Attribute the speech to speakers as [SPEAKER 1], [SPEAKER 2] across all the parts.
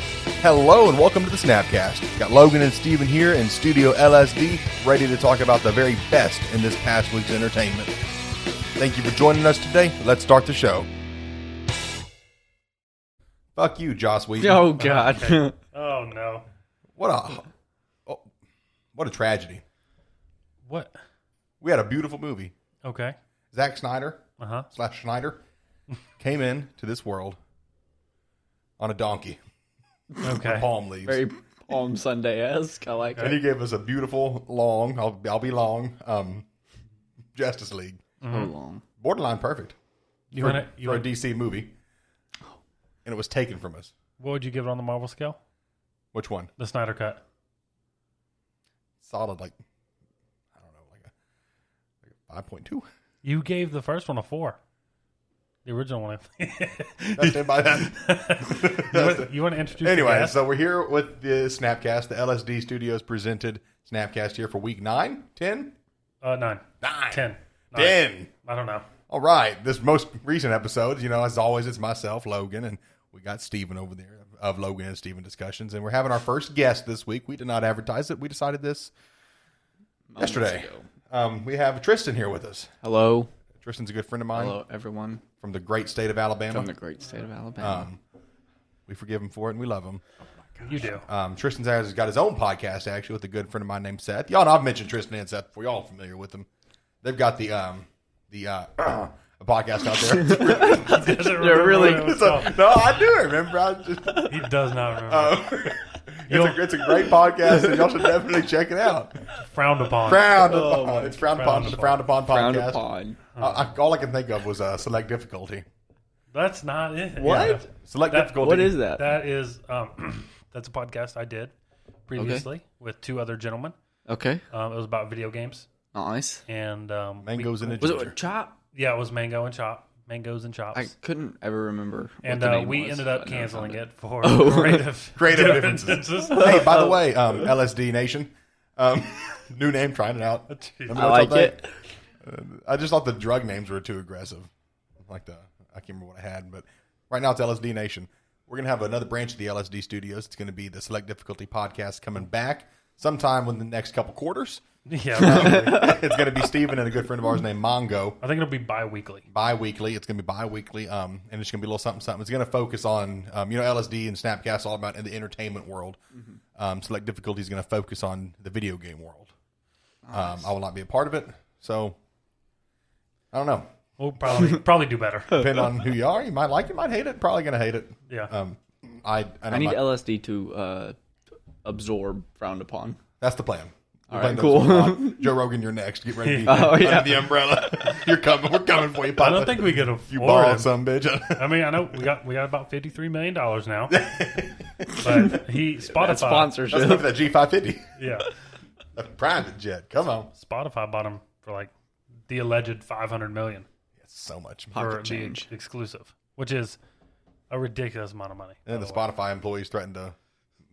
[SPEAKER 1] Hello and welcome to the Snapcast. Got Logan and Steven here in Studio LSD, ready to talk about the very best in this past week's entertainment. Thank you for joining us today. Let's start the show. Fuck you, Joss Whedon.
[SPEAKER 2] Oh God!
[SPEAKER 3] Oh no.
[SPEAKER 1] What a oh, what a tragedy.
[SPEAKER 3] What?
[SPEAKER 1] We had a beautiful movie.
[SPEAKER 3] Okay.
[SPEAKER 1] Zack Snyder
[SPEAKER 3] Uh huh.
[SPEAKER 1] slash Schneider came in to this world on a donkey,
[SPEAKER 3] Okay.
[SPEAKER 1] palm leaves.
[SPEAKER 2] Very Palm Sunday esque. I like
[SPEAKER 1] And
[SPEAKER 2] it.
[SPEAKER 1] he gave us a beautiful, long, I'll, I'll be long, um, Justice League.
[SPEAKER 2] Hold on.
[SPEAKER 1] Borderline perfect
[SPEAKER 3] You
[SPEAKER 1] for,
[SPEAKER 3] want to? You
[SPEAKER 1] for a
[SPEAKER 3] want?
[SPEAKER 1] DC movie. And it was taken from us.
[SPEAKER 3] What would you give it on the Marvel scale?
[SPEAKER 1] Which one?
[SPEAKER 3] The Snyder cut.
[SPEAKER 1] Solid, like, I don't know, like a, like a 5.2.
[SPEAKER 3] You gave the first one a four. The original one. I think.
[SPEAKER 1] That's it by that.
[SPEAKER 3] you, want, you want to introduce? the
[SPEAKER 1] Anyway,
[SPEAKER 3] guest?
[SPEAKER 1] so we're here with the Snapcast, the LSD Studios presented Snapcast here for week nine, 10?
[SPEAKER 3] uh, nine,
[SPEAKER 1] Nine.
[SPEAKER 3] ten, nine.
[SPEAKER 1] 10.
[SPEAKER 3] I don't know.
[SPEAKER 1] All right. This most recent episode, you know, as always, it's myself, Logan, and we got Steven over there of Logan and Steven discussions. And we're having our first guest this week. We did not advertise it. We decided this
[SPEAKER 2] Moments
[SPEAKER 1] yesterday.
[SPEAKER 2] ago.
[SPEAKER 1] Um, we have Tristan here with us.
[SPEAKER 2] Hello,
[SPEAKER 1] Tristan's a good friend of mine
[SPEAKER 2] hello everyone
[SPEAKER 1] from the great state of Alabama.
[SPEAKER 2] from the great state of Alabama.
[SPEAKER 1] um, we forgive him for it and we love him.
[SPEAKER 3] You do.
[SPEAKER 1] Um, Tristan's has got his own podcast actually with a good friend of mine named Seth. Y'all, know I've mentioned Tristan and Seth before. Y'all are familiar with them. They've got the um, the uh, a podcast out there.
[SPEAKER 3] Doesn't
[SPEAKER 2] really-
[SPEAKER 3] what it was
[SPEAKER 1] So-
[SPEAKER 3] called.
[SPEAKER 1] no, I do remember. I just
[SPEAKER 3] he does not remember. You'll-
[SPEAKER 1] Oh. it's, a, it's a great podcast, and y'all should definitely check it out.
[SPEAKER 3] frowned upon.
[SPEAKER 1] Frowned
[SPEAKER 3] Oh,
[SPEAKER 1] upon. It's frowned, upon.
[SPEAKER 3] Frowned
[SPEAKER 1] The frowned upon
[SPEAKER 3] Ah.
[SPEAKER 2] Frowned
[SPEAKER 1] podcast.
[SPEAKER 2] upon.
[SPEAKER 1] Uh, I, all I can think of was uh, select difficulty.
[SPEAKER 3] That's not it.
[SPEAKER 2] What?
[SPEAKER 3] Yeah.
[SPEAKER 1] Select
[SPEAKER 3] That-
[SPEAKER 1] difficulty.
[SPEAKER 2] What is that?
[SPEAKER 3] That is. Um, that's a podcast I did previously with two other gentlemen.
[SPEAKER 2] Okay,
[SPEAKER 3] Um, it was about video games
[SPEAKER 2] nice.
[SPEAKER 3] and um, we-
[SPEAKER 1] Mangoes in a
[SPEAKER 2] Was it
[SPEAKER 1] ginger.
[SPEAKER 2] with chop?
[SPEAKER 3] Yeah, it was mango and chop, mangoes and chops.
[SPEAKER 2] I couldn't ever remember. what
[SPEAKER 3] and
[SPEAKER 2] the
[SPEAKER 3] uh,
[SPEAKER 2] name
[SPEAKER 3] we
[SPEAKER 2] was,
[SPEAKER 3] ended
[SPEAKER 2] but
[SPEAKER 3] up
[SPEAKER 2] I never
[SPEAKER 3] canceling
[SPEAKER 2] found
[SPEAKER 3] it for
[SPEAKER 2] Oh.
[SPEAKER 3] creative,
[SPEAKER 1] Creative differences. Hey, by the way, um, LSD Nation, um, new name, trying it out.
[SPEAKER 3] Jeez.
[SPEAKER 2] I like it.
[SPEAKER 1] I just thought the drug names were too aggressive. Like the I can't remember what I had, but right now it's LSD Nation. We're gonna have another branch of the LSD Studios. It's gonna be the Select Difficulty podcast coming back sometime within the next couple quarters.
[SPEAKER 3] yeah, right.
[SPEAKER 1] it's gonna be Steven and a good friend of ours named Mongo.
[SPEAKER 3] I think it'll be bi-weekly.
[SPEAKER 1] Bi-weekly. It's gonna be bi-weekly. Um, and it's gonna be a little something something. It's gonna focus on um, you know LSD and Snapcast is all about in the entertainment world.
[SPEAKER 3] Mm-hmm.
[SPEAKER 1] Um, Select Difficulty is gonna focus on the video game world. Um, I will not be a part of it, so I don't know
[SPEAKER 3] We'll probably probably do better.
[SPEAKER 1] depending on who you are, you might like it, might hate it. Probably gonna hate it.
[SPEAKER 3] Yeah,
[SPEAKER 1] Um, I and
[SPEAKER 2] I
[SPEAKER 1] I'm
[SPEAKER 2] need
[SPEAKER 1] not-
[SPEAKER 2] LSD to uh, absorb frowned upon.
[SPEAKER 1] that's the plan. We're
[SPEAKER 2] All
[SPEAKER 1] playing
[SPEAKER 2] right,
[SPEAKER 1] those
[SPEAKER 2] cool.
[SPEAKER 1] a lot. Joe Rogan, you're next. Get ready. To be
[SPEAKER 2] Oh, yeah.
[SPEAKER 1] Under the umbrella. you're coming. We're coming for you.
[SPEAKER 3] I
[SPEAKER 1] Papa.
[SPEAKER 3] don't think we could
[SPEAKER 1] you
[SPEAKER 3] afford.
[SPEAKER 1] bald
[SPEAKER 3] it.
[SPEAKER 1] some bitch.
[SPEAKER 3] I mean, I know we got we got about fifty-three million dollars now, but he Spotify.
[SPEAKER 2] That's
[SPEAKER 1] Let's go
[SPEAKER 2] sponsorship.
[SPEAKER 1] for that G550.
[SPEAKER 3] Yeah,
[SPEAKER 1] A private jet. Come on.
[SPEAKER 3] Spotify bought him for like the alleged five hundred million
[SPEAKER 1] It's so much.
[SPEAKER 2] Pocket
[SPEAKER 3] for
[SPEAKER 2] change.
[SPEAKER 3] the exclusive, which is a ridiculous amount of money.
[SPEAKER 1] And then the Spotify employees threatened to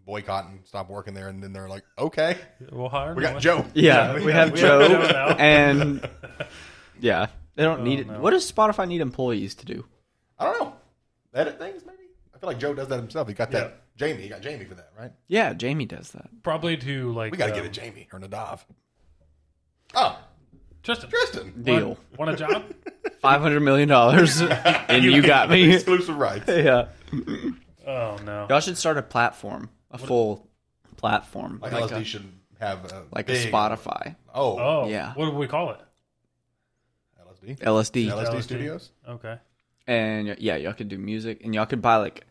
[SPEAKER 1] boycott and stop working there, and then they're like, "Okay,
[SPEAKER 3] We'll hire.
[SPEAKER 1] we
[SPEAKER 3] him.
[SPEAKER 1] got Joe."
[SPEAKER 2] Yeah, we have
[SPEAKER 3] we
[SPEAKER 2] Joe
[SPEAKER 3] have Joe now. Oh,
[SPEAKER 2] and yeah, they don't need it. What does Spotify need employees to do?
[SPEAKER 1] I don't know. Edit things, maybe. I feel like Joe does that himself. He got that
[SPEAKER 3] Yeah.
[SPEAKER 1] Jamie. He got Jamie for that, right?
[SPEAKER 2] Yeah, Jamie does that.
[SPEAKER 3] probably to like.
[SPEAKER 1] We got to
[SPEAKER 3] um,
[SPEAKER 1] get a Jamie or Nadav. Oh,
[SPEAKER 3] Tristan.
[SPEAKER 1] Tristan.
[SPEAKER 2] Deal.
[SPEAKER 3] Want a job?
[SPEAKER 2] Five hundred million dollars, and you got me.
[SPEAKER 1] Exclusive rights.
[SPEAKER 2] yeah,
[SPEAKER 3] Oh no.
[SPEAKER 2] y'all should start a platform, a full platform,
[SPEAKER 1] Like,
[SPEAKER 2] like,
[SPEAKER 1] LSD
[SPEAKER 2] a,
[SPEAKER 1] should have a
[SPEAKER 2] like a
[SPEAKER 1] big-
[SPEAKER 2] Spotify,
[SPEAKER 1] Oh,
[SPEAKER 3] Oh
[SPEAKER 2] Yeah.
[SPEAKER 3] What do we call it?
[SPEAKER 1] LSD.
[SPEAKER 2] LSD,
[SPEAKER 1] LSD,
[SPEAKER 3] LSD.
[SPEAKER 1] Studios.
[SPEAKER 3] Okay.
[SPEAKER 2] and y- yeah, y'all could do music, and y'all could buy like,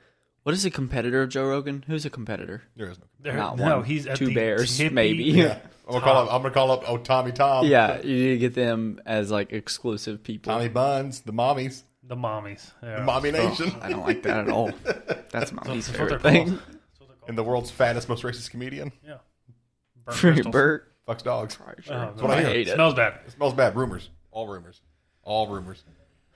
[SPEAKER 2] what is a competitor of Joe Rogan? Who's a competitor?
[SPEAKER 1] There is no.
[SPEAKER 3] There,
[SPEAKER 2] Not
[SPEAKER 3] no,
[SPEAKER 2] one,
[SPEAKER 3] he's at
[SPEAKER 2] two
[SPEAKER 3] the
[SPEAKER 2] bears,
[SPEAKER 3] tippy-
[SPEAKER 2] maybe.
[SPEAKER 1] Yeah, I'm gonna call up. I'm gonna call up. Oh, Tommy Tom.
[SPEAKER 2] Yeah, you need to get them as like exclusive people.
[SPEAKER 1] Tommy Buns, the mommies,
[SPEAKER 3] The mommies. Yeah.
[SPEAKER 1] the mommy nation,
[SPEAKER 2] Oh, I don't like that at all. That's my least
[SPEAKER 3] That's what they're
[SPEAKER 2] favorite
[SPEAKER 3] called.
[SPEAKER 2] thing.
[SPEAKER 3] That's what they're called.
[SPEAKER 1] and the world's fattest, most racist comedian.
[SPEAKER 3] Yeah. Burnt
[SPEAKER 2] Free
[SPEAKER 3] crystals.
[SPEAKER 2] Bert.
[SPEAKER 1] Fucks dogs.
[SPEAKER 3] Oh,
[SPEAKER 1] what
[SPEAKER 3] no.
[SPEAKER 1] I hear.
[SPEAKER 2] hate it.
[SPEAKER 3] Smells bad.
[SPEAKER 1] Smells bad. Rumors. All rumors. All rumors.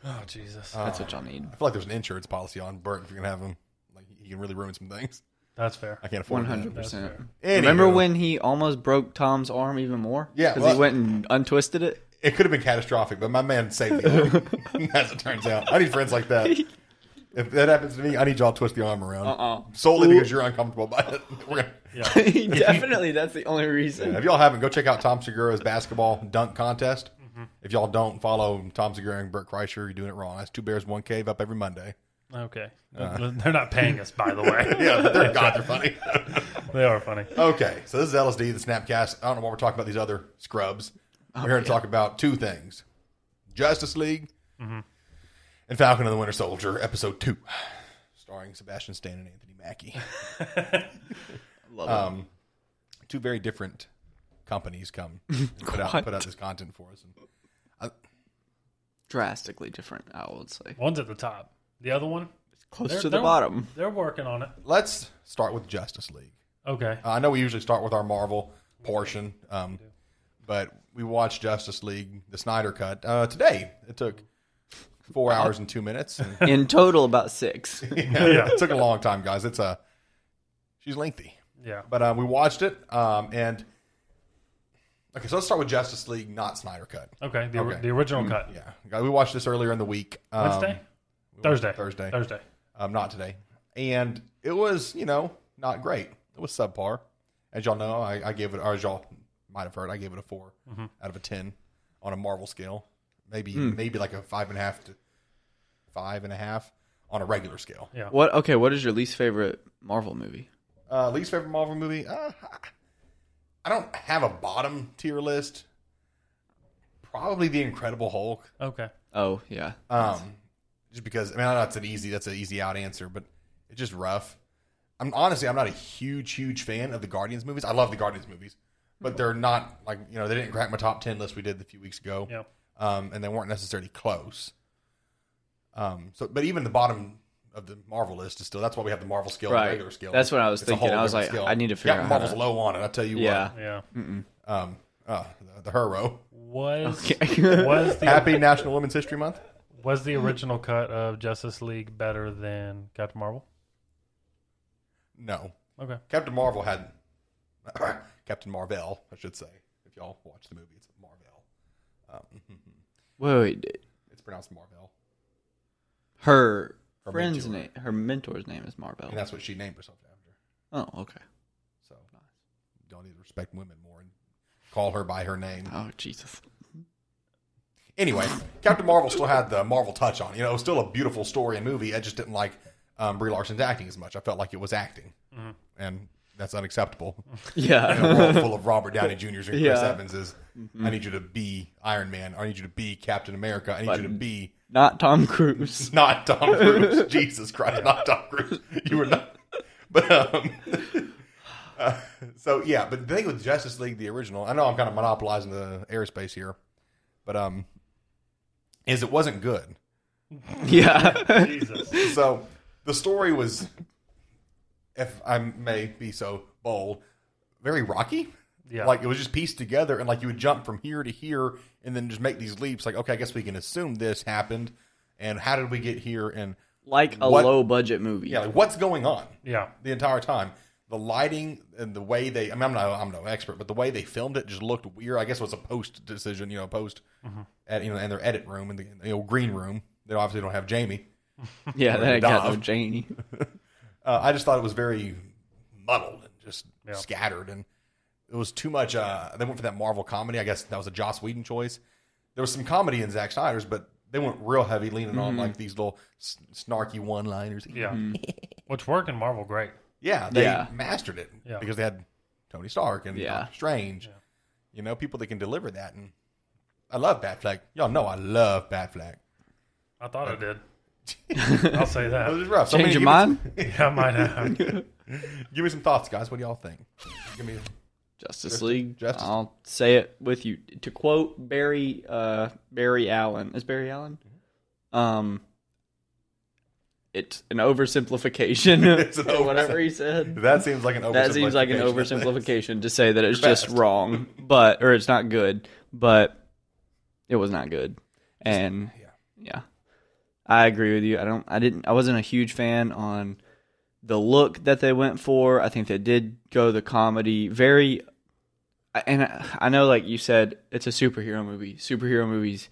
[SPEAKER 1] Uh,
[SPEAKER 3] Oh Jesus.
[SPEAKER 2] That's what y'all need.
[SPEAKER 1] I feel like there's an insurance policy on Bert if you're gonna have him. Like he can really ruin some things.
[SPEAKER 3] That's fair.
[SPEAKER 1] I can't afford
[SPEAKER 2] One
[SPEAKER 1] that.
[SPEAKER 2] hundred percent.
[SPEAKER 1] Anywho.
[SPEAKER 2] Remember when he almost broke Tom's arm even more?
[SPEAKER 1] Yeah,
[SPEAKER 2] because
[SPEAKER 1] well-
[SPEAKER 2] he went and untwisted it.
[SPEAKER 1] It could have been catastrophic, but my man saved me. As it turns out, I need friends like that. If that happens to me, I need y'all to twist the arm around.
[SPEAKER 2] Uh-uh.
[SPEAKER 1] Solely because you're uncomfortable by it. We're gonna,
[SPEAKER 2] Definitely, that's the only reason.
[SPEAKER 1] If y'all haven't, go check out Tom Segura's basketball dunk contest. If y'all don't follow Tom Segura and Burt Kreischer, you're doing it wrong. That's two bears, one cave up every Monday.
[SPEAKER 3] Okay. they're not paying us, by the way.
[SPEAKER 1] uh. Yeah, they're God, they're funny.
[SPEAKER 3] They are funny.
[SPEAKER 1] okay, so this is LSD, the Snapcast. I don't know why we're talking about these other scrubs. We're here to talk about two things: Justice League and Falcon and the Winter Soldier, episode two, starring Sebastian Stan and Anthony Mackie.
[SPEAKER 2] Love
[SPEAKER 1] Um,
[SPEAKER 2] it.
[SPEAKER 1] two very different companies come and put out put out this content for us. And
[SPEAKER 2] Drastically different, I would say.
[SPEAKER 3] One's at the top. The other one,
[SPEAKER 2] Close
[SPEAKER 3] they're-
[SPEAKER 2] to the
[SPEAKER 3] they're-
[SPEAKER 2] bottom.
[SPEAKER 3] They're working on it.
[SPEAKER 1] let's start with Justice League.
[SPEAKER 3] Okay.
[SPEAKER 1] Uh, I know we usually start with our Marvel portion, um, but we watched Justice League, the Snyder Cut, uh, today. It took four hours and two minutes. And,
[SPEAKER 2] In total, about six.
[SPEAKER 1] yeah, It took a long time, guys. It's a she's lengthy,
[SPEAKER 3] Yeah.
[SPEAKER 1] but uh, we watched it, um, and okay, so let's start with Justice League, not Snyder Cut.
[SPEAKER 3] Okay. The,
[SPEAKER 1] Okay.
[SPEAKER 3] the original cut.
[SPEAKER 1] Yeah, guys, we watched this earlier in the week, um,
[SPEAKER 3] Wednesday? Thursday.
[SPEAKER 1] Thursday.
[SPEAKER 3] Thursday.
[SPEAKER 1] um, not today, and it was you know not great. It was subpar, as y'all know. I, I gave it, or as y'all might have heard, I gave it a 4 out of a ten on a Marvel scale, maybe maybe like a five and a half to five and a half on a regular scale.
[SPEAKER 3] Yeah.
[SPEAKER 2] What? Okay, what is your least favorite Marvel movie?
[SPEAKER 1] Uh, least favorite Marvel movie? Uh, I don't have a bottom tier list. Probably The Incredible Hulk.
[SPEAKER 3] Okay.
[SPEAKER 2] Oh, yeah.
[SPEAKER 1] Um, just because I mean, I know it's an easy that's an easy out answer, but it's just rough. I'm honestly, I'm not a huge, huge fan of the Guardians movies. I love the Guardians movies, but they're not like you know they didn't crack my top ten list we did a few weeks ago,
[SPEAKER 3] Yeah.
[SPEAKER 1] um, and they weren't necessarily close. Um, so but even the bottom of the Marvel list is still that's why we have the Marvel scale, and the
[SPEAKER 2] Right.
[SPEAKER 1] regular scale.
[SPEAKER 2] That's what I was
[SPEAKER 1] It's a
[SPEAKER 2] thinking.
[SPEAKER 1] whole
[SPEAKER 2] I was
[SPEAKER 1] different
[SPEAKER 2] like, I need to figure
[SPEAKER 1] Captain
[SPEAKER 2] out how
[SPEAKER 1] Marvel's
[SPEAKER 2] to-
[SPEAKER 1] low on it. I tell you
[SPEAKER 2] Yeah.
[SPEAKER 3] Yeah.
[SPEAKER 2] Mm.
[SPEAKER 1] what, um, uh, the, the hero.
[SPEAKER 3] Was
[SPEAKER 2] Okay.
[SPEAKER 3] was the
[SPEAKER 1] Happy National Women's History Month.
[SPEAKER 3] was the original cut of Justice League better than Captain Marvel?
[SPEAKER 1] No,
[SPEAKER 3] Okay.
[SPEAKER 1] Captain Marvel had Captain Marvel, I should say. If y'all watch the movie, it's Marvel.
[SPEAKER 2] wait, wait.
[SPEAKER 1] It's pronounced Marvel,
[SPEAKER 2] Her,
[SPEAKER 1] Her
[SPEAKER 2] friend's
[SPEAKER 1] mentor.
[SPEAKER 2] name, her mentor's name is Marvel.
[SPEAKER 1] and that's what she named herself after.
[SPEAKER 2] Oh, okay.
[SPEAKER 1] So y'all need to respect women more and call her by her name.
[SPEAKER 2] Oh, Jesus.
[SPEAKER 1] Anyway, Captain Marvel still had the Marvel touch on. it. You know, it was still a beautiful story and movie. I just didn't like um, Brie Larson's acting as much. I felt like it was acting, and that's unacceptable. in a
[SPEAKER 2] Yeah.
[SPEAKER 1] world full of Robert Downey Jr.'s and Chris
[SPEAKER 2] Yeah.
[SPEAKER 1] Evans is, I need you to be Iron Man. I need you to be Captain America. I need you to be
[SPEAKER 2] Not Tom Cruise.
[SPEAKER 1] not Tom Cruise. Jesus Christ, not Tom Cruise. You were not. But um, uh, so yeah, but the thing with Justice League, the original, I know I'm kind of monopolizing the airspace here, but um, is it wasn't good.
[SPEAKER 2] Yeah.
[SPEAKER 3] Jesus.
[SPEAKER 1] So the story was, if I may be so bold, very rocky.
[SPEAKER 3] Yeah.
[SPEAKER 1] Like it was just pieced together, and like you would jump from here to here, and then just make these leaps. Like, okay, I guess we can assume this happened, and how did we get here? And
[SPEAKER 2] like a
[SPEAKER 1] What-
[SPEAKER 2] low budget movie.
[SPEAKER 1] yeah, like what's going on
[SPEAKER 3] Yeah.
[SPEAKER 1] the entire time? The lighting and the way they, I mean, I'm not, I'm no expert, but the way they filmed it just looked weird. I guess it was a post decision, you know, post at, you know, in their edit room in the, in the old green room. They obviously don't have Jamie.
[SPEAKER 2] yeah that got no
[SPEAKER 1] Dom.
[SPEAKER 2] Janie.
[SPEAKER 1] Uh, I just thought it was very muddled and just
[SPEAKER 3] Yeah.
[SPEAKER 1] scattered, and it was too much. Uh, they went for that Marvel comedy. I guess that was a Joss Whedon choice. There was some comedy in Zack Snyder's, but they went real heavy, leaning on like these little s- snarky one-liners.
[SPEAKER 3] Yeah. Which worked in Marvel great.
[SPEAKER 1] Yeah, they
[SPEAKER 2] Yeah.
[SPEAKER 1] mastered it
[SPEAKER 3] Yeah.
[SPEAKER 1] because they had Tony Stark and
[SPEAKER 2] Yeah.
[SPEAKER 1] Doctor Strange. You know, people that can deliver that, and I love Batfleck. Y'all know I love Batfleck.
[SPEAKER 3] I thought I did. I'll say
[SPEAKER 1] It
[SPEAKER 3] that.
[SPEAKER 1] was rough. So, I
[SPEAKER 2] Change
[SPEAKER 1] mean,
[SPEAKER 2] your
[SPEAKER 1] give me-
[SPEAKER 2] mind?
[SPEAKER 3] Yeah, I might have.
[SPEAKER 1] Give me some thoughts, guys. What do y'all think? Give me.
[SPEAKER 2] Justice League.
[SPEAKER 1] Justice-
[SPEAKER 2] I'll say it with you. To quote Barry uh, Barry Allen, is Barry Allen?
[SPEAKER 1] Mm-hmm.
[SPEAKER 2] Um, it's an oversimplification.
[SPEAKER 1] It's an
[SPEAKER 2] or whatever
[SPEAKER 1] oversim-
[SPEAKER 2] he said.
[SPEAKER 1] That seems like an oversimplification.
[SPEAKER 2] That seems like an
[SPEAKER 1] of things.
[SPEAKER 2] oversimplification to say that it's just
[SPEAKER 1] Fast.
[SPEAKER 2] wrong, but or it's not good, but it was not good. And
[SPEAKER 1] yeah.
[SPEAKER 2] yeah, I agree with you. I don't. I didn't. I wasn't a huge fan on the look that they went for. I think they did go the comedy very. I- And I I know, like you said, it's a superhero movie. Superhero movies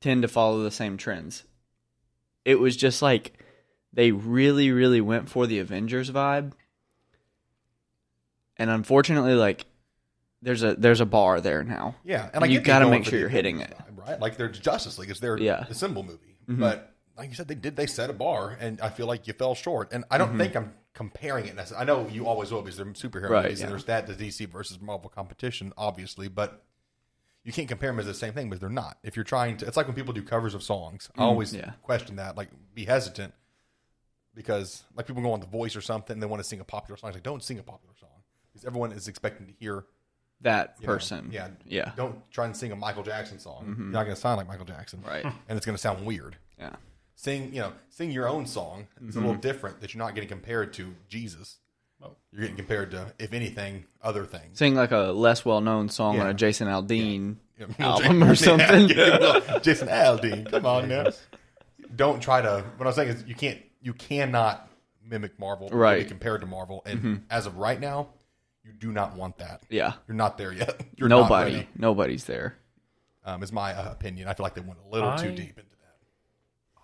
[SPEAKER 2] tend to follow the same trends. It was just like they really, really went for the Avengers vibe. And unfortunately, like there's a there's a bar there now.
[SPEAKER 1] Yeah, and,
[SPEAKER 2] And
[SPEAKER 1] I
[SPEAKER 2] you
[SPEAKER 1] get they
[SPEAKER 2] gotta
[SPEAKER 1] going
[SPEAKER 2] make
[SPEAKER 1] for
[SPEAKER 2] sure
[SPEAKER 1] the
[SPEAKER 2] you're hitting it.
[SPEAKER 1] vibe, right? Like there's Justice League, it's their
[SPEAKER 2] Yeah. Mm-hmm.
[SPEAKER 1] the symbol movie, but like you said, they did they set a bar, and I feel like you fell short. And I
[SPEAKER 2] Mm-hmm.
[SPEAKER 1] don't think I'm comparing it. necess- I know you always will because they're superhero
[SPEAKER 2] Right,
[SPEAKER 1] movies,
[SPEAKER 2] yeah.
[SPEAKER 1] and there's that the DC versus Marvel competition, obviously, but. You can't compare them as the same thing, but they're not. If you're trying to, it's like when people do covers of songs. I always
[SPEAKER 2] Mm, yeah.
[SPEAKER 1] question that, like, be hesitant because, like, people go on The Voice or something, they want to sing a popular song. It's like, don't sing a popular song because everyone is expecting to hear
[SPEAKER 2] That
[SPEAKER 1] you know,
[SPEAKER 2] person.
[SPEAKER 1] Yeah.
[SPEAKER 2] Yeah. Mm-hmm.
[SPEAKER 1] Don't try and sing a Michael Jackson song. You're not going to sound like Michael Jackson.
[SPEAKER 2] Right.
[SPEAKER 1] And it's going to sound weird.
[SPEAKER 2] Yeah.
[SPEAKER 1] Sing, you know, sing your own song. It's a
[SPEAKER 2] Mm-hmm.
[SPEAKER 1] little different that you're not getting compared to Jesus.
[SPEAKER 3] Oh.
[SPEAKER 1] You're getting compared to, if anything, other things.
[SPEAKER 2] Sing like a less well known song on
[SPEAKER 1] Yeah.
[SPEAKER 2] a Jason Aldean
[SPEAKER 1] You know,
[SPEAKER 2] album or something.
[SPEAKER 1] Yeah, well, Jason Aldean, come on now. Don't try to. What I'm saying is, you can't. You cannot mimic Marvel. or be
[SPEAKER 2] Right. Mm-hmm.
[SPEAKER 1] Compared to Marvel, and as of right now, you do not want that.
[SPEAKER 2] Yeah.
[SPEAKER 1] You're not there yet. You're not ready.
[SPEAKER 2] Nobody. Nobody's there.
[SPEAKER 1] um, is my uh, opinion. I feel like they went a little
[SPEAKER 3] I-
[SPEAKER 1] too deep into that.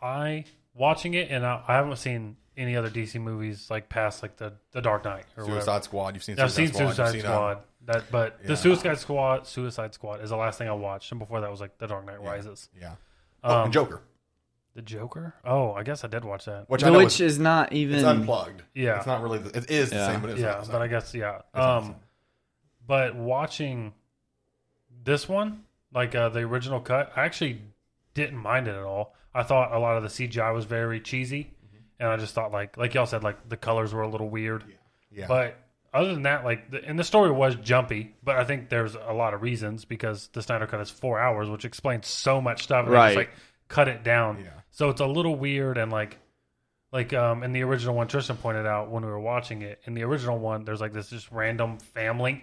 [SPEAKER 3] I watching it, and I, I haven't seen any other DC movies like past like the the Dark Knight or whatever.
[SPEAKER 1] Suicide Squad. You've seen
[SPEAKER 3] I've
[SPEAKER 1] Suicide
[SPEAKER 3] seen
[SPEAKER 1] Squad.
[SPEAKER 3] Suicide
[SPEAKER 1] you've seen, uh,
[SPEAKER 3] Squad, that but
[SPEAKER 1] Yeah.
[SPEAKER 3] the Suicide Squad, Suicide Squad is the last thing I watched, and before that was like The Dark Knight Rises,
[SPEAKER 1] yeah. Oh, and Joker,
[SPEAKER 3] The Joker. Oh, I guess I did watch that.
[SPEAKER 1] which I know
[SPEAKER 2] Which
[SPEAKER 1] is
[SPEAKER 2] is not even
[SPEAKER 1] it's unplugged.
[SPEAKER 3] Yeah.
[SPEAKER 1] It's not really. The, it is the
[SPEAKER 2] Yeah.
[SPEAKER 1] same, but it's
[SPEAKER 3] yeah,
[SPEAKER 1] not the
[SPEAKER 3] but I
[SPEAKER 1] same.
[SPEAKER 3] guess yeah.
[SPEAKER 1] not the
[SPEAKER 3] Um, but watching this one, like uh, the original cut, I actually didn't mind it at all. I thought a lot of the CGI was very cheesy, and I just thought like like y'all said like the colors were a little weird.
[SPEAKER 1] Mm-hmm. yeah.
[SPEAKER 3] But other than that, like the, and the story was jumpy, but I think there's a lot of reasons because the Snyder cut is four hours, which explains so much stuff. and they
[SPEAKER 2] Right.
[SPEAKER 3] just, like cut it down.
[SPEAKER 1] Yeah.
[SPEAKER 3] So it's a little weird and like like um in the original one Tristan pointed out when we were watching it, in the original one there's like this just random family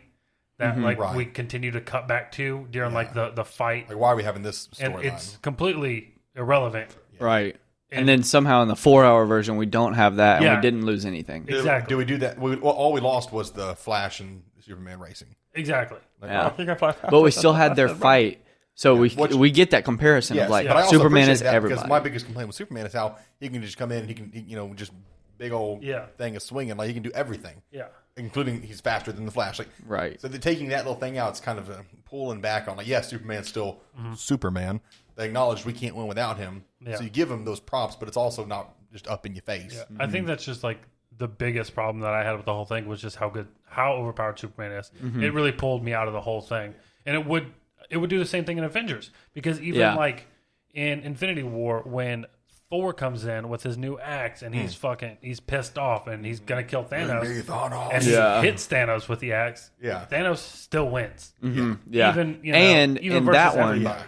[SPEAKER 3] that
[SPEAKER 2] Mm-hmm.
[SPEAKER 3] like
[SPEAKER 1] Right.
[SPEAKER 3] we continue to cut back to during like the the fight.
[SPEAKER 1] like, why are we having this
[SPEAKER 3] and
[SPEAKER 1] storyline?
[SPEAKER 3] it's completely irrelevant.
[SPEAKER 2] Right. And,
[SPEAKER 3] And-
[SPEAKER 2] then somehow in the four hour version, we don't have that and
[SPEAKER 3] Yeah.
[SPEAKER 2] we didn't lose anything.
[SPEAKER 1] Do-
[SPEAKER 3] exactly.
[SPEAKER 1] Do we do that? We, well, all we lost was the Flash and Superman racing.
[SPEAKER 3] Exactly.
[SPEAKER 1] Like,
[SPEAKER 2] Yeah.
[SPEAKER 1] oh,
[SPEAKER 2] But we still had their fight. So we
[SPEAKER 1] which-
[SPEAKER 2] we get that comparison
[SPEAKER 1] yes,
[SPEAKER 2] of like
[SPEAKER 1] but I also
[SPEAKER 2] Superman
[SPEAKER 1] appreciate
[SPEAKER 2] is
[SPEAKER 1] that
[SPEAKER 2] everybody.
[SPEAKER 1] Because my biggest complaint with Superman is how he can just come in and he can, he- you know, just big old
[SPEAKER 3] Yeah.
[SPEAKER 1] thing is swinging. Like he can do everything.
[SPEAKER 3] Yeah.
[SPEAKER 1] including he's faster than the Flash. Like,
[SPEAKER 2] Right.
[SPEAKER 1] So they're taking that little thing out. It's kind of a pulling back on like, yeah, Superman's still Superman. They acknowledge we can't win without him.
[SPEAKER 3] Mm-hmm. Yeah.
[SPEAKER 1] So you give him those props, but it's also not just up in your face.
[SPEAKER 3] Yeah, I think that's just like the biggest problem that I had with the whole thing was just how good, how overpowered Superman is.
[SPEAKER 2] Mm-hmm.
[SPEAKER 3] It really pulled me out of the whole thing, and it would it would do the same thing in Avengers because even
[SPEAKER 2] Yeah.
[SPEAKER 3] like in Infinity War when Thor comes in with his new axe and he's
[SPEAKER 2] Hmm.
[SPEAKER 3] fucking he's pissed off and he's gonna kill Thanos and
[SPEAKER 1] Thanos.
[SPEAKER 2] Yeah.
[SPEAKER 3] he hits Thanos with the axe.
[SPEAKER 1] Yeah.
[SPEAKER 3] Thanos still wins.
[SPEAKER 2] Mm-hmm. yeah.
[SPEAKER 3] even, you know,
[SPEAKER 2] and
[SPEAKER 3] even
[SPEAKER 2] in
[SPEAKER 3] versus
[SPEAKER 2] that one,
[SPEAKER 3] everybody.
[SPEAKER 1] Yeah.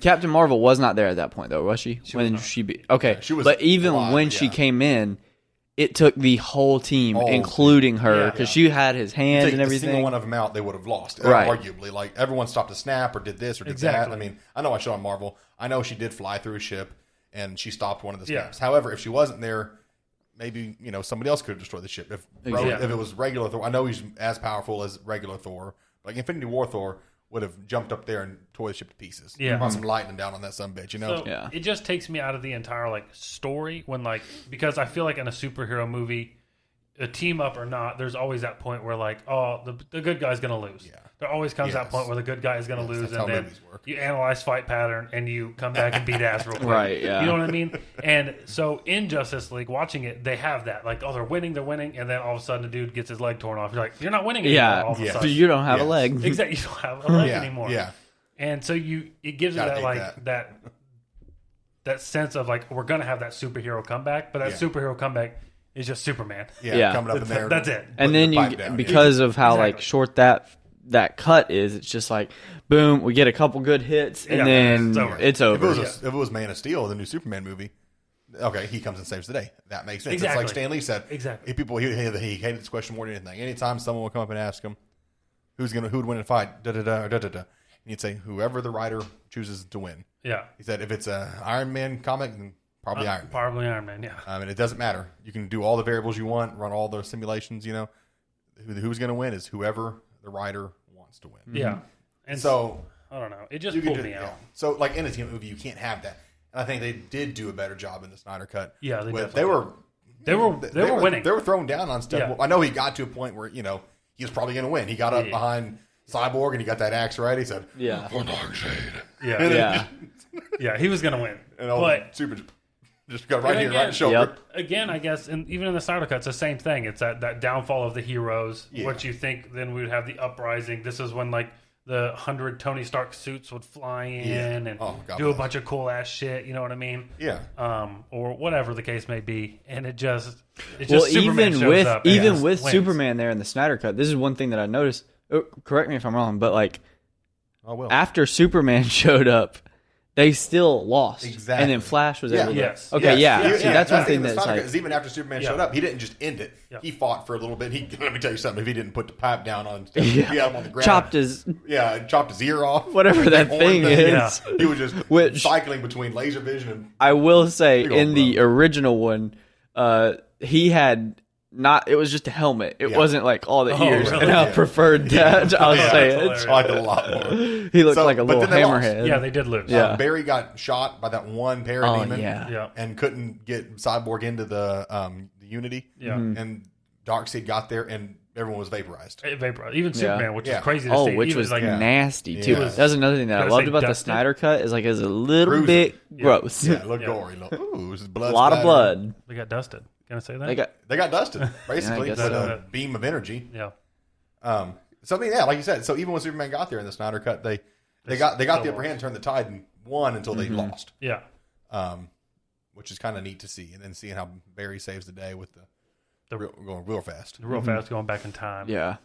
[SPEAKER 2] Captain Marvel was not there at that point though, was she? when she be okay,
[SPEAKER 1] she was
[SPEAKER 2] but even
[SPEAKER 1] alive,
[SPEAKER 2] when she
[SPEAKER 1] yeah.
[SPEAKER 2] came in, it took the whole team,
[SPEAKER 1] Whole team.
[SPEAKER 2] including her,
[SPEAKER 3] Yeah.
[SPEAKER 2] because she had his hand
[SPEAKER 1] Take
[SPEAKER 2] and
[SPEAKER 1] a single
[SPEAKER 2] everything.
[SPEAKER 1] one of them out, they would have lost.
[SPEAKER 2] Right.
[SPEAKER 1] Arguably, like everyone stopped to snap or did this or did that.
[SPEAKER 3] Exactly.
[SPEAKER 1] I mean, I know I showed on Marvel. I know she did fly through a ship and she stopped one of the
[SPEAKER 3] Yeah.
[SPEAKER 1] snaps. However, if she wasn't there, maybe you know somebody else could have destroyed the ship. If Ro-
[SPEAKER 2] Exactly.
[SPEAKER 1] if it was regular Thor, I know he's as powerful as regular Thor. Like Infinity War Thor would have jumped up there and tore the ship to pieces.
[SPEAKER 3] Yeah.
[SPEAKER 1] brought some lightning down on that some bitch. You know,
[SPEAKER 3] So
[SPEAKER 2] Yeah.
[SPEAKER 3] it just takes me out of the entire like story when like because I feel like in a superhero movie, a team up or not, there's always that point where like oh the the good guy's gonna lose.
[SPEAKER 1] Yeah.
[SPEAKER 3] There always comes that
[SPEAKER 1] Yes.
[SPEAKER 3] point where the good guy is gonna lose,
[SPEAKER 1] that's how
[SPEAKER 3] and then
[SPEAKER 1] movies work.
[SPEAKER 3] you analyze fight pattern and you come back and beat ass real quick.
[SPEAKER 2] Right, yeah.
[SPEAKER 3] You know what I mean? And so in Justice League, watching it, they have that like oh they're winning, they're winning, and then all of a sudden the dude gets his leg torn off. You're like you're not winning anymore.
[SPEAKER 2] yeah,
[SPEAKER 3] all of a
[SPEAKER 1] Yeah.
[SPEAKER 2] but
[SPEAKER 3] sudden.
[SPEAKER 2] you don't have a
[SPEAKER 1] Yes.
[SPEAKER 2] leg.
[SPEAKER 3] Exactly. You don't have a leg
[SPEAKER 1] Mm-hmm. yeah,
[SPEAKER 3] anymore.
[SPEAKER 1] yeah,
[SPEAKER 3] And so you it gives you
[SPEAKER 1] Gotta
[SPEAKER 3] that
[SPEAKER 1] hate
[SPEAKER 3] like
[SPEAKER 1] that.
[SPEAKER 3] that. that sense of like we're gonna have that superhero comeback, but that
[SPEAKER 1] Yeah.
[SPEAKER 3] superhero comeback is just Superman.
[SPEAKER 1] yeah,
[SPEAKER 2] Yeah.
[SPEAKER 1] Coming up in there,
[SPEAKER 3] That's it.
[SPEAKER 2] and then
[SPEAKER 1] the
[SPEAKER 2] you
[SPEAKER 1] pipe down, yeah.
[SPEAKER 2] because of how like
[SPEAKER 3] Exactly.
[SPEAKER 2] short that that cut is it's just like boom we get a couple good hits and
[SPEAKER 3] Yeah,
[SPEAKER 2] then
[SPEAKER 3] it's over.
[SPEAKER 2] it's
[SPEAKER 1] If it,
[SPEAKER 2] over,
[SPEAKER 1] was a, if it was Man of Steel, the new Superman movie, okay, he comes and saves the day. That makes sense. It's
[SPEAKER 3] Exactly.
[SPEAKER 1] like Stan Lee said.
[SPEAKER 3] Exactly.
[SPEAKER 1] If people he, he, he hated this question more than anything. Anytime someone would come up and ask him, "Who's gonna who'd win in a fight?" Da da da da da da, and he'd say, "Whoever the writer chooses to win."
[SPEAKER 3] Yeah.
[SPEAKER 1] He said, "If it's a Iron Man comic, then probably Iron Man." Mm-hmm.
[SPEAKER 3] Probably Iron Man, yeah.
[SPEAKER 1] I mean, it doesn't matter. You can do all the variables you want, run all the simulations. You know, Who, who's going to win is whoever the writer wants to win.
[SPEAKER 3] Yeah. And so
[SPEAKER 1] So
[SPEAKER 3] I don't know. It just
[SPEAKER 1] you can
[SPEAKER 3] pulled
[SPEAKER 1] do
[SPEAKER 3] me
[SPEAKER 1] yeah.
[SPEAKER 3] out.
[SPEAKER 1] So like in a team movie, you can't have that. And I think they did do a better job in the Snyder cut.
[SPEAKER 3] Yeah, they
[SPEAKER 1] with-
[SPEAKER 3] definitely
[SPEAKER 1] they were
[SPEAKER 3] They were they, were, winning.
[SPEAKER 1] They were throwing down on stuff.
[SPEAKER 3] Yeah.
[SPEAKER 1] I know he got to a point where you know he was probably going to win. He got up
[SPEAKER 3] Yeah.
[SPEAKER 1] behind Cyborg and he got that axe right. He said,
[SPEAKER 2] Yeah.
[SPEAKER 1] for Dark Shade,"
[SPEAKER 3] yeah, yeah,
[SPEAKER 2] Yeah.
[SPEAKER 3] He was gonna win.
[SPEAKER 1] and all
[SPEAKER 3] but
[SPEAKER 1] super just got right
[SPEAKER 3] And
[SPEAKER 1] here,
[SPEAKER 3] again-
[SPEAKER 1] right in shoulder.
[SPEAKER 2] Yep.
[SPEAKER 3] again, I guess, and even in the Snyder Cut, it's the same thing. It's that, that downfall of the heroes.
[SPEAKER 1] Yeah.
[SPEAKER 3] What you think, then we would have the uprising. This is when, like, the hundred Tony Stark suits would fly in
[SPEAKER 1] Yeah.
[SPEAKER 3] and
[SPEAKER 1] Oh, God
[SPEAKER 3] do a
[SPEAKER 1] bless.
[SPEAKER 3] bunch of cool ass shit. You know what I mean?
[SPEAKER 1] Yeah,
[SPEAKER 3] Um, or whatever the case may be, and it just, it just
[SPEAKER 2] Well,
[SPEAKER 3] Superman
[SPEAKER 2] even
[SPEAKER 3] shows
[SPEAKER 2] with
[SPEAKER 3] up and
[SPEAKER 2] even
[SPEAKER 3] just
[SPEAKER 2] with
[SPEAKER 3] wins.
[SPEAKER 2] Superman there in the Snyder cut, this is one thing that I noticed. Oh, correct me if I'm wrong, but like
[SPEAKER 1] oh well.
[SPEAKER 2] after Superman showed up, they still lost.
[SPEAKER 1] Exactly.
[SPEAKER 2] And then Flash was
[SPEAKER 1] Yeah.
[SPEAKER 2] able. to-
[SPEAKER 3] Yes.
[SPEAKER 2] Okay.
[SPEAKER 1] Yes.
[SPEAKER 2] Yeah.
[SPEAKER 1] He-
[SPEAKER 2] So that's one
[SPEAKER 1] the
[SPEAKER 2] thing
[SPEAKER 1] in the
[SPEAKER 2] that's
[SPEAKER 1] Snyder Cut
[SPEAKER 2] like.
[SPEAKER 1] is even after Superman
[SPEAKER 3] Yeah.
[SPEAKER 1] showed up, he didn't just end it.
[SPEAKER 3] Yeah.
[SPEAKER 1] He fought for a little bit. He let me tell you something. If he didn't put the pipe down on, him, he
[SPEAKER 2] Yeah.
[SPEAKER 1] got him on the ground,
[SPEAKER 2] Chopped his
[SPEAKER 1] yeah, and chopped his ear off,
[SPEAKER 2] whatever that
[SPEAKER 1] Horn
[SPEAKER 2] thing is.
[SPEAKER 3] Yeah.
[SPEAKER 1] He was just
[SPEAKER 2] Which-
[SPEAKER 1] cycling between laser vision and
[SPEAKER 2] I will say
[SPEAKER 1] Big old
[SPEAKER 2] in the original one, uh, he had not. It was just a helmet. It
[SPEAKER 1] Yeah.
[SPEAKER 2] wasn't like all the
[SPEAKER 3] Oh,
[SPEAKER 2] ears,
[SPEAKER 3] really?
[SPEAKER 2] and I
[SPEAKER 1] Yeah.
[SPEAKER 2] preferred that. I'll
[SPEAKER 3] Yeah,
[SPEAKER 2] say
[SPEAKER 3] that's
[SPEAKER 2] it.
[SPEAKER 1] I like it a lot more.
[SPEAKER 2] He looked
[SPEAKER 1] So,
[SPEAKER 2] like a
[SPEAKER 1] but
[SPEAKER 2] little
[SPEAKER 1] then they lost.
[SPEAKER 2] hammerhead.
[SPEAKER 3] yeah, they did lose.
[SPEAKER 2] Yeah.
[SPEAKER 1] Uh, Barry got shot by that one
[SPEAKER 2] Oh
[SPEAKER 1] parademon.
[SPEAKER 2] yeah.
[SPEAKER 3] yeah,
[SPEAKER 1] and couldn't get Cyborg into the um the Unity.
[SPEAKER 3] yeah.
[SPEAKER 2] Mm-hmm.
[SPEAKER 1] And Darkseid got there and everyone was vaporized.
[SPEAKER 3] It vaporized- Even Superman, which
[SPEAKER 1] Yeah.
[SPEAKER 3] is crazy to
[SPEAKER 2] Oh,
[SPEAKER 3] see.
[SPEAKER 2] which
[SPEAKER 3] Even,
[SPEAKER 2] was
[SPEAKER 3] like
[SPEAKER 2] nasty too.
[SPEAKER 1] Yeah.
[SPEAKER 2] That's another thing that I
[SPEAKER 3] Gotta
[SPEAKER 2] loved
[SPEAKER 3] say
[SPEAKER 2] about the
[SPEAKER 3] dusted.
[SPEAKER 2] Snyder cut is like it's a little
[SPEAKER 1] Bruising.
[SPEAKER 2] bit gross.
[SPEAKER 1] Yeah, it looked
[SPEAKER 3] Yeah.
[SPEAKER 1] gory. Look, ooh, this is
[SPEAKER 2] a
[SPEAKER 1] blood.
[SPEAKER 2] lot of
[SPEAKER 1] splatter.
[SPEAKER 2] blood.
[SPEAKER 3] they got dusted. Can I say that?
[SPEAKER 2] They got
[SPEAKER 1] They got dusted, basically,
[SPEAKER 2] Yeah, I
[SPEAKER 1] with
[SPEAKER 2] guess
[SPEAKER 1] a
[SPEAKER 3] so.
[SPEAKER 1] beam of energy.
[SPEAKER 3] yeah,
[SPEAKER 1] Um, so I mean, yeah, like you said. So even when Superman got there in the Snyder Cut, they they got they got the
[SPEAKER 3] still
[SPEAKER 1] upper hand, turned the tide, and won until
[SPEAKER 2] Mm-hmm.
[SPEAKER 1] they lost.
[SPEAKER 3] yeah.
[SPEAKER 1] Um, which is kind of neat to see, and then seeing how Barry saves the day with the,
[SPEAKER 3] The-
[SPEAKER 1] real, going real fast. It
[SPEAKER 3] Real fast, going back in time.
[SPEAKER 2] Mm-hmm. yeah,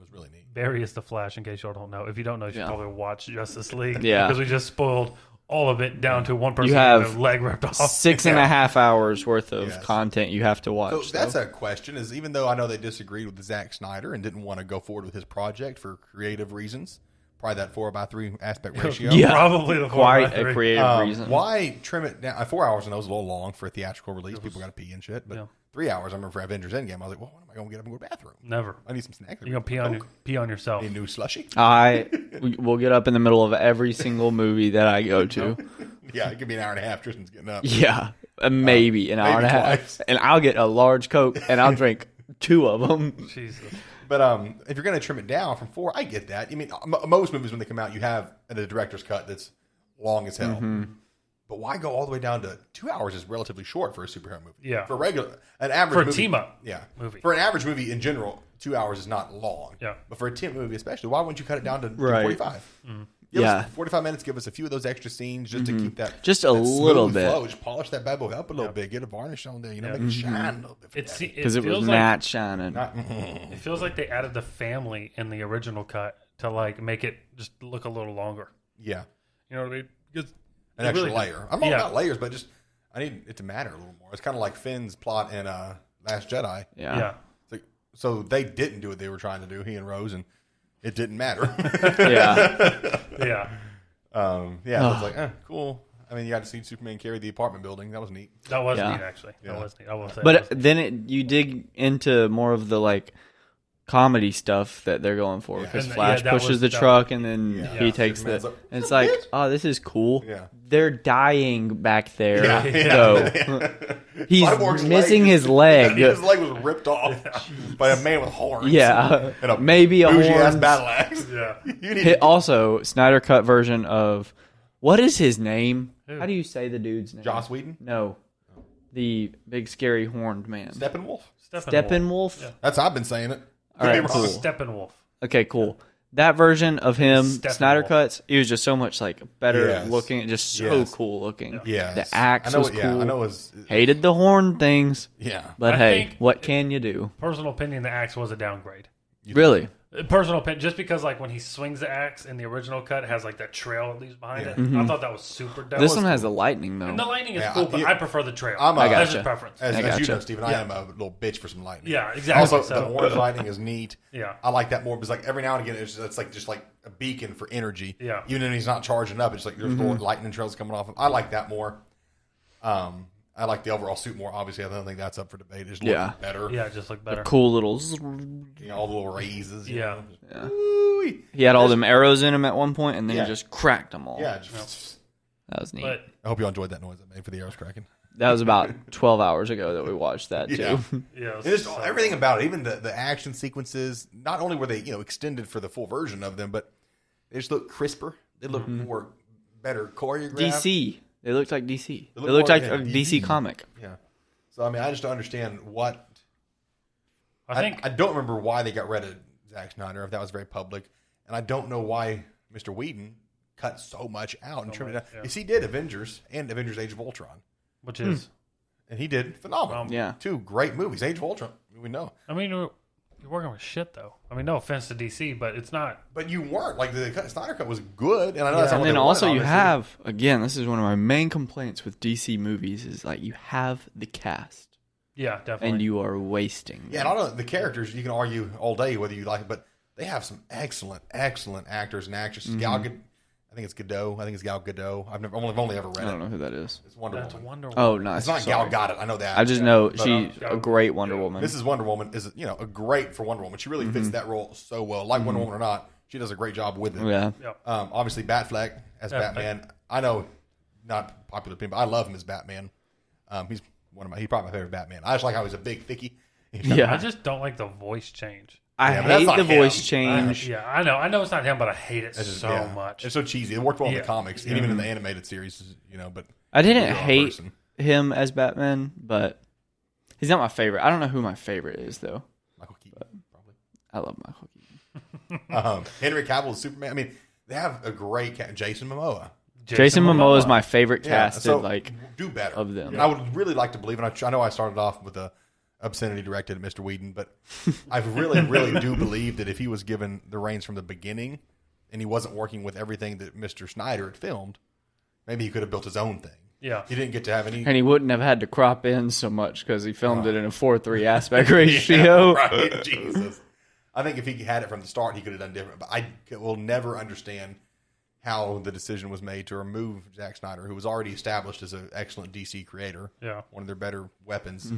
[SPEAKER 1] was really neat.
[SPEAKER 3] Barry is the Flash, in case y'all don't know. If you don't know, you should
[SPEAKER 2] Yeah.
[SPEAKER 3] probably watch Justice League.
[SPEAKER 2] Yeah.
[SPEAKER 3] Because we just spoiled all of it down to one person
[SPEAKER 2] You
[SPEAKER 3] having
[SPEAKER 2] have
[SPEAKER 3] their leg ripped off.
[SPEAKER 2] six and a half hours worth of
[SPEAKER 1] Oh, Yes.
[SPEAKER 2] content you have to watch.
[SPEAKER 1] So
[SPEAKER 2] so.
[SPEAKER 1] that's a question. Is even though I know they disagreed with Zack Snyder and didn't want to go forward with his project for creative reasons, probably that four by three aspect ratio.
[SPEAKER 2] Yeah.
[SPEAKER 3] Probably the
[SPEAKER 2] quite
[SPEAKER 3] four by
[SPEAKER 2] a
[SPEAKER 3] three.
[SPEAKER 2] creative
[SPEAKER 1] Um,
[SPEAKER 2] reason.
[SPEAKER 1] why trim it down? uh, Four hours I know is a little long for a theatrical release. People got to pee and shit. But
[SPEAKER 3] Yeah.
[SPEAKER 1] three hours, I remember for Avengers Endgame, I was like, well, when am I going to get up and go to the bathroom?
[SPEAKER 3] Never.
[SPEAKER 1] I need some snacks.
[SPEAKER 3] You're gonna pee on your, pee on yourself.
[SPEAKER 1] a new slushy.
[SPEAKER 2] I we- will get up in the middle of every single movie that I go
[SPEAKER 1] Oh.
[SPEAKER 2] to.
[SPEAKER 1] yeah, it could be an hour and a half. Tristan's getting up.
[SPEAKER 2] Yeah, uh, maybe an hour
[SPEAKER 1] maybe
[SPEAKER 2] and a half,
[SPEAKER 1] twice.
[SPEAKER 2] and I'll get a large coke and I'll drink two of them.
[SPEAKER 3] Jesus.
[SPEAKER 1] But um, if you're going to trim it down from four, I get that. I mean, m- most movies when they come out, you have the director's cut that's long as hell.
[SPEAKER 3] Mm-hmm.
[SPEAKER 1] But why go all the way down to two hours? Is relatively short for a superhero movie.
[SPEAKER 3] Yeah.
[SPEAKER 1] for a regular an average
[SPEAKER 3] For a
[SPEAKER 1] movie-
[SPEAKER 3] team-up
[SPEAKER 1] Yeah,
[SPEAKER 3] movie.
[SPEAKER 1] for an average movie in general, two hours is not long.
[SPEAKER 3] Yeah.
[SPEAKER 1] but for a team movie especially, why wouldn't you cut it down to
[SPEAKER 2] Right.
[SPEAKER 1] forty five?
[SPEAKER 3] Mm-hmm.
[SPEAKER 2] Yeah.
[SPEAKER 1] forty five minutes. Give us a few of those extra scenes just to keep that
[SPEAKER 2] Just a
[SPEAKER 1] that
[SPEAKER 2] little
[SPEAKER 1] smooth
[SPEAKER 2] bit.
[SPEAKER 1] Flow. Just polish that bad boy up a little bit. Get a varnish on there. You know,
[SPEAKER 3] Yeah. Mm-hmm.
[SPEAKER 1] make it shine a little bit. for
[SPEAKER 3] It's
[SPEAKER 1] that.
[SPEAKER 3] it,
[SPEAKER 2] Because it,
[SPEAKER 3] feels
[SPEAKER 2] was
[SPEAKER 3] like
[SPEAKER 2] not shining.
[SPEAKER 3] it feels like they added the family in the original cut to like make it just look a little longer.
[SPEAKER 1] yeah.
[SPEAKER 3] You know what I mean? 'Cause
[SPEAKER 1] an
[SPEAKER 3] it
[SPEAKER 1] extra
[SPEAKER 3] really-
[SPEAKER 1] layer. I'm all
[SPEAKER 3] yeah.
[SPEAKER 1] about layers, but just I need it to matter a little more. It's kind of like Finn's plot in uh, Last Jedi.
[SPEAKER 2] yeah.
[SPEAKER 3] Yeah.
[SPEAKER 1] It's like, so they didn't do what they were trying to do. He and Rose, and it didn't matter.
[SPEAKER 2] yeah,
[SPEAKER 3] Yeah.
[SPEAKER 1] um, yeah, it's like eh, cool. I mean, you got to see Superman carry the apartment building. That was neat.
[SPEAKER 3] That was
[SPEAKER 2] Yeah.
[SPEAKER 3] neat actually. That
[SPEAKER 1] Yeah.
[SPEAKER 3] was neat. I will say. that
[SPEAKER 2] but uh,
[SPEAKER 3] was neat.
[SPEAKER 2] then it, you dig into more of the like comedy stuff that they're going for
[SPEAKER 1] Yeah.
[SPEAKER 2] because
[SPEAKER 3] And, uh, yeah,
[SPEAKER 2] Flash
[SPEAKER 3] that
[SPEAKER 2] pushes
[SPEAKER 3] was-
[SPEAKER 2] the
[SPEAKER 3] that-
[SPEAKER 2] truck and then
[SPEAKER 1] Yeah.
[SPEAKER 2] he
[SPEAKER 1] Yeah.
[SPEAKER 2] takes the.
[SPEAKER 1] Superman's like,
[SPEAKER 2] and it's like, oh, this is cool.
[SPEAKER 1] Yeah.
[SPEAKER 2] They're dying back there,
[SPEAKER 1] Yeah.
[SPEAKER 2] though. He's
[SPEAKER 1] Cyborg's
[SPEAKER 2] missing
[SPEAKER 1] leg-
[SPEAKER 2] his leg.
[SPEAKER 1] his leg was ripped off by a man with horns.
[SPEAKER 2] Yeah.
[SPEAKER 1] and a
[SPEAKER 2] Maybe a
[SPEAKER 1] bougie ass
[SPEAKER 2] horns.
[SPEAKER 1] battle axe.
[SPEAKER 3] yeah.
[SPEAKER 1] You need
[SPEAKER 2] Hit- also, Snyder cut version of what is his name?
[SPEAKER 3] Who?
[SPEAKER 2] How do you say the dude's name?
[SPEAKER 1] Joss Whedon,
[SPEAKER 2] No, the big scary horned man.
[SPEAKER 1] Steppenwolf.
[SPEAKER 2] Steppenwolf.
[SPEAKER 3] Yeah.
[SPEAKER 1] That's how I've been saying it.
[SPEAKER 2] All right,
[SPEAKER 1] Could be wrong.
[SPEAKER 2] cool.
[SPEAKER 3] Steppenwolf.
[SPEAKER 2] Okay, cool. That version of him,
[SPEAKER 3] Steppenwolf.
[SPEAKER 2] Snyder cuts. He was just so much like better
[SPEAKER 1] Yes.
[SPEAKER 2] looking, just so
[SPEAKER 1] Yes.
[SPEAKER 2] cool looking.
[SPEAKER 1] Yeah,
[SPEAKER 2] the axe
[SPEAKER 1] I know.
[SPEAKER 2] was
[SPEAKER 1] it-
[SPEAKER 2] cool.
[SPEAKER 1] yeah, I know. It was
[SPEAKER 2] Hated the horn things,
[SPEAKER 1] yeah.
[SPEAKER 2] but
[SPEAKER 3] I
[SPEAKER 2] hey,
[SPEAKER 3] think-
[SPEAKER 2] what can you do?
[SPEAKER 3] Personal opinion: the axe was a downgrade.
[SPEAKER 2] Really?
[SPEAKER 3] Personal opinion, just because like when he swings the axe in the original cut it has like that trail that leaves behind
[SPEAKER 1] Yeah.
[SPEAKER 3] it, I thought that was super dope.
[SPEAKER 2] Mm-hmm. This one has the lightning though.
[SPEAKER 3] and the lightning is
[SPEAKER 1] Yeah,
[SPEAKER 3] cool, but
[SPEAKER 1] I-
[SPEAKER 3] I, prefer the trail.
[SPEAKER 1] I'm a- I
[SPEAKER 3] That's
[SPEAKER 2] gotcha.
[SPEAKER 3] just preference.
[SPEAKER 1] As,
[SPEAKER 2] I
[SPEAKER 1] as you
[SPEAKER 2] gotcha.
[SPEAKER 1] know, Steven, I am a little bitch for some lightning.
[SPEAKER 3] Yeah, exactly.
[SPEAKER 1] Also, the
[SPEAKER 3] So- uh,
[SPEAKER 1] orange lightning is neat.
[SPEAKER 3] Yeah.
[SPEAKER 1] I like that more because, like, every now and again, it's just it's like just like a beacon for energy.
[SPEAKER 3] Yeah.
[SPEAKER 1] even when he's not charging up, it's like
[SPEAKER 2] Mm-hmm.
[SPEAKER 1] there's little lightning trails coming off. Him. I like that more. Um, I like the overall suit more. Obviously, I don't think that's up for debate. It's
[SPEAKER 2] Yeah.
[SPEAKER 1] yeah. better.
[SPEAKER 3] yeah, it just looked better.
[SPEAKER 2] cool little. zzz-
[SPEAKER 1] You know, all the little raises. you
[SPEAKER 3] Yeah.
[SPEAKER 1] know. Ooh-wee.
[SPEAKER 2] He had all them arrows in him at one point, and then
[SPEAKER 1] Yeah.
[SPEAKER 2] he just cracked them all.
[SPEAKER 1] yeah. just-
[SPEAKER 2] That was neat.
[SPEAKER 3] But
[SPEAKER 1] I hope you all enjoyed that noise I made for the arrows cracking.
[SPEAKER 2] that was about 12 hours ago that we watched that, too.
[SPEAKER 1] Yeah.
[SPEAKER 3] yeah, it was
[SPEAKER 1] And just
[SPEAKER 3] so-
[SPEAKER 1] everything about it, even the, the action sequences, not only were they you know extended for the full version of them, but they just look crisper. They look
[SPEAKER 3] Mm-hmm.
[SPEAKER 1] more better choreographed.
[SPEAKER 2] DC. They looked like DC. They
[SPEAKER 1] looked
[SPEAKER 2] looked
[SPEAKER 1] more
[SPEAKER 2] like a
[SPEAKER 1] like a
[SPEAKER 2] DC comic.
[SPEAKER 1] Yeah. So I mean, I just don't understand what
[SPEAKER 3] I think
[SPEAKER 1] I, don't remember why they got rid of Zack Snyder if that was very public, and I don't know why Mr. Whedon cut so much out and trimmed it down.
[SPEAKER 3] much, yeah.
[SPEAKER 1] Because he did Avengers and Avengers: Age of Ultron,
[SPEAKER 3] which is
[SPEAKER 1] and he did phenomenal.
[SPEAKER 3] Um,
[SPEAKER 2] Yeah.
[SPEAKER 1] Two great movies, Age of Ultron. We know,
[SPEAKER 3] I mean you're, you're working with shit though. I mean no offense to DC, but it's not
[SPEAKER 1] but you weren't like the cut, Snyder cut was good, and I know that's not
[SPEAKER 2] And
[SPEAKER 1] what
[SPEAKER 2] then
[SPEAKER 1] they
[SPEAKER 2] also,
[SPEAKER 1] wanted,
[SPEAKER 2] you
[SPEAKER 1] obviously.
[SPEAKER 2] have, again, this is one of my main complaints with DC movies is like you have the cast
[SPEAKER 3] yeah definitely
[SPEAKER 2] and you are wasting.
[SPEAKER 1] yeah, and I don't know the characters. You can argue all day whether you like it, but they have some excellent, excellent actors and actresses.
[SPEAKER 2] Mm-hmm.
[SPEAKER 1] Gal, Gad- I think it's Gadot. I think it's Gal Gadot. I've never, I've only ever
[SPEAKER 2] I
[SPEAKER 1] read
[SPEAKER 2] don't
[SPEAKER 1] it.
[SPEAKER 2] know who that is.
[SPEAKER 1] It's Wonder
[SPEAKER 3] that's
[SPEAKER 1] Woman.
[SPEAKER 3] Wonder Woman.
[SPEAKER 2] Oh,
[SPEAKER 1] It's
[SPEAKER 2] nice.
[SPEAKER 1] not
[SPEAKER 2] Oh. Sorry.
[SPEAKER 1] Gal Gadot. I know that.
[SPEAKER 2] I just know
[SPEAKER 1] But, um,
[SPEAKER 2] she's a great Wonder Woman.
[SPEAKER 1] Mrs. Wonder Woman is, you know, a great for Wonder Woman. She really
[SPEAKER 2] Mm-hmm.
[SPEAKER 1] fits that role so well. Like Wonder Woman or not, she does a great job with it.
[SPEAKER 2] yeah.
[SPEAKER 3] Yeah.
[SPEAKER 1] Um, obviously, Batfleck as
[SPEAKER 3] Batfleck.
[SPEAKER 1] Batman. I know, not popular opinion, but I love him as Batman. Um, he's one of my. He's probably my favorite Batman. I just like how he's a big thicky. He's got-
[SPEAKER 3] I
[SPEAKER 2] Yeah.
[SPEAKER 3] just don't like the voice change.
[SPEAKER 2] I
[SPEAKER 1] Yeah, but that's
[SPEAKER 2] hate
[SPEAKER 1] not
[SPEAKER 2] the
[SPEAKER 1] him.
[SPEAKER 2] voice
[SPEAKER 3] I,
[SPEAKER 2] change.
[SPEAKER 3] yeah, I know. I know it's not him, but I hate it
[SPEAKER 1] it's just-
[SPEAKER 3] so
[SPEAKER 1] yeah.
[SPEAKER 3] much.
[SPEAKER 1] It's so cheesy. It worked well in
[SPEAKER 3] Yeah.
[SPEAKER 1] the comics and even in the animated series. You know, but
[SPEAKER 2] I didn't
[SPEAKER 1] He's a
[SPEAKER 2] hate
[SPEAKER 1] person.
[SPEAKER 2] him as Batman, but he's not my favorite. I don't know who my favorite is though.
[SPEAKER 1] Michael Keaton probably.
[SPEAKER 2] I love Michael Keaton.
[SPEAKER 1] Um, Henry Cavill is Superman. I mean, they have a great ca- Jason Momoa.
[SPEAKER 2] Jason, Momoa, is my favorite casted.
[SPEAKER 1] so
[SPEAKER 2] like
[SPEAKER 1] do better
[SPEAKER 2] of them.
[SPEAKER 1] I would really like to believe, and I, tr- I know I started off with a obscenity directed at Mr. Whedon, but I really, really do believe that if he was given the reins from the beginning, and he wasn't working with everything that Mr. Snyder had filmed, maybe he could have built his own thing.
[SPEAKER 3] Yeah.
[SPEAKER 1] He didn't get to have any.
[SPEAKER 2] and he wouldn't have had to crop in so much because he filmed it in a four three aspect ratio.
[SPEAKER 1] Right, Jesus. I think if he had it from the start, he could have done different. But I c- will never understand how the decision was made to remove Zack Snyder, who was already established as an excellent DC creator,
[SPEAKER 3] Yeah.
[SPEAKER 1] one of their better weapons,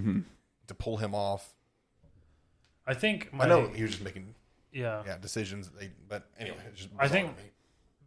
[SPEAKER 1] to pull him off.
[SPEAKER 3] I think my,
[SPEAKER 1] I know he was just making
[SPEAKER 3] Yeah.
[SPEAKER 1] yeah decisions. That they, but anyway, it's just
[SPEAKER 3] I
[SPEAKER 1] bizarre
[SPEAKER 3] think-
[SPEAKER 1] to me.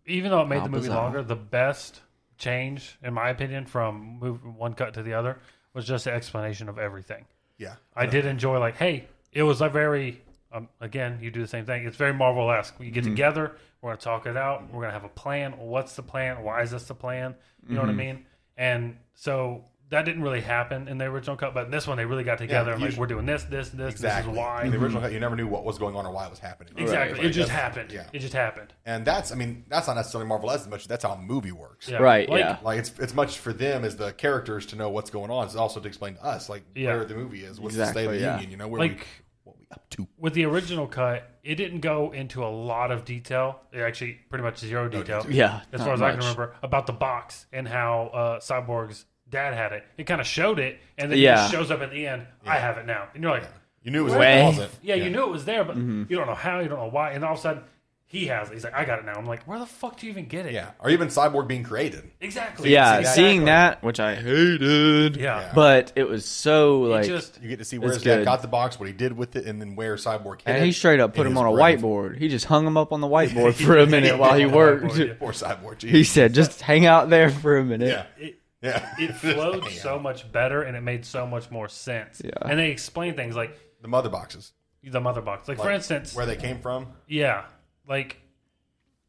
[SPEAKER 3] Even though it made
[SPEAKER 2] How
[SPEAKER 3] the movie
[SPEAKER 2] bizarre.
[SPEAKER 3] longer, the best change, in my opinion, from move one cut to the other was just the explanation of everything.
[SPEAKER 1] yeah,
[SPEAKER 3] I did enjoy like, hey, it was a very um, again, you do the same thing. It's very Marvel esque. We
[SPEAKER 1] Mm-hmm.
[SPEAKER 3] get together, we're gonna talk it out, we're gonna have a plan. What's the plan? Why is this the plan? You
[SPEAKER 1] Mm-hmm.
[SPEAKER 3] know what I mean? And so that didn't really happen in the original cut, but in this one they really got together and
[SPEAKER 1] you-
[SPEAKER 3] like we're doing this, this, this,
[SPEAKER 1] exactly.
[SPEAKER 3] this is why.
[SPEAKER 1] in the original cut, you never knew what was going on or why it was happening.
[SPEAKER 3] Exactly.
[SPEAKER 2] Right.
[SPEAKER 3] It just happened.
[SPEAKER 1] yeah.
[SPEAKER 3] It just happened.
[SPEAKER 1] And that's I mean that's not necessarily Marvel as much. That's how a movie works.
[SPEAKER 3] Yeah.
[SPEAKER 2] Right,
[SPEAKER 3] Like,
[SPEAKER 2] yeah.
[SPEAKER 1] Like it's it's much for them as the characters to know what's going on. It's also to explain to us like
[SPEAKER 3] Yeah.
[SPEAKER 1] where the movie is, what's the state
[SPEAKER 2] Exactly,
[SPEAKER 1] of the
[SPEAKER 2] yeah.
[SPEAKER 1] union, you know, where we
[SPEAKER 3] Like-
[SPEAKER 1] what we up to.
[SPEAKER 3] with the original cut, it didn't go into a lot of detail. It actually pretty much zero detail.
[SPEAKER 1] detail.
[SPEAKER 2] Yeah,
[SPEAKER 3] as
[SPEAKER 2] not
[SPEAKER 3] far as I can
[SPEAKER 2] much.
[SPEAKER 3] remember about the box and how uh, Cyborg's dad had it. It kind of showed it, and then
[SPEAKER 2] Yeah.
[SPEAKER 3] it just shows up at the end. I have it now, and you're like,
[SPEAKER 1] You knew it was
[SPEAKER 2] Way.
[SPEAKER 1] in the closet.
[SPEAKER 3] yeah, you knew it was there, but
[SPEAKER 2] Mm-hmm.
[SPEAKER 3] you don't know how, you don't know why, and all of a sudden he has it. He's like, I got it now. I'm like, where the fuck do you even get it?
[SPEAKER 1] Yeah. Or even Cyborg being created.
[SPEAKER 3] exactly.
[SPEAKER 2] Yeah,
[SPEAKER 1] Exactly.
[SPEAKER 2] seeing that, which I hated.
[SPEAKER 3] yeah.
[SPEAKER 2] but it was so
[SPEAKER 3] It
[SPEAKER 2] like,
[SPEAKER 3] just
[SPEAKER 1] You get to see where
[SPEAKER 2] It's
[SPEAKER 1] his dad
[SPEAKER 2] good.
[SPEAKER 1] got the box, what he did with it, and then where Cyborg hid
[SPEAKER 2] and
[SPEAKER 1] it
[SPEAKER 2] he straight up put
[SPEAKER 1] in
[SPEAKER 2] him
[SPEAKER 1] his
[SPEAKER 2] on a
[SPEAKER 1] grave.
[SPEAKER 2] whiteboard. He just hung him up on the whiteboard for a minute while he
[SPEAKER 3] Yeah.
[SPEAKER 2] worked.
[SPEAKER 3] Yeah.
[SPEAKER 1] Poor Cyborg.
[SPEAKER 2] He
[SPEAKER 1] Jesus.
[SPEAKER 2] said, "Just hang out there for a minute."
[SPEAKER 1] Yeah.
[SPEAKER 3] it
[SPEAKER 1] Yeah.
[SPEAKER 3] it flowed so much better, and it made so much more sense.
[SPEAKER 2] Yeah.
[SPEAKER 3] and they explained things like
[SPEAKER 1] the mother boxes.
[SPEAKER 3] the mother box, like, for
[SPEAKER 1] Like,
[SPEAKER 3] instance,
[SPEAKER 1] Where they came from.
[SPEAKER 3] Yeah, like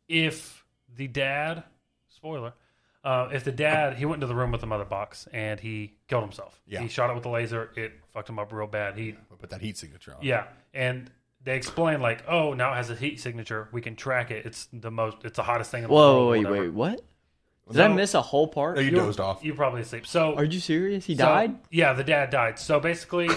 [SPEAKER 3] if the dad, spoiler, uh, if the dad he went into the room with the mother box and he killed himself.
[SPEAKER 1] Yeah.
[SPEAKER 3] he shot it with a laser. It fucked him up real bad. He
[SPEAKER 1] We put that heat signature on.
[SPEAKER 3] yeah, and they explain like, oh, now it has a heat signature. We can track it. It's the most. It's the hottest thing in the
[SPEAKER 2] Whoa,
[SPEAKER 3] world.
[SPEAKER 2] wait,
[SPEAKER 3] whatever.
[SPEAKER 2] wait, what? Did I miss a whole part?
[SPEAKER 1] No, Oh, you
[SPEAKER 3] You were-
[SPEAKER 1] dozed off.
[SPEAKER 3] You're probably asleep. So
[SPEAKER 2] Are you serious? He
[SPEAKER 3] so-
[SPEAKER 2] died?
[SPEAKER 3] Yeah, the dad died. So basically,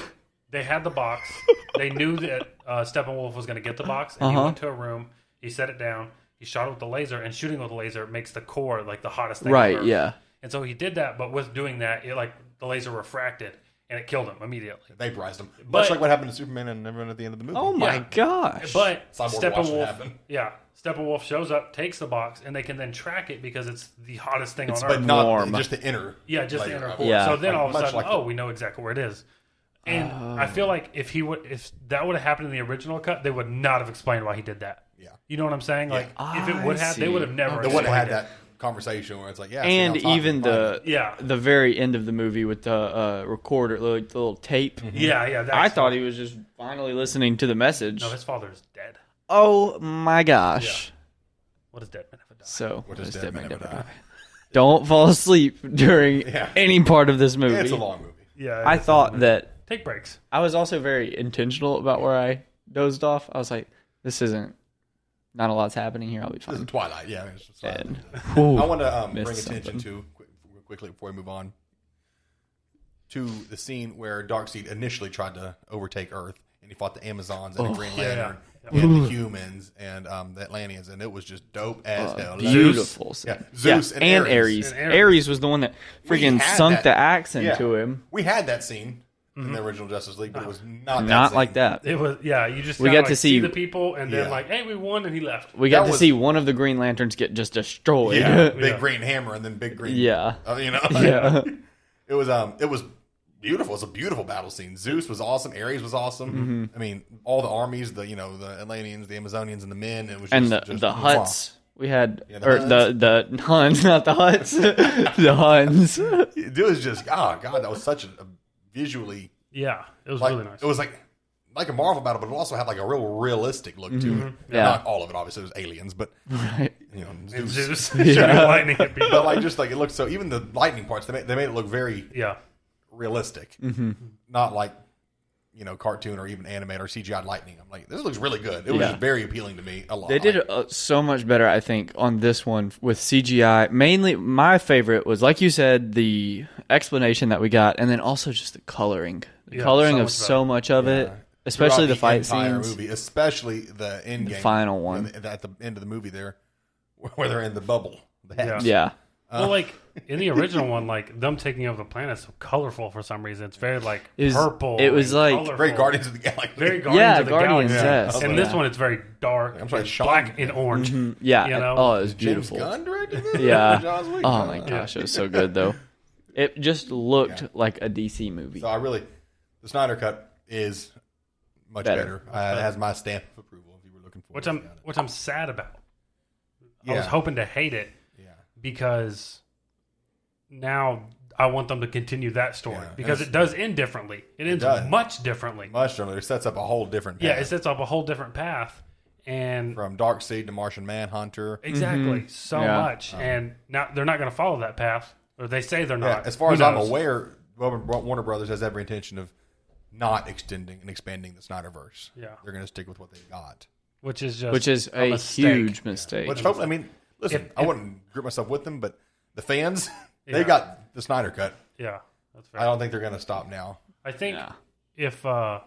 [SPEAKER 3] they had the box. they knew that uh, Steppenwolf was going to get the box, and he
[SPEAKER 2] Uh-huh.
[SPEAKER 3] went to a room. He set it down. He shot it with the laser, and shooting with the laser makes the core like the hottest thing. on
[SPEAKER 2] Right,
[SPEAKER 3] Earth.
[SPEAKER 2] yeah.
[SPEAKER 3] And so he did that, but with doing that, it like the laser refracted and it killed him immediately.
[SPEAKER 1] Vaporized him. Much
[SPEAKER 3] But-
[SPEAKER 1] like what happened to Superman and everyone at the end of the movie.
[SPEAKER 2] Oh my
[SPEAKER 3] Yeah.
[SPEAKER 2] gosh.
[SPEAKER 3] But
[SPEAKER 1] Cyborg watched it
[SPEAKER 3] Steppenwolf,
[SPEAKER 1] happen.
[SPEAKER 3] yeah, Steppenwolf shows up, takes the box, and they can then track it because it's the hottest thing on earth.
[SPEAKER 1] But not
[SPEAKER 2] Norm.
[SPEAKER 1] just the inner.
[SPEAKER 3] Yeah, just
[SPEAKER 1] layer
[SPEAKER 3] the inner
[SPEAKER 1] of
[SPEAKER 3] core.
[SPEAKER 1] it.
[SPEAKER 2] Yeah.
[SPEAKER 3] So then
[SPEAKER 1] Like, uh,
[SPEAKER 3] all of a
[SPEAKER 1] much
[SPEAKER 3] sudden,
[SPEAKER 1] like
[SPEAKER 3] oh,
[SPEAKER 1] the-
[SPEAKER 3] we know exactly where it is. And I
[SPEAKER 2] Oh.
[SPEAKER 3] feel like if he would, if that would have happened in the original cut, they would not have explained why he did that.
[SPEAKER 1] Yeah.
[SPEAKER 3] You know what I'm saying? Like if it
[SPEAKER 2] I
[SPEAKER 3] would have, they would
[SPEAKER 2] see.
[SPEAKER 3] have never.
[SPEAKER 1] They wouldn't have had
[SPEAKER 3] explained
[SPEAKER 1] that.
[SPEAKER 3] it.
[SPEAKER 1] conversation where it's like, yeah, see,
[SPEAKER 2] and
[SPEAKER 1] I'm talking,
[SPEAKER 2] even
[SPEAKER 1] fine.
[SPEAKER 2] the
[SPEAKER 3] Yeah.
[SPEAKER 2] the very end of the movie with the uh, recorder, the little, the little tape.
[SPEAKER 3] Yeah, yeah. That's
[SPEAKER 2] I thought he was just finally listening to the message.
[SPEAKER 3] No, his father's dead.
[SPEAKER 2] oh my gosh!
[SPEAKER 3] What does dead man have died?
[SPEAKER 2] So
[SPEAKER 1] What does
[SPEAKER 2] let's
[SPEAKER 1] dead
[SPEAKER 2] step
[SPEAKER 1] man
[SPEAKER 2] back
[SPEAKER 1] ever
[SPEAKER 2] up.
[SPEAKER 1] die?
[SPEAKER 2] don't fall asleep during
[SPEAKER 1] Yeah.
[SPEAKER 2] any part of this movie.
[SPEAKER 1] it's a long movie.
[SPEAKER 3] Yeah.
[SPEAKER 2] I
[SPEAKER 3] it's-
[SPEAKER 2] thought that
[SPEAKER 3] Take breaks.
[SPEAKER 2] I was also very intentional about where I dozed off. I was like, this isn't. Not a lot's happening here. I'll be
[SPEAKER 1] This is
[SPEAKER 2] fine.
[SPEAKER 1] Twilight. Yeah, it's just-
[SPEAKER 2] And,
[SPEAKER 1] I want to um, bring
[SPEAKER 2] missed
[SPEAKER 1] attention to quick, quickly before we move on to the scene where Darkseid initially tried to overtake Earth and he fought the Amazons
[SPEAKER 2] Oh,
[SPEAKER 1] and the Green Lantern and the humans and um, the Atlanteans and it was just dope as hell.
[SPEAKER 2] beautiful.
[SPEAKER 1] Yeah,
[SPEAKER 2] Yeah,
[SPEAKER 1] Zeus and Ares.
[SPEAKER 2] Aries.
[SPEAKER 3] And Ares.
[SPEAKER 2] Ares was the one that
[SPEAKER 1] We
[SPEAKER 2] freaking
[SPEAKER 1] had
[SPEAKER 2] sunk
[SPEAKER 1] that-
[SPEAKER 2] the axe
[SPEAKER 1] Yeah.
[SPEAKER 2] into him.
[SPEAKER 1] We had that scene in the original Justice League, but it was not that
[SPEAKER 2] Not
[SPEAKER 1] scene.
[SPEAKER 2] like that.
[SPEAKER 3] It was yeah. You just
[SPEAKER 2] We
[SPEAKER 3] kinda,
[SPEAKER 2] got to
[SPEAKER 3] like,
[SPEAKER 2] see-
[SPEAKER 3] the people, and then
[SPEAKER 1] Yeah.
[SPEAKER 3] like, hey, we won, and he left.
[SPEAKER 2] We got
[SPEAKER 1] That
[SPEAKER 2] to
[SPEAKER 1] was-
[SPEAKER 2] see one of the Green Lanterns get just destroyed.
[SPEAKER 1] Yeah,
[SPEAKER 2] Yeah.
[SPEAKER 1] big green hammer and then big green.
[SPEAKER 2] Yeah.
[SPEAKER 1] uh, you know. It was um, it was beautiful. It's a beautiful battle scene. Zeus was awesome. Ares was awesome.
[SPEAKER 2] Mm-hmm.
[SPEAKER 1] I mean, all the armies, the you know, the Atlanteans, the Amazonians, and the men. It was just,
[SPEAKER 2] And the,
[SPEAKER 1] just,
[SPEAKER 2] the
[SPEAKER 1] mwah.
[SPEAKER 2] Huts. We had
[SPEAKER 1] the
[SPEAKER 2] or the the Huns, not the Huts, the Huns.
[SPEAKER 1] It was just oh god, that was such a, a visually
[SPEAKER 3] Yeah, it was
[SPEAKER 1] like
[SPEAKER 3] really nice.
[SPEAKER 1] it was like like a Marvel battle, but it also had like a real realistic look to it.
[SPEAKER 2] Yeah.
[SPEAKER 1] Not all of it, obviously. It was aliens, but
[SPEAKER 2] Mm-hmm. Right.
[SPEAKER 1] you know,
[SPEAKER 3] And
[SPEAKER 1] Zeus.
[SPEAKER 3] Zeus shooting lightning at people.
[SPEAKER 1] But like, just like it looked so. Even the lightning parts, they made, they made it look very
[SPEAKER 3] Yeah,
[SPEAKER 1] realistic, mm-hmm. not like you know cartoon or even anime or CGI lightning. I'm like, this looks really good. It was
[SPEAKER 2] Yeah.
[SPEAKER 1] just very appealing to me. A lot.
[SPEAKER 2] They did
[SPEAKER 1] Like,
[SPEAKER 2] uh, so much better, I think, on this one with CGI. Mainly, my favorite was, like you said, the explanation that we got, and then also just the coloring. The
[SPEAKER 3] Yeah,
[SPEAKER 2] coloring
[SPEAKER 3] so
[SPEAKER 2] of
[SPEAKER 3] much
[SPEAKER 2] so much of it,
[SPEAKER 1] throughout
[SPEAKER 2] especially the, fight
[SPEAKER 1] entire
[SPEAKER 2] scenes.
[SPEAKER 1] movie, especially the end game,
[SPEAKER 2] final
[SPEAKER 1] when
[SPEAKER 2] one.
[SPEAKER 1] they- at the end of the movie there, where they're in the bubble. The hatch.
[SPEAKER 3] Yeah.
[SPEAKER 2] Yeah.
[SPEAKER 3] well, like in the original one, like them taking over the planet is so colorful for some reason. It's very like
[SPEAKER 2] It was-
[SPEAKER 3] purple.
[SPEAKER 2] it was
[SPEAKER 3] and
[SPEAKER 2] like-
[SPEAKER 3] colorful.
[SPEAKER 1] Very Guardians of the Galaxy.
[SPEAKER 3] Very Guardians
[SPEAKER 2] Yeah,
[SPEAKER 3] of the
[SPEAKER 2] Guardians,
[SPEAKER 3] Galaxy.
[SPEAKER 2] yes.
[SPEAKER 3] And
[SPEAKER 2] Yeah.
[SPEAKER 3] this one, it's very dark.
[SPEAKER 1] I'm sorry,
[SPEAKER 3] and
[SPEAKER 1] Sean-
[SPEAKER 3] black and orange.
[SPEAKER 2] Yeah.
[SPEAKER 3] You know?
[SPEAKER 2] Oh, it was
[SPEAKER 1] James
[SPEAKER 2] beautiful.
[SPEAKER 1] Gunn directed this?
[SPEAKER 2] Yeah.
[SPEAKER 1] Joss Whedon?
[SPEAKER 2] Oh my gosh, it was so good though. It just looked like a DC movie.
[SPEAKER 1] So I really, the Snyder cut is much better.
[SPEAKER 2] Better.
[SPEAKER 1] Uh, it has my stamp of approval if you were looking for.
[SPEAKER 3] Which
[SPEAKER 1] it.
[SPEAKER 3] I'm which I'm sad about. I was
[SPEAKER 1] Yeah.
[SPEAKER 3] hoping to hate it
[SPEAKER 1] Yeah.
[SPEAKER 3] because now I want them to continue that story
[SPEAKER 1] Yeah,
[SPEAKER 3] because
[SPEAKER 1] it's-
[SPEAKER 3] it does end differently. It ends
[SPEAKER 1] does.
[SPEAKER 3] much differently.
[SPEAKER 1] Mushroom it sets up a whole different path
[SPEAKER 3] Yeah, it sets up a whole different path, and
[SPEAKER 1] from Dark Seed to Martian Manhunter.
[SPEAKER 3] exactly
[SPEAKER 1] Mm-hmm.
[SPEAKER 3] so
[SPEAKER 2] Yeah.
[SPEAKER 3] much. and now they're not going to follow that path, or they say they're
[SPEAKER 1] Oh. Yeah,
[SPEAKER 3] not.
[SPEAKER 1] as far
[SPEAKER 3] Who
[SPEAKER 1] as I'm
[SPEAKER 3] knows?
[SPEAKER 1] aware, Robin- Warner Brothers has every intention of not extending and expanding the Snyderverse.
[SPEAKER 3] Yeah.
[SPEAKER 1] they're going to stick with what they've got.
[SPEAKER 3] which is just
[SPEAKER 2] which is a,
[SPEAKER 3] mistake.
[SPEAKER 2] huge mistake.
[SPEAKER 1] Which hopefully, I mean, listen,
[SPEAKER 3] If-
[SPEAKER 1] I wouldn't group myself with them, but the fans,
[SPEAKER 3] Yeah.
[SPEAKER 1] they got the Snyder cut.
[SPEAKER 3] yeah. That's fair.
[SPEAKER 1] I don't think they're going to stop now.
[SPEAKER 3] I think
[SPEAKER 2] Yeah.
[SPEAKER 3] if uh,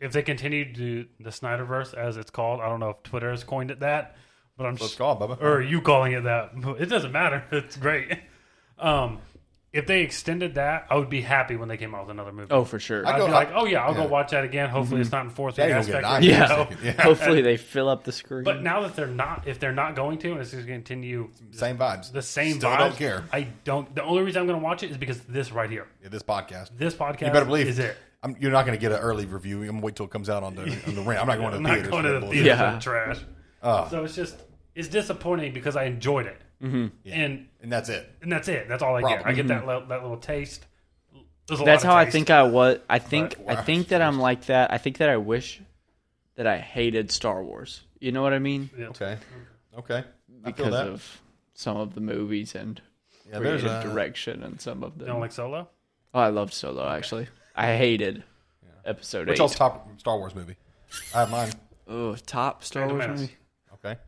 [SPEAKER 3] if they continue to do the Snyderverse as it's called, I don't know if Twitter has coined it that, but I'm
[SPEAKER 1] Let's
[SPEAKER 3] just
[SPEAKER 1] call it, Bubba.
[SPEAKER 3] or you calling it that. It doesn't matter. It's great. Um, if they extended that, I would be happy when they came out with another movie.
[SPEAKER 2] oh, for sure.
[SPEAKER 1] I
[SPEAKER 3] I'd
[SPEAKER 1] go-
[SPEAKER 3] be
[SPEAKER 1] I-
[SPEAKER 3] like, oh yeah, I'll
[SPEAKER 1] yeah.
[SPEAKER 3] go watch that again. Hopefully, it's not in fourth
[SPEAKER 1] Daddy
[SPEAKER 3] grade
[SPEAKER 1] gonna get an eye
[SPEAKER 3] aspect. you
[SPEAKER 1] for a
[SPEAKER 2] yeah.
[SPEAKER 3] know?
[SPEAKER 1] second. Yeah.
[SPEAKER 2] Hopefully they fill up the screen.
[SPEAKER 1] Mm.
[SPEAKER 3] But now that they're not, if they're not going to, and it's just going to continue
[SPEAKER 1] Same vibes.
[SPEAKER 3] the same
[SPEAKER 1] Still
[SPEAKER 3] vibes,
[SPEAKER 1] don't care.
[SPEAKER 3] I don't. The only reason I'm going to watch it is because this right here,
[SPEAKER 1] Yeah, this podcast.
[SPEAKER 3] this podcast,
[SPEAKER 1] You better believe
[SPEAKER 3] is it.
[SPEAKER 1] I'm, you're not going to get an early review. I'm going to wait till it comes out on the on the rent. I'm not going to
[SPEAKER 3] I'm
[SPEAKER 1] the
[SPEAKER 3] not
[SPEAKER 1] theaters.
[SPEAKER 3] going
[SPEAKER 1] for that
[SPEAKER 3] to the
[SPEAKER 1] bullshit.
[SPEAKER 3] theater
[SPEAKER 2] Yeah.
[SPEAKER 3] for trash.
[SPEAKER 1] Oh.
[SPEAKER 3] So it's just it's disappointing because I enjoyed it,
[SPEAKER 2] Mm-hmm.
[SPEAKER 3] and
[SPEAKER 1] and that's it.
[SPEAKER 3] and that's it. That's all I get.
[SPEAKER 1] Probably.
[SPEAKER 3] I get that li- that little taste. There's a
[SPEAKER 2] That's
[SPEAKER 3] lot of
[SPEAKER 2] how I
[SPEAKER 3] taste.
[SPEAKER 2] think I was. I think
[SPEAKER 1] But-
[SPEAKER 2] I think that I'm like that. I think that I wish that I hated Star Wars. You know what I mean?
[SPEAKER 1] Okay, okay. I feel
[SPEAKER 2] Because
[SPEAKER 1] that.
[SPEAKER 2] of some of the movies and
[SPEAKER 1] yeah,
[SPEAKER 2] creative
[SPEAKER 1] there's a
[SPEAKER 2] direction and some of
[SPEAKER 3] You don't
[SPEAKER 2] them.
[SPEAKER 3] like Solo?
[SPEAKER 2] oh, I loved Solo actually. I hated Episode
[SPEAKER 1] Which
[SPEAKER 2] Eight.
[SPEAKER 1] else top Star Wars movie? I have mine.
[SPEAKER 2] oh, top Star
[SPEAKER 3] Phantom
[SPEAKER 2] Wars
[SPEAKER 3] Menace.
[SPEAKER 2] movie.
[SPEAKER 1] Okay.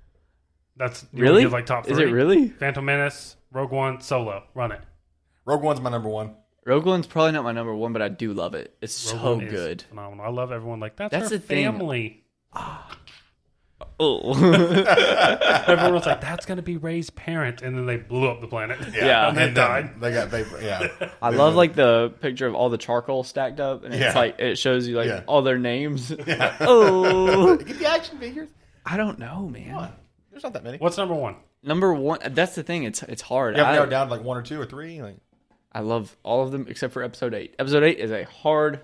[SPEAKER 3] That's you wanna
[SPEAKER 2] Really?
[SPEAKER 3] Give like top three.
[SPEAKER 2] Is it really?
[SPEAKER 3] Phantom Menace, Rogue One, Solo. Run it.
[SPEAKER 1] Rogue One's my number one.
[SPEAKER 2] Rogue One's probably not my number one, but I do love it. It's
[SPEAKER 3] Rogue
[SPEAKER 2] so
[SPEAKER 3] One is
[SPEAKER 2] good.
[SPEAKER 3] phenomenal. I love everyone. Like that's,
[SPEAKER 2] That's
[SPEAKER 3] her
[SPEAKER 2] the thing.
[SPEAKER 3] family.
[SPEAKER 2] Oh,
[SPEAKER 3] Everyone was like, "That's gonna be Ray's parent," and then they blew up the planet.
[SPEAKER 2] Yeah.
[SPEAKER 3] and then
[SPEAKER 1] then
[SPEAKER 3] died.
[SPEAKER 1] They got vapor. Yeah.
[SPEAKER 2] I love like the picture of all the charcoal stacked up, and
[SPEAKER 1] Yeah.
[SPEAKER 2] it's like it shows you like
[SPEAKER 1] Yeah.
[SPEAKER 2] all their names. oh,
[SPEAKER 1] Get the action figures.
[SPEAKER 2] I don't know, man.
[SPEAKER 1] There's not that many.
[SPEAKER 3] What's number one?
[SPEAKER 2] Number one, that's the thing. It's it's hard.
[SPEAKER 1] You have to
[SPEAKER 2] I,
[SPEAKER 1] narrow down to like one or two or three. Like
[SPEAKER 2] I love all of them except for episode eight. Episode eight is a hard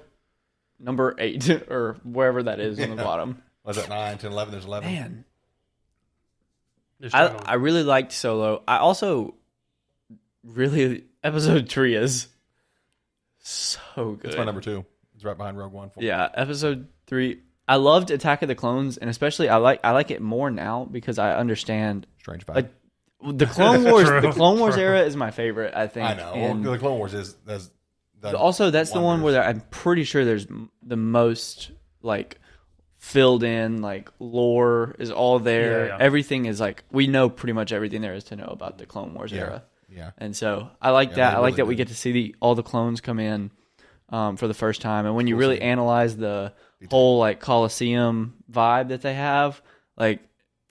[SPEAKER 2] number eight or wherever that is on the bottom.
[SPEAKER 1] was that nine, ten, eleven? There's eleven.
[SPEAKER 2] Man,
[SPEAKER 3] They're
[SPEAKER 2] I,
[SPEAKER 3] struggling.
[SPEAKER 2] I really liked Solo. I also really episode three is so good.
[SPEAKER 1] It's my number two. It's right behind Rogue One. For me.
[SPEAKER 2] Yeah, episode three. I loved Attack of the Clones, and especially I like I like it more now because I understand
[SPEAKER 1] Strange fact.
[SPEAKER 2] like the Clone Wars. the
[SPEAKER 3] True,
[SPEAKER 2] Clone Wars
[SPEAKER 3] true.
[SPEAKER 2] era is my favorite. I think.
[SPEAKER 1] I know.
[SPEAKER 2] and-
[SPEAKER 1] Well, the Clone Wars is that's done
[SPEAKER 2] also that's the one
[SPEAKER 1] wonders.
[SPEAKER 2] where there- i'm pretty sure there's m- the most like filled in like lore is all there
[SPEAKER 3] Yeah, yeah.
[SPEAKER 2] everything is like we know pretty much everything there is to know about the clone wars
[SPEAKER 1] Yeah.
[SPEAKER 2] era
[SPEAKER 1] Yeah.
[SPEAKER 2] and so i like
[SPEAKER 1] Yeah,
[SPEAKER 2] that i
[SPEAKER 1] they
[SPEAKER 2] like
[SPEAKER 1] really
[SPEAKER 2] that we
[SPEAKER 1] did.
[SPEAKER 2] get to see the all the clones come in um, for the first time and when you really analyze the whole like coliseum vibe that they have like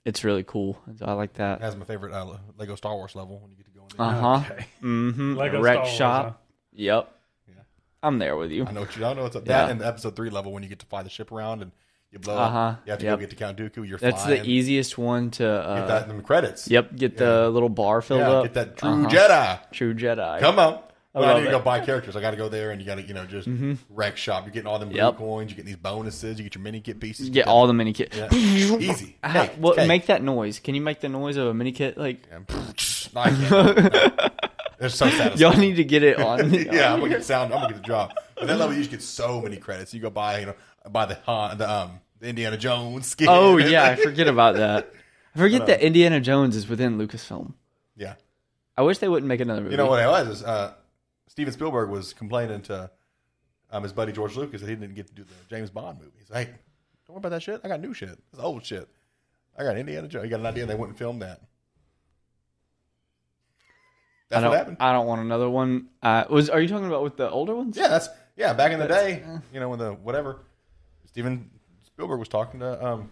[SPEAKER 2] it's really cool And so i like that
[SPEAKER 1] That's my favorite uh, Lego Star Wars level when you get to go in there.
[SPEAKER 2] uh-huh mm-hmm
[SPEAKER 3] Lego
[SPEAKER 2] wreck
[SPEAKER 3] Star Wars,
[SPEAKER 2] shop
[SPEAKER 3] huh?
[SPEAKER 2] yep
[SPEAKER 1] Yeah.
[SPEAKER 2] i'm there with you
[SPEAKER 1] I know what you I know. It's that
[SPEAKER 2] Yeah.
[SPEAKER 1] and the episode three level when you get to fly the ship around and you blow
[SPEAKER 2] Uh-huh.
[SPEAKER 1] up. You have to
[SPEAKER 2] Yep.
[SPEAKER 1] go get to Count Dooku. You're
[SPEAKER 2] That's
[SPEAKER 1] flying.
[SPEAKER 2] the easiest one to.
[SPEAKER 1] Get
[SPEAKER 2] Uh,
[SPEAKER 1] that in the credits.
[SPEAKER 2] Yep, get the little bar filled
[SPEAKER 1] Yeah,
[SPEAKER 2] up.
[SPEAKER 1] get that true
[SPEAKER 2] Uh-huh.
[SPEAKER 1] Jedi.
[SPEAKER 2] True Jedi.
[SPEAKER 1] Come on. Well, I,
[SPEAKER 2] love
[SPEAKER 1] need to
[SPEAKER 2] it. Mm-hmm.
[SPEAKER 1] go buy characters. I got to go there and you got to, you know, just wreck shop. You're getting all them blue
[SPEAKER 2] Yep.
[SPEAKER 1] coins. You're getting these bonuses. You get your mini kit pieces. you
[SPEAKER 2] Get
[SPEAKER 1] that-
[SPEAKER 2] all the mini kit.
[SPEAKER 1] Yeah. Easy.
[SPEAKER 2] I-
[SPEAKER 1] Cake.
[SPEAKER 2] well,
[SPEAKER 1] Cake.
[SPEAKER 2] make that noise. Can you make the noise of a mini kit? Like
[SPEAKER 1] And no, I can't. No. They're so satisfying.
[SPEAKER 2] y'all need to get it on.
[SPEAKER 1] yeah, I'm gonna get sound. I'm gonna get the job. But that level, you just get so many credits. You go buy, you know, buy the Han, the um, the Indiana Jones skin.
[SPEAKER 2] Oh yeah, I forget about that. I forget that Indiana Jones is within Lucasfilm.
[SPEAKER 1] yeah.
[SPEAKER 2] I wish they wouldn't make another movie.
[SPEAKER 1] You know what it was? Is, uh, Steven Spielberg was complaining to um, his buddy George Lucas that he didn't get to do the James Bond movie. He's like, hey, don't worry about that shit. I got new shit. It's old shit. I got Indiana Jones. You got an idea? They wouldn't film that.
[SPEAKER 2] I
[SPEAKER 1] That's what
[SPEAKER 2] don't.
[SPEAKER 1] happened.
[SPEAKER 2] I don't want another one. Uh, was are you talking about with the older ones?
[SPEAKER 1] Yeah, that's yeah. Back in the day, you know, when the whatever Steven Spielberg was talking to um,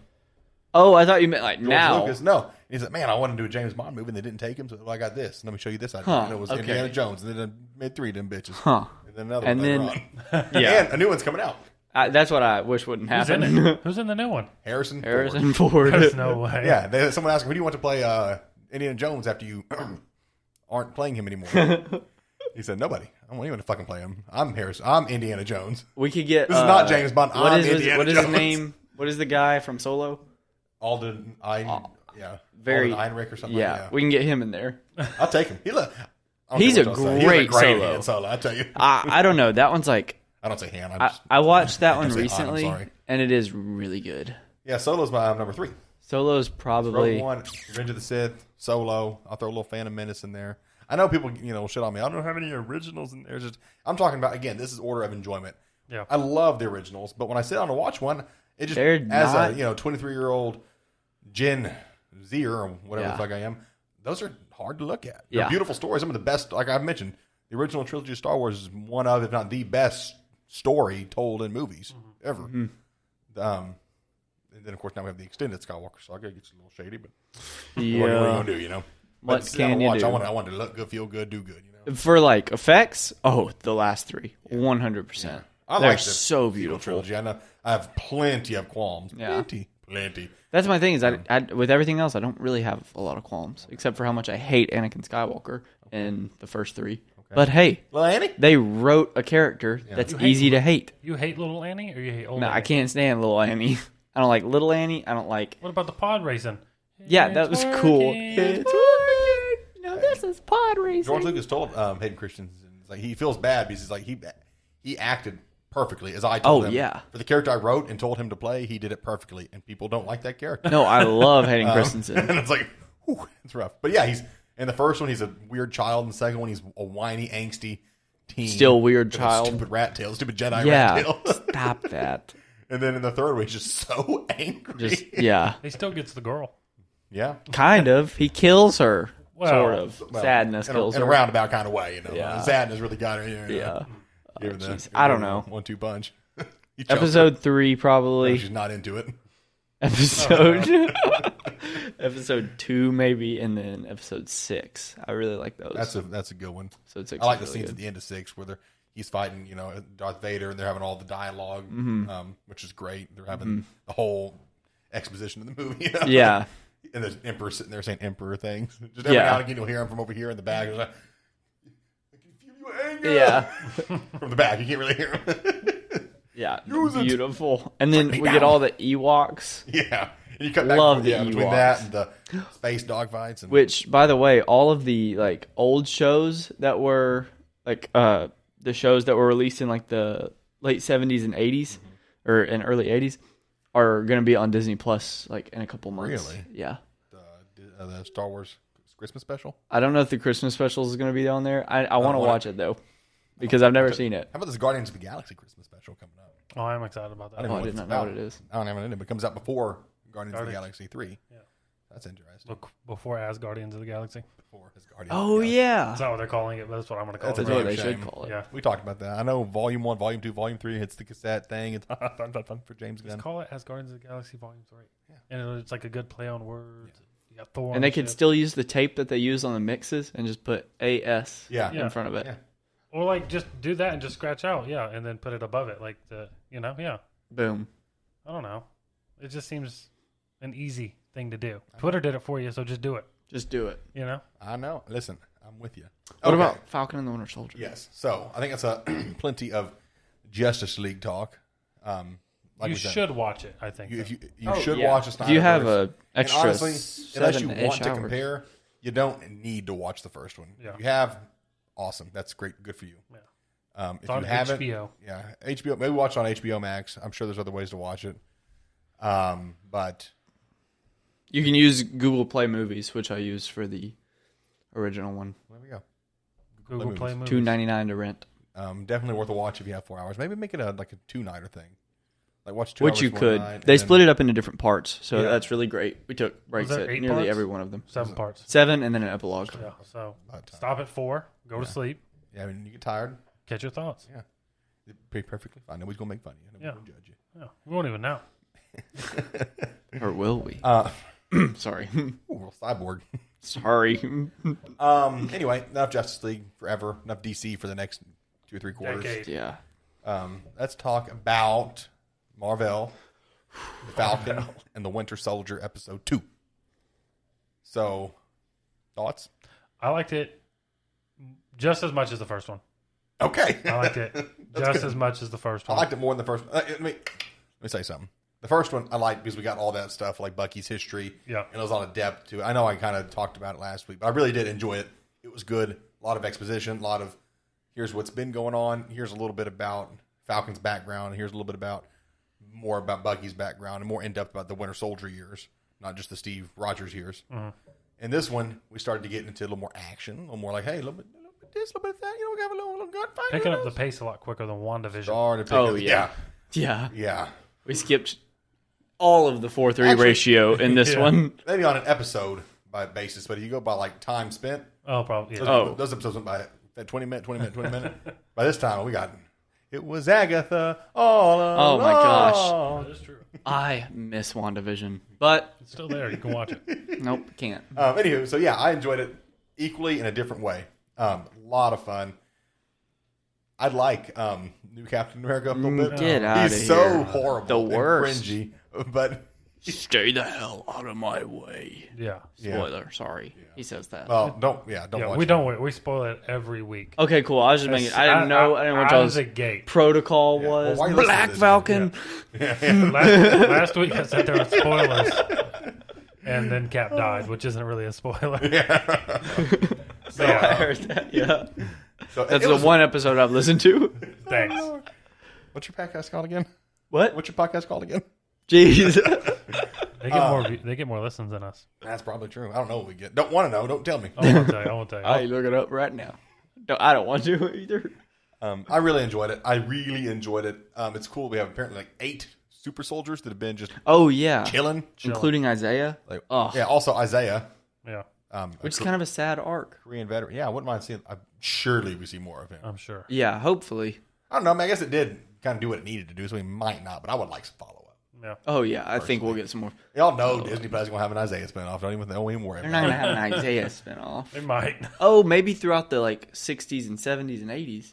[SPEAKER 2] Oh, I thought you meant like
[SPEAKER 1] George
[SPEAKER 2] now.
[SPEAKER 1] Lucas. No, and he's like, man, I wanted to do a James Bond movie, and they didn't take him, so I got this. Let me show you this idea.
[SPEAKER 2] Huh,
[SPEAKER 1] and it was
[SPEAKER 2] okay.
[SPEAKER 1] Indiana Jones, and then made three of them bitches,
[SPEAKER 2] Huh.
[SPEAKER 1] and then another
[SPEAKER 2] And
[SPEAKER 1] one.
[SPEAKER 2] then-
[SPEAKER 1] later on.
[SPEAKER 2] Yeah.
[SPEAKER 1] and a new one's coming out.
[SPEAKER 2] I, that's what I wish wouldn't
[SPEAKER 3] Who's in
[SPEAKER 2] happen.
[SPEAKER 3] it? Who's in the new one?
[SPEAKER 1] Harrison. Ford.
[SPEAKER 2] Harrison Ford.
[SPEAKER 3] There's no way.
[SPEAKER 1] Yeah, they, someone asked him, who do you want to play uh, Indiana Jones after you aren't playing him anymore? he said, nobody. I don't want anyone to fucking play him. I'm Harrison. I'm Indiana Jones.
[SPEAKER 2] We could get.
[SPEAKER 1] This is
[SPEAKER 2] uh,
[SPEAKER 1] not James Bond.
[SPEAKER 2] What
[SPEAKER 1] I'm
[SPEAKER 2] is his-
[SPEAKER 1] Indiana
[SPEAKER 2] what is
[SPEAKER 1] Jones. Oh,
[SPEAKER 2] his name? What is the guy from Solo?
[SPEAKER 1] Alden. I. yeah.
[SPEAKER 2] very-
[SPEAKER 1] Alden Einrich or something.
[SPEAKER 2] yeah,
[SPEAKER 1] like that.
[SPEAKER 2] we can get him in there.
[SPEAKER 1] I'll take him. He look. I don't
[SPEAKER 2] He's
[SPEAKER 1] care
[SPEAKER 2] a
[SPEAKER 1] what y'all say. He's
[SPEAKER 2] great
[SPEAKER 1] great
[SPEAKER 2] solo.
[SPEAKER 1] man solo. I tell you.
[SPEAKER 2] I I don't know. That one's like
[SPEAKER 1] I don't say Han. I,
[SPEAKER 2] I,
[SPEAKER 1] just,
[SPEAKER 2] I watched that
[SPEAKER 1] I
[SPEAKER 2] one
[SPEAKER 1] say, "Oh, I'm
[SPEAKER 2] recently,
[SPEAKER 1] sorry."
[SPEAKER 2] and it is really good.
[SPEAKER 1] yeah, Solo's my um, number three.
[SPEAKER 2] Solo's
[SPEAKER 1] Rogue
[SPEAKER 2] probably
[SPEAKER 1] One, Revenge of the Sith, Solo. I'll throw a little Phantom Menace in there. I know people, you know, shit on me. I don't have any originals in there. Just I'm talking about again. This is order of enjoyment.
[SPEAKER 3] Yeah.
[SPEAKER 1] I love the originals, but when I sit down to watch one, it just
[SPEAKER 2] They're
[SPEAKER 1] as
[SPEAKER 2] not-
[SPEAKER 1] a you know 23 year old Gen Zer or whatever
[SPEAKER 2] Yeah.
[SPEAKER 1] the fuck I am. Those are hard to look at. They're
[SPEAKER 2] Yeah.
[SPEAKER 1] beautiful stories. Some of the best, like I've mentioned, the original trilogy of Star Wars is one of, if not the best story told in movies
[SPEAKER 2] Mm-hmm.
[SPEAKER 1] ever. Um, and then of course now we have the extended Skywalker saga. It gets a little shady, but what are you
[SPEAKER 2] yeah.
[SPEAKER 1] gonna do? You know,
[SPEAKER 2] What
[SPEAKER 1] But sit down
[SPEAKER 2] can
[SPEAKER 1] and
[SPEAKER 2] you
[SPEAKER 1] watch.
[SPEAKER 2] do?
[SPEAKER 1] I want, I want to look good, feel good, do good. You know,
[SPEAKER 2] for like effects. Oh, the last three, one hundred percent.
[SPEAKER 1] I
[SPEAKER 2] They're
[SPEAKER 1] like the
[SPEAKER 2] so
[SPEAKER 1] Sequel
[SPEAKER 2] beautiful.
[SPEAKER 1] trilogy. I know I have plenty of qualms.
[SPEAKER 2] Yeah.
[SPEAKER 1] Plenty, plenty.
[SPEAKER 2] That's my thing is I, I with everything else I don't really have a lot of qualms except for how much I hate Anakin Skywalker in the first three. But hey,
[SPEAKER 1] Well, Annie,
[SPEAKER 2] they wrote a character that's
[SPEAKER 3] You hate
[SPEAKER 2] easy to hate.
[SPEAKER 3] You hate little Annie or you hate old
[SPEAKER 2] No,
[SPEAKER 3] Annie?
[SPEAKER 2] I can't stand little Annie. I don't like little Annie. I don't like.
[SPEAKER 3] What about the pod racing?
[SPEAKER 2] Yeah, that was cool.
[SPEAKER 3] working.
[SPEAKER 2] No, this is pod
[SPEAKER 1] George
[SPEAKER 2] racing.
[SPEAKER 1] Lucas told um, Hayden Christensen, it's like he feels bad because he's like he he acted perfectly as I told
[SPEAKER 2] Oh,
[SPEAKER 1] him.
[SPEAKER 2] yeah.
[SPEAKER 1] For the character I wrote and told him to play, he did it perfectly, and people don't like that character.
[SPEAKER 2] No, I love Hayden
[SPEAKER 1] Um,
[SPEAKER 2] Christensen.
[SPEAKER 1] and it's like, whew, it's rough. But yeah, he's in the first one, he's a weird child. In the second one, he's a whiny, angsty teen.
[SPEAKER 2] Still weird
[SPEAKER 1] With a
[SPEAKER 2] child.
[SPEAKER 1] Stupid rat tail. Stupid Jedi
[SPEAKER 2] Yeah,
[SPEAKER 1] rat tail.
[SPEAKER 2] stop that.
[SPEAKER 1] and then in the third one, he's just so angry.
[SPEAKER 2] Just yeah,
[SPEAKER 3] He still gets the girl.
[SPEAKER 1] yeah.
[SPEAKER 2] kind of. He kills her,
[SPEAKER 3] Well,
[SPEAKER 2] sort of.
[SPEAKER 1] Well,
[SPEAKER 2] Sadness
[SPEAKER 1] in a,
[SPEAKER 2] kills
[SPEAKER 1] in a
[SPEAKER 2] her.
[SPEAKER 1] roundabout kind of way, you know.
[SPEAKER 2] Yeah.
[SPEAKER 1] Sadness really got her. You know,
[SPEAKER 2] yeah.
[SPEAKER 1] Gave her the-
[SPEAKER 2] jeez. I don't know.
[SPEAKER 1] One two punch. He choked her.
[SPEAKER 2] Episode three, probably.
[SPEAKER 1] She's not into it. Oh,
[SPEAKER 2] episode episode two maybe and then episode six i really like those
[SPEAKER 1] That's a that's a good one.
[SPEAKER 2] episode six
[SPEAKER 1] I like the
[SPEAKER 2] is really
[SPEAKER 1] scenes at the end of six where they're he's fighting, you know, Darth Vader, and they're having all the dialog um, which is great. They're having the whole exposition of the movie. you know?
[SPEAKER 2] good. yeah
[SPEAKER 1] and the emperor sitting there saying emperor things. Just every
[SPEAKER 2] Yeah.
[SPEAKER 1] now and again, you'll hear him from over here in the back. He's like, I can feel your anger.
[SPEAKER 2] yeah
[SPEAKER 1] from the back, you can't really hear him.
[SPEAKER 2] yeah
[SPEAKER 1] Use it.
[SPEAKER 2] beautiful and then
[SPEAKER 1] me
[SPEAKER 2] we get
[SPEAKER 1] down.
[SPEAKER 2] all the ewoks
[SPEAKER 1] yeah, you cut back
[SPEAKER 2] Love
[SPEAKER 1] and forth,
[SPEAKER 2] the
[SPEAKER 1] yeah, between
[SPEAKER 2] Ewoks.
[SPEAKER 1] that and the space dogfights and
[SPEAKER 2] Which, by the way, all of the like old shows that were like uh the shows that were released in like the late seventies and 80s
[SPEAKER 1] Mm-hmm.
[SPEAKER 2] or in early eighties are gonna be on Disney Plus like in a couple months.
[SPEAKER 1] Really?
[SPEAKER 2] Yeah.
[SPEAKER 1] the, uh, the Star Wars Christmas special.
[SPEAKER 2] I don't know if the Christmas special is gonna be on there. I, I want to
[SPEAKER 1] wanna-
[SPEAKER 2] watch it though because I've never seen it.
[SPEAKER 1] How about this Guardians of the Galaxy Christmas special coming up?
[SPEAKER 3] Oh, I'm excited about that.
[SPEAKER 1] don't even
[SPEAKER 2] Oh, I
[SPEAKER 1] what
[SPEAKER 2] did
[SPEAKER 1] it's
[SPEAKER 2] not know what
[SPEAKER 1] about.
[SPEAKER 2] it is.
[SPEAKER 1] I don't have it in it, but it comes out before Guardians of the
[SPEAKER 3] Guardians.
[SPEAKER 1] Galaxy three.
[SPEAKER 3] Yeah.
[SPEAKER 1] that's interesting.
[SPEAKER 3] Look before as Guardians of the Galaxy.
[SPEAKER 1] Before his Guardians. of
[SPEAKER 2] Oh
[SPEAKER 1] the Galaxy.
[SPEAKER 2] yeah,
[SPEAKER 3] That's not what they're calling it, but that's what I'm going to call
[SPEAKER 1] That's
[SPEAKER 2] that's
[SPEAKER 1] a
[SPEAKER 3] it.
[SPEAKER 2] what
[SPEAKER 1] damn
[SPEAKER 2] they
[SPEAKER 1] shame.
[SPEAKER 2] should call it.
[SPEAKER 3] Yeah.
[SPEAKER 1] We talked about that. I know Volume One, Volume Two, Volume Three hits the cassette thing. It's fun, fun, fun for James Gunn.
[SPEAKER 3] Just call it as Guardians of the Galaxy Volume 3.
[SPEAKER 1] Yeah.
[SPEAKER 3] And it'll- it's like a good play on words. You got Thor.
[SPEAKER 2] And they could
[SPEAKER 3] ship.
[SPEAKER 2] still use the tape that they use on the mixes and just put AS
[SPEAKER 1] Yeah.
[SPEAKER 2] in front of it.
[SPEAKER 1] Yeah.
[SPEAKER 3] Or like just do that and just scratch out, yeah, and then put it above it, like the, you know, yeah.
[SPEAKER 2] Boom.
[SPEAKER 3] I don't know. It just seems an easy thing to do. Twitter did it for you, so just do it.
[SPEAKER 2] Just do it.
[SPEAKER 3] You know,
[SPEAKER 1] I know. Listen, I'm with you. Okay.
[SPEAKER 2] What about Falcon and the Winter Soldier?
[SPEAKER 1] Yes. So I think that's a plenty of Justice League talk. Um, like
[SPEAKER 3] you
[SPEAKER 1] we said,
[SPEAKER 3] should watch it. I think.
[SPEAKER 1] You,
[SPEAKER 3] though.
[SPEAKER 1] if you you
[SPEAKER 2] Oh,
[SPEAKER 1] should
[SPEAKER 2] yeah.
[SPEAKER 1] watch
[SPEAKER 2] If
[SPEAKER 1] a
[SPEAKER 2] you have
[SPEAKER 1] Snyderverse.
[SPEAKER 2] a extra
[SPEAKER 1] and honestly, unless you
[SPEAKER 2] seven-ish
[SPEAKER 1] want to
[SPEAKER 2] hours.
[SPEAKER 1] compare, you don't need to watch the first one.
[SPEAKER 3] Yeah.
[SPEAKER 1] If you have, awesome. That's great. Good for you.
[SPEAKER 3] Yeah.
[SPEAKER 1] Um, if
[SPEAKER 3] on
[SPEAKER 1] you haven't,
[SPEAKER 3] HBO.
[SPEAKER 1] yeah, HBO. Maybe watch it on HBO Max. I'm sure there's other ways to watch it. Um, but
[SPEAKER 2] You can use Google Play Movies, which I used for the original one.
[SPEAKER 1] there we go.
[SPEAKER 3] Google
[SPEAKER 1] Movies.
[SPEAKER 3] Play Movies.
[SPEAKER 2] Two ninety nine to rent,
[SPEAKER 1] Um, definitely worth a watch if you have four hours. Maybe make it a like a two nighter thing. Like watch two.
[SPEAKER 2] which
[SPEAKER 1] hours
[SPEAKER 2] you
[SPEAKER 1] one
[SPEAKER 2] could.
[SPEAKER 1] night,
[SPEAKER 2] They
[SPEAKER 1] and
[SPEAKER 2] split
[SPEAKER 1] then-
[SPEAKER 2] it up into different parts, so
[SPEAKER 1] Yeah.
[SPEAKER 2] that's really great. We took breaks
[SPEAKER 3] there
[SPEAKER 2] at
[SPEAKER 3] eight
[SPEAKER 2] nearly
[SPEAKER 3] parts?
[SPEAKER 2] every one of them.
[SPEAKER 3] Seven parts.
[SPEAKER 2] Seven and then an epilogue.
[SPEAKER 3] Yeah. So
[SPEAKER 1] About time.
[SPEAKER 3] stop at four. Go to sleep.
[SPEAKER 1] Yeah, I mean, you get tired.
[SPEAKER 3] Catch your thoughts.
[SPEAKER 1] Yeah, It'd be perfectly fine. Nobody's gonna make fun of you. Nobody's
[SPEAKER 3] Yeah.
[SPEAKER 1] gonna judge you.
[SPEAKER 3] Yeah. We won't even know.
[SPEAKER 2] Or will we?
[SPEAKER 1] Uh,
[SPEAKER 2] Sorry.
[SPEAKER 1] ooh, real cyborg.
[SPEAKER 2] Sorry.
[SPEAKER 1] Um. Anyway, enough Justice League forever. Enough DC for the next two or three quarters.
[SPEAKER 3] Decade.
[SPEAKER 2] yeah.
[SPEAKER 1] Um. Let's talk about Marvel, the Falcon, and the Winter Soldier episode two. So, thoughts?
[SPEAKER 3] I liked it just as much as the first one.
[SPEAKER 1] Okay.
[SPEAKER 3] I liked it just as much as the first
[SPEAKER 1] I
[SPEAKER 3] one.
[SPEAKER 1] liked it more than the first. uh, Let me let me say something. The first one I liked because we got all that stuff like Bucky's history.
[SPEAKER 3] Yeah.
[SPEAKER 1] and there was a lot of depth to it. I know I kind of talked about it last week, but I really did enjoy it. It was good. A lot of exposition. A lot of here's what's been going on. Here's a little bit about Falcon's background. Here's a little bit about more about Bucky's background and more in depth about the Winter Soldier years, not just the Steve Rogers years.
[SPEAKER 3] Mm-hmm.
[SPEAKER 1] And this one, we started to get into a little more action, a little more like, hey, a little bit, a little bit this, a little bit of that. You know, we have a little, little gunfight.
[SPEAKER 3] Picking
[SPEAKER 1] you know?
[SPEAKER 3] up the pace a lot quicker than WandaVision.
[SPEAKER 1] Started to pick
[SPEAKER 2] Oh,
[SPEAKER 1] up-
[SPEAKER 2] yeah. Yeah.
[SPEAKER 1] yeah. yeah.
[SPEAKER 2] We skipped all of the four three
[SPEAKER 1] Actually-
[SPEAKER 2] ratio in this
[SPEAKER 3] Yeah.
[SPEAKER 2] one.
[SPEAKER 1] maybe on an episode by basis, but if you go by like time spent,
[SPEAKER 3] Oh, probably.
[SPEAKER 1] those,
[SPEAKER 3] Yeah.
[SPEAKER 2] Oh.
[SPEAKER 1] those episodes went by that twenty minute, twenty minute, twenty minute. by this time, we got it was Agatha all
[SPEAKER 2] Oh my gosh.
[SPEAKER 3] Oh, that's true.
[SPEAKER 2] I miss WandaVision. But
[SPEAKER 3] It's still there. You can watch it.
[SPEAKER 2] nope, can't.
[SPEAKER 1] Um, anywho, so yeah, I enjoyed it equally in a different way. Um, a lot of fun. I like um, new Captain America a little bit.
[SPEAKER 2] Mm, Get outta
[SPEAKER 1] He's so
[SPEAKER 2] here.
[SPEAKER 1] horrible,
[SPEAKER 2] The
[SPEAKER 1] and
[SPEAKER 2] worst.
[SPEAKER 1] cringy, but
[SPEAKER 2] Stay the hell out of my way.
[SPEAKER 3] Yeah.
[SPEAKER 1] Yeah.
[SPEAKER 2] Spoiler, sorry. He says that.
[SPEAKER 1] well, don't yeah, don't
[SPEAKER 3] Yeah.
[SPEAKER 1] watch
[SPEAKER 3] We
[SPEAKER 1] it.
[SPEAKER 3] don't. We, we spoil it every week.
[SPEAKER 2] okay, cool. I was just making I didn't know I, didn't know what
[SPEAKER 3] out
[SPEAKER 2] y'all's
[SPEAKER 3] of the gate.
[SPEAKER 2] protocol
[SPEAKER 1] Yeah, well,
[SPEAKER 2] was.
[SPEAKER 1] why are you listening to
[SPEAKER 2] Black
[SPEAKER 1] this?
[SPEAKER 2] Falcon.
[SPEAKER 3] Last, last week I said there were spoilers, and then Cap died, which isn't really a spoiler.
[SPEAKER 1] So,
[SPEAKER 2] I
[SPEAKER 1] uh,
[SPEAKER 2] heard that. Yeah.
[SPEAKER 1] so it-
[SPEAKER 2] That's
[SPEAKER 1] it
[SPEAKER 2] the
[SPEAKER 1] was-
[SPEAKER 2] one episode I've listened to.
[SPEAKER 3] Thanks.
[SPEAKER 1] What's your podcast called again?
[SPEAKER 2] What?
[SPEAKER 1] What's your podcast called again?
[SPEAKER 2] Jeez.
[SPEAKER 3] They get
[SPEAKER 1] Uh.
[SPEAKER 3] more. view- They get more listens than us.
[SPEAKER 1] That's probably true. I don't know what we get. Don't want to know. Don't tell me.
[SPEAKER 2] Oh.
[SPEAKER 3] I won't tell you. I won't tell you.
[SPEAKER 2] I look it up right now. No, I don't want to either.
[SPEAKER 1] Um, I really enjoyed it. I really enjoyed it. Um, it's cool. We have apparently like eight super soldiers that have been just
[SPEAKER 2] Oh yeah.
[SPEAKER 1] killing.
[SPEAKER 2] Including Isaiah.
[SPEAKER 1] Like,
[SPEAKER 2] Oh.
[SPEAKER 1] yeah. Also Isaiah,
[SPEAKER 3] yeah,
[SPEAKER 1] um, a
[SPEAKER 2] Which is kind of a sad arc.
[SPEAKER 1] Korean veteran. Yeah, I wouldn't mind seeing. I, surely we see more of him.
[SPEAKER 2] Oh.
[SPEAKER 3] I'm sure.
[SPEAKER 2] Yeah, hopefully.
[SPEAKER 1] I don't know. I, mean, I guess it did kind of do what it needed to do, so we might not. But I would like some follow up.
[SPEAKER 3] Yeah.
[SPEAKER 2] Oh yeah, I think we'll get some more.
[SPEAKER 1] Y'all know Disney Plus is gonna have an Isaiah spinoff. Don't even don't even worry
[SPEAKER 2] Oh. They're
[SPEAKER 1] about
[SPEAKER 2] not
[SPEAKER 1] it.
[SPEAKER 2] gonna have an Isaiah spinoff.
[SPEAKER 3] They might.
[SPEAKER 2] Oh, maybe throughout the like '60s and '70s and '80s,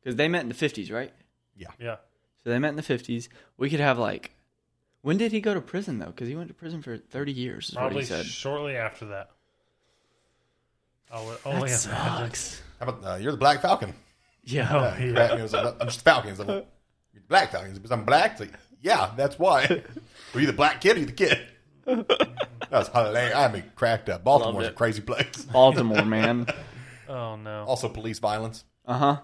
[SPEAKER 2] because they met in the '50s, right?
[SPEAKER 3] Yeah.
[SPEAKER 2] So they met in the '50s. We could have like, when did he go to prison though? Because he went to prison for 30 years. Is
[SPEAKER 3] Probably
[SPEAKER 2] what he said.
[SPEAKER 3] shortly after that. I would
[SPEAKER 2] that
[SPEAKER 3] only imagine.
[SPEAKER 2] sucks.
[SPEAKER 1] How about uh, you're the Black Falcon?
[SPEAKER 2] Yeah.
[SPEAKER 3] Oh, yeah.
[SPEAKER 1] Batman was like, I'm just Falcons. I'm like, "You're Black Falcons because I'm black. It's like, yeah, that's why. Were you the black kid or you the kid? That was hilarious. I mean, cracked up. Baltimore's a
[SPEAKER 4] Loved it.
[SPEAKER 1] crazy place.
[SPEAKER 2] Baltimore, man.
[SPEAKER 3] Oh no.
[SPEAKER 1] Also, police violence.
[SPEAKER 2] Uh huh.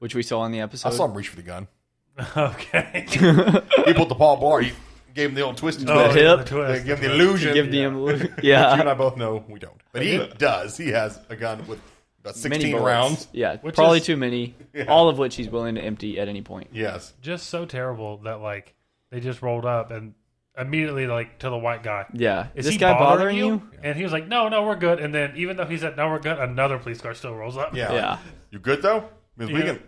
[SPEAKER 2] Which we saw in the episode.
[SPEAKER 1] I saw him reach for the gun.
[SPEAKER 3] okay.
[SPEAKER 1] He pulled the Paul Blart. He gave him the old twist. and
[SPEAKER 3] Oh,
[SPEAKER 1] twist.
[SPEAKER 2] hip.
[SPEAKER 1] They
[SPEAKER 3] twist.
[SPEAKER 1] give him uh, the illusion.
[SPEAKER 2] Give
[SPEAKER 1] yeah.
[SPEAKER 2] the
[SPEAKER 1] You and
[SPEAKER 2] yeah.
[SPEAKER 1] I both know we don't. But he does. He has a gun with about
[SPEAKER 2] Many
[SPEAKER 1] 16
[SPEAKER 2] bullets.
[SPEAKER 1] rounds.
[SPEAKER 2] Yeah,
[SPEAKER 3] Which
[SPEAKER 2] probably
[SPEAKER 3] is-
[SPEAKER 2] too many. All of which he's willing to empty at any point.
[SPEAKER 1] Yes.
[SPEAKER 3] Just so terrible that like they just rolled up and immediately like to the white guy.
[SPEAKER 2] Yeah.
[SPEAKER 3] Is
[SPEAKER 2] this
[SPEAKER 3] he
[SPEAKER 2] guy bothering
[SPEAKER 3] bothering,
[SPEAKER 2] you?
[SPEAKER 3] you? And he was like, "No, no, we're good." And then, even though he said, "No, we're good," another police car still rolls up.
[SPEAKER 1] Yeah.
[SPEAKER 2] Yeah.
[SPEAKER 1] You good though? Because we
[SPEAKER 3] Yeah.
[SPEAKER 1] can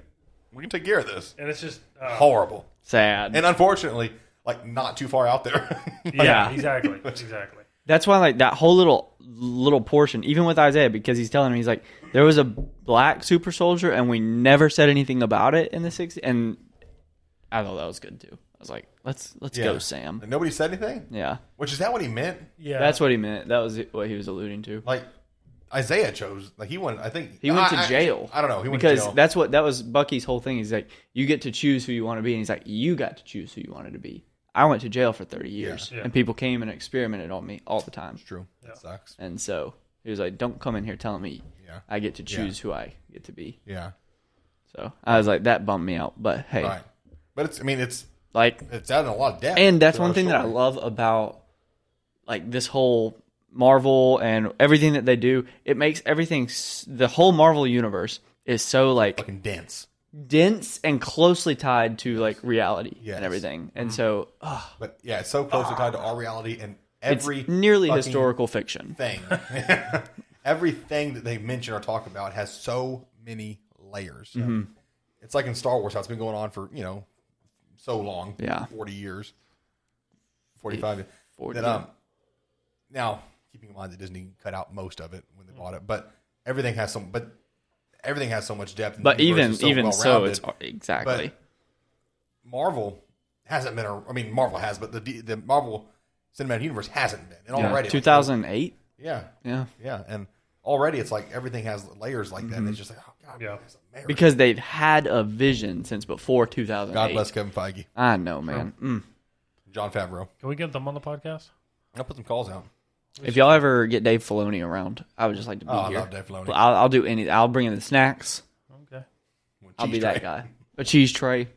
[SPEAKER 1] we can take care of this.
[SPEAKER 3] and it's just uh,
[SPEAKER 1] Horrible.
[SPEAKER 2] Sad.
[SPEAKER 1] And unfortunately, like not too far out there.
[SPEAKER 3] yeah,
[SPEAKER 2] Yeah.
[SPEAKER 3] exactly, exactly.
[SPEAKER 2] That's why, like that whole little little portion, even with Isaiah, because he's telling him he's like, there was a black super soldier, and we never said anything about it in the '60s. And I thought that was good too. I was like, let's let's
[SPEAKER 1] Yeah.
[SPEAKER 2] go, Sam.
[SPEAKER 1] And nobody said anything?
[SPEAKER 2] Yeah.
[SPEAKER 1] Which is that what he meant?
[SPEAKER 3] Yeah,
[SPEAKER 2] that's what he meant. That was what he was alluding to.
[SPEAKER 1] Like Isaiah chose like he went I think
[SPEAKER 2] He went
[SPEAKER 1] I-
[SPEAKER 2] to
[SPEAKER 1] I-
[SPEAKER 2] jail.
[SPEAKER 1] I, don't know. He went
[SPEAKER 2] because
[SPEAKER 1] to jail.
[SPEAKER 2] that's what that was Bucky's whole thing. He's like, you get to choose who you want to be, and he's like, you got to choose who you wanted to be. I went to jail for thirty years,
[SPEAKER 3] Yeah.
[SPEAKER 2] and people came and experimented on me all the time,
[SPEAKER 1] true. That sucks.
[SPEAKER 2] and so he was like, don't come in here telling me
[SPEAKER 1] Yeah.
[SPEAKER 2] I get to choose who I get to be.
[SPEAKER 1] Yeah.
[SPEAKER 2] So I was like, that bummed me out, but hey,
[SPEAKER 1] Right. But it's I mean it's
[SPEAKER 2] like,
[SPEAKER 1] it's out in a lot of depth.
[SPEAKER 2] and that's
[SPEAKER 1] to
[SPEAKER 2] one
[SPEAKER 1] our
[SPEAKER 2] thing that I
[SPEAKER 1] story.
[SPEAKER 2] love about like this whole Marvel and everything that they do. It makes everything s- the whole Marvel universe is so like
[SPEAKER 1] Fucking dense.
[SPEAKER 2] dense and closely tied to like reality
[SPEAKER 1] Yes. Mm-hmm.
[SPEAKER 2] and everything. And so ugh,
[SPEAKER 1] But yeah, it's so closely tied to our reality and
[SPEAKER 2] it's
[SPEAKER 1] every
[SPEAKER 2] nearly
[SPEAKER 1] fucking
[SPEAKER 2] historical fiction.
[SPEAKER 1] thing. Everything that they mention or talk about has so many layers.
[SPEAKER 2] Mm-hmm.
[SPEAKER 1] It's like in Star Wars, how it's been going on for you know so long,
[SPEAKER 2] Yeah.
[SPEAKER 1] forty years, forty-five. years.
[SPEAKER 2] 40,
[SPEAKER 1] that, um, now, keeping in mind that Disney cut out most of it when they bought it, but everything has some, but everything has so much depth. and
[SPEAKER 2] But
[SPEAKER 1] the universe
[SPEAKER 2] even
[SPEAKER 1] is so
[SPEAKER 2] even so,
[SPEAKER 1] well-rounded.
[SPEAKER 2] it's exactly
[SPEAKER 1] Marvel hasn't been. A, I mean, Marvel has, but the D- the Marvel cinematic universe hasn't been. And already,
[SPEAKER 2] two
[SPEAKER 1] like,
[SPEAKER 2] thousand eight.
[SPEAKER 1] yeah,
[SPEAKER 2] Yeah,
[SPEAKER 1] yeah, and already it's like everything has layers like that. And it's just like, oh God,
[SPEAKER 3] Yeah.
[SPEAKER 1] that's America.
[SPEAKER 2] because they've had a vision since before two thousand
[SPEAKER 1] God
[SPEAKER 2] eight.
[SPEAKER 1] bless Kevin Feige,
[SPEAKER 2] I know, man. Mm.
[SPEAKER 1] John Favreau.
[SPEAKER 3] Can we get them on the podcast?
[SPEAKER 1] I'll put some calls out.
[SPEAKER 2] If y'all ever get Dave Filoni around, I would just like to be
[SPEAKER 1] Oh, I
[SPEAKER 2] here.
[SPEAKER 1] love Dave Filoni.
[SPEAKER 2] I'll, I'll do any. I'll bring in the snacks.
[SPEAKER 3] Okay.
[SPEAKER 2] I'll be
[SPEAKER 1] Cheese
[SPEAKER 2] that
[SPEAKER 1] tray.
[SPEAKER 2] guy. A cheese tray.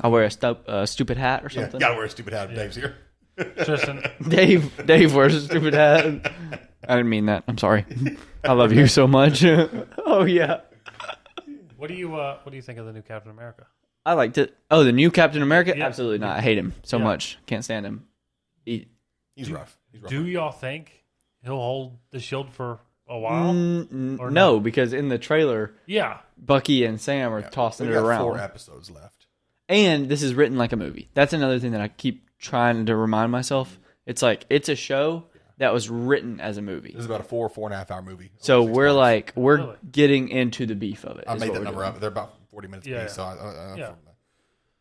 [SPEAKER 2] I'll wear a stu- uh, stupid hat or
[SPEAKER 1] Yeah,
[SPEAKER 2] something.
[SPEAKER 1] gotta wear a stupid hat if Dave's here.
[SPEAKER 3] Tristan,
[SPEAKER 2] Dave, Dave wears a stupid hat. I didn't mean that. I'm sorry. I love you so much. oh yeah,
[SPEAKER 3] what do you uh, what do you think of the new Captain America?
[SPEAKER 2] I liked it. Oh, the new Captain America?
[SPEAKER 3] Yeah.
[SPEAKER 2] Absolutely not. I hate him so
[SPEAKER 3] Yeah.
[SPEAKER 2] much. Can't stand him. He-
[SPEAKER 1] He's rough. He's rough.
[SPEAKER 3] Do y'all think he'll hold the shield for a while?
[SPEAKER 2] Mm, mm,
[SPEAKER 3] Or
[SPEAKER 2] no, because in the trailer,
[SPEAKER 3] Yeah,
[SPEAKER 2] Bucky and Sam are tossing
[SPEAKER 1] We
[SPEAKER 2] it
[SPEAKER 1] got four
[SPEAKER 2] around,
[SPEAKER 1] episodes left.
[SPEAKER 2] and this is written like a movie. That's another thing that I keep trying to remind myself. It's like it's a show that was written as a movie.
[SPEAKER 1] This is about a four, four and a half hour movie.
[SPEAKER 2] So
[SPEAKER 1] Over six
[SPEAKER 2] we're
[SPEAKER 1] hours.
[SPEAKER 2] like we're
[SPEAKER 3] Really?
[SPEAKER 2] getting into the beef of it.
[SPEAKER 1] I
[SPEAKER 2] is
[SPEAKER 1] made
[SPEAKER 2] what
[SPEAKER 1] that
[SPEAKER 2] we're
[SPEAKER 1] number
[SPEAKER 2] doing.
[SPEAKER 1] up. They're about forty minutes
[SPEAKER 3] Yeah,
[SPEAKER 1] apiece. So I, I, I,
[SPEAKER 3] Yeah.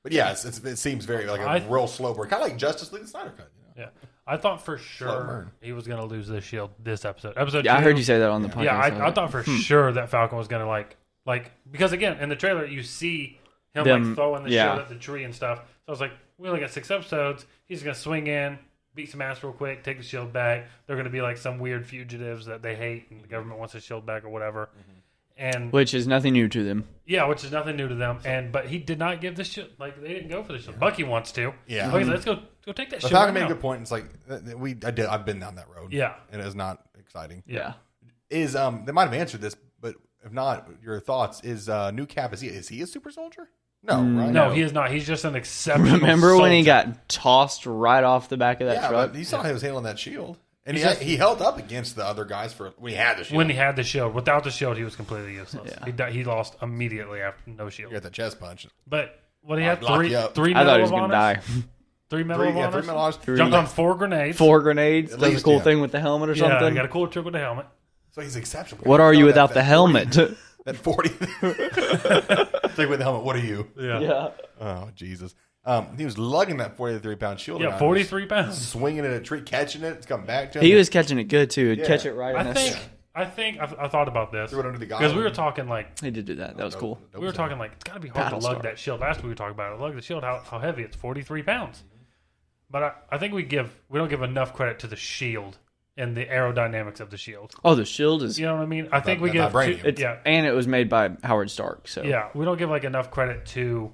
[SPEAKER 1] But yeah, it's, it's, it seems very like a
[SPEAKER 3] I-
[SPEAKER 1] real slow burn, kind of like Justice League and Snyder Cut. You know?
[SPEAKER 3] yeah. I thought for
[SPEAKER 1] burn.
[SPEAKER 3] sure he was gonna lose this shield this episode. Episode.
[SPEAKER 2] Yeah, I
[SPEAKER 3] two,
[SPEAKER 2] heard you say that on the podcast.
[SPEAKER 3] Yeah,
[SPEAKER 2] was
[SPEAKER 3] I, I
[SPEAKER 2] like,
[SPEAKER 3] thought for sure that Falcon was gonna like like because again in the trailer you see him
[SPEAKER 2] Them-
[SPEAKER 3] like throwing the
[SPEAKER 2] yeah.
[SPEAKER 3] shield at the tree and stuff. So I was like, we only got six episodes. He's gonna swing in, beat some ass real quick, take the shield back. They're gonna be like some weird fugitives that they hate and the government wants the shield back or whatever.
[SPEAKER 2] Mm-hmm.
[SPEAKER 3] And
[SPEAKER 2] which is nothing new to them.
[SPEAKER 3] yeah, which is nothing new to them. And but he did not give the shield. Like they didn't go for the shield. Bucky wants to.
[SPEAKER 1] Yeah.
[SPEAKER 3] Bucky's like, let's go go take that
[SPEAKER 1] But
[SPEAKER 3] shield.
[SPEAKER 1] Falcon
[SPEAKER 3] Right
[SPEAKER 1] made a
[SPEAKER 3] now.
[SPEAKER 1] good point. It's like uh, that we I did. I've been down that road.
[SPEAKER 3] Yeah.
[SPEAKER 1] and it's not exciting.
[SPEAKER 2] Yeah.
[SPEAKER 1] Is um they might have answered this, but if not, your thoughts is uh new Cap is he is he a super soldier? No, right?
[SPEAKER 3] Mm, No, he is not. He's just an exceptional.
[SPEAKER 2] Remember when he
[SPEAKER 3] soldier.
[SPEAKER 2] got tossed right off the back of that
[SPEAKER 1] Yeah,
[SPEAKER 2] truck?
[SPEAKER 1] but you saw he was handling that shield, and he, he held up against the other guys for when he had the shield.
[SPEAKER 3] when he had the shield? Without the shield, he was completely useless.
[SPEAKER 2] Yeah.
[SPEAKER 3] He di- he lost immediately after no shield.
[SPEAKER 1] he got the chest punch.
[SPEAKER 3] But what he
[SPEAKER 1] I'd
[SPEAKER 3] had
[SPEAKER 1] lock
[SPEAKER 3] three
[SPEAKER 1] you up.
[SPEAKER 2] I
[SPEAKER 3] three medal
[SPEAKER 2] thought he was
[SPEAKER 3] of
[SPEAKER 2] gonna
[SPEAKER 3] honors,
[SPEAKER 2] die.
[SPEAKER 3] three medal
[SPEAKER 1] Three,
[SPEAKER 3] of
[SPEAKER 1] yeah,
[SPEAKER 3] honors,
[SPEAKER 1] three medal honors.
[SPEAKER 3] jumped on four grenades.
[SPEAKER 2] Four grenades.
[SPEAKER 1] At
[SPEAKER 2] That was a
[SPEAKER 1] least,
[SPEAKER 2] cool
[SPEAKER 1] yeah.
[SPEAKER 2] thing with the helmet or
[SPEAKER 3] yeah,
[SPEAKER 2] something.
[SPEAKER 3] he got a cool trick with the helmet.
[SPEAKER 1] So he's exceptional.
[SPEAKER 2] what are
[SPEAKER 1] No,
[SPEAKER 2] you
[SPEAKER 1] that-
[SPEAKER 2] without the
[SPEAKER 1] that 40
[SPEAKER 2] helmet?
[SPEAKER 1] That forty. Take with the helmet. What are you?
[SPEAKER 3] Yeah, yeah,
[SPEAKER 2] yeah.
[SPEAKER 1] Oh Jesus! Um, he was lugging that forty-three pound shield. around,
[SPEAKER 3] forty three pounds.
[SPEAKER 1] swinging it at a tree, catching it. It's coming back to him.
[SPEAKER 2] He was catching it good too. He'd catch it right in
[SPEAKER 3] I
[SPEAKER 2] his-
[SPEAKER 3] think I think I, I thought about this
[SPEAKER 1] Threw it under the
[SPEAKER 3] because we
[SPEAKER 1] gauze.
[SPEAKER 3] were talking like
[SPEAKER 2] He did do that. That was cool.
[SPEAKER 1] That
[SPEAKER 3] we were
[SPEAKER 1] was-
[SPEAKER 3] talking like it's got to be hard to lug
[SPEAKER 2] Battlestar.
[SPEAKER 3] that shield. Last week we were talking about it. Lug the shield, how, how heavy? It's forty three pounds. But I, I think we give we don't give enough credit to the shield and the aerodynamics of the shield.
[SPEAKER 2] Oh, the shield is
[SPEAKER 3] You know what I mean? I think we
[SPEAKER 1] the
[SPEAKER 3] give
[SPEAKER 1] vibranium.
[SPEAKER 3] too-
[SPEAKER 2] it's,
[SPEAKER 3] yeah
[SPEAKER 2] and it was made by Howard Stark. So
[SPEAKER 3] yeah we don't give like enough credit to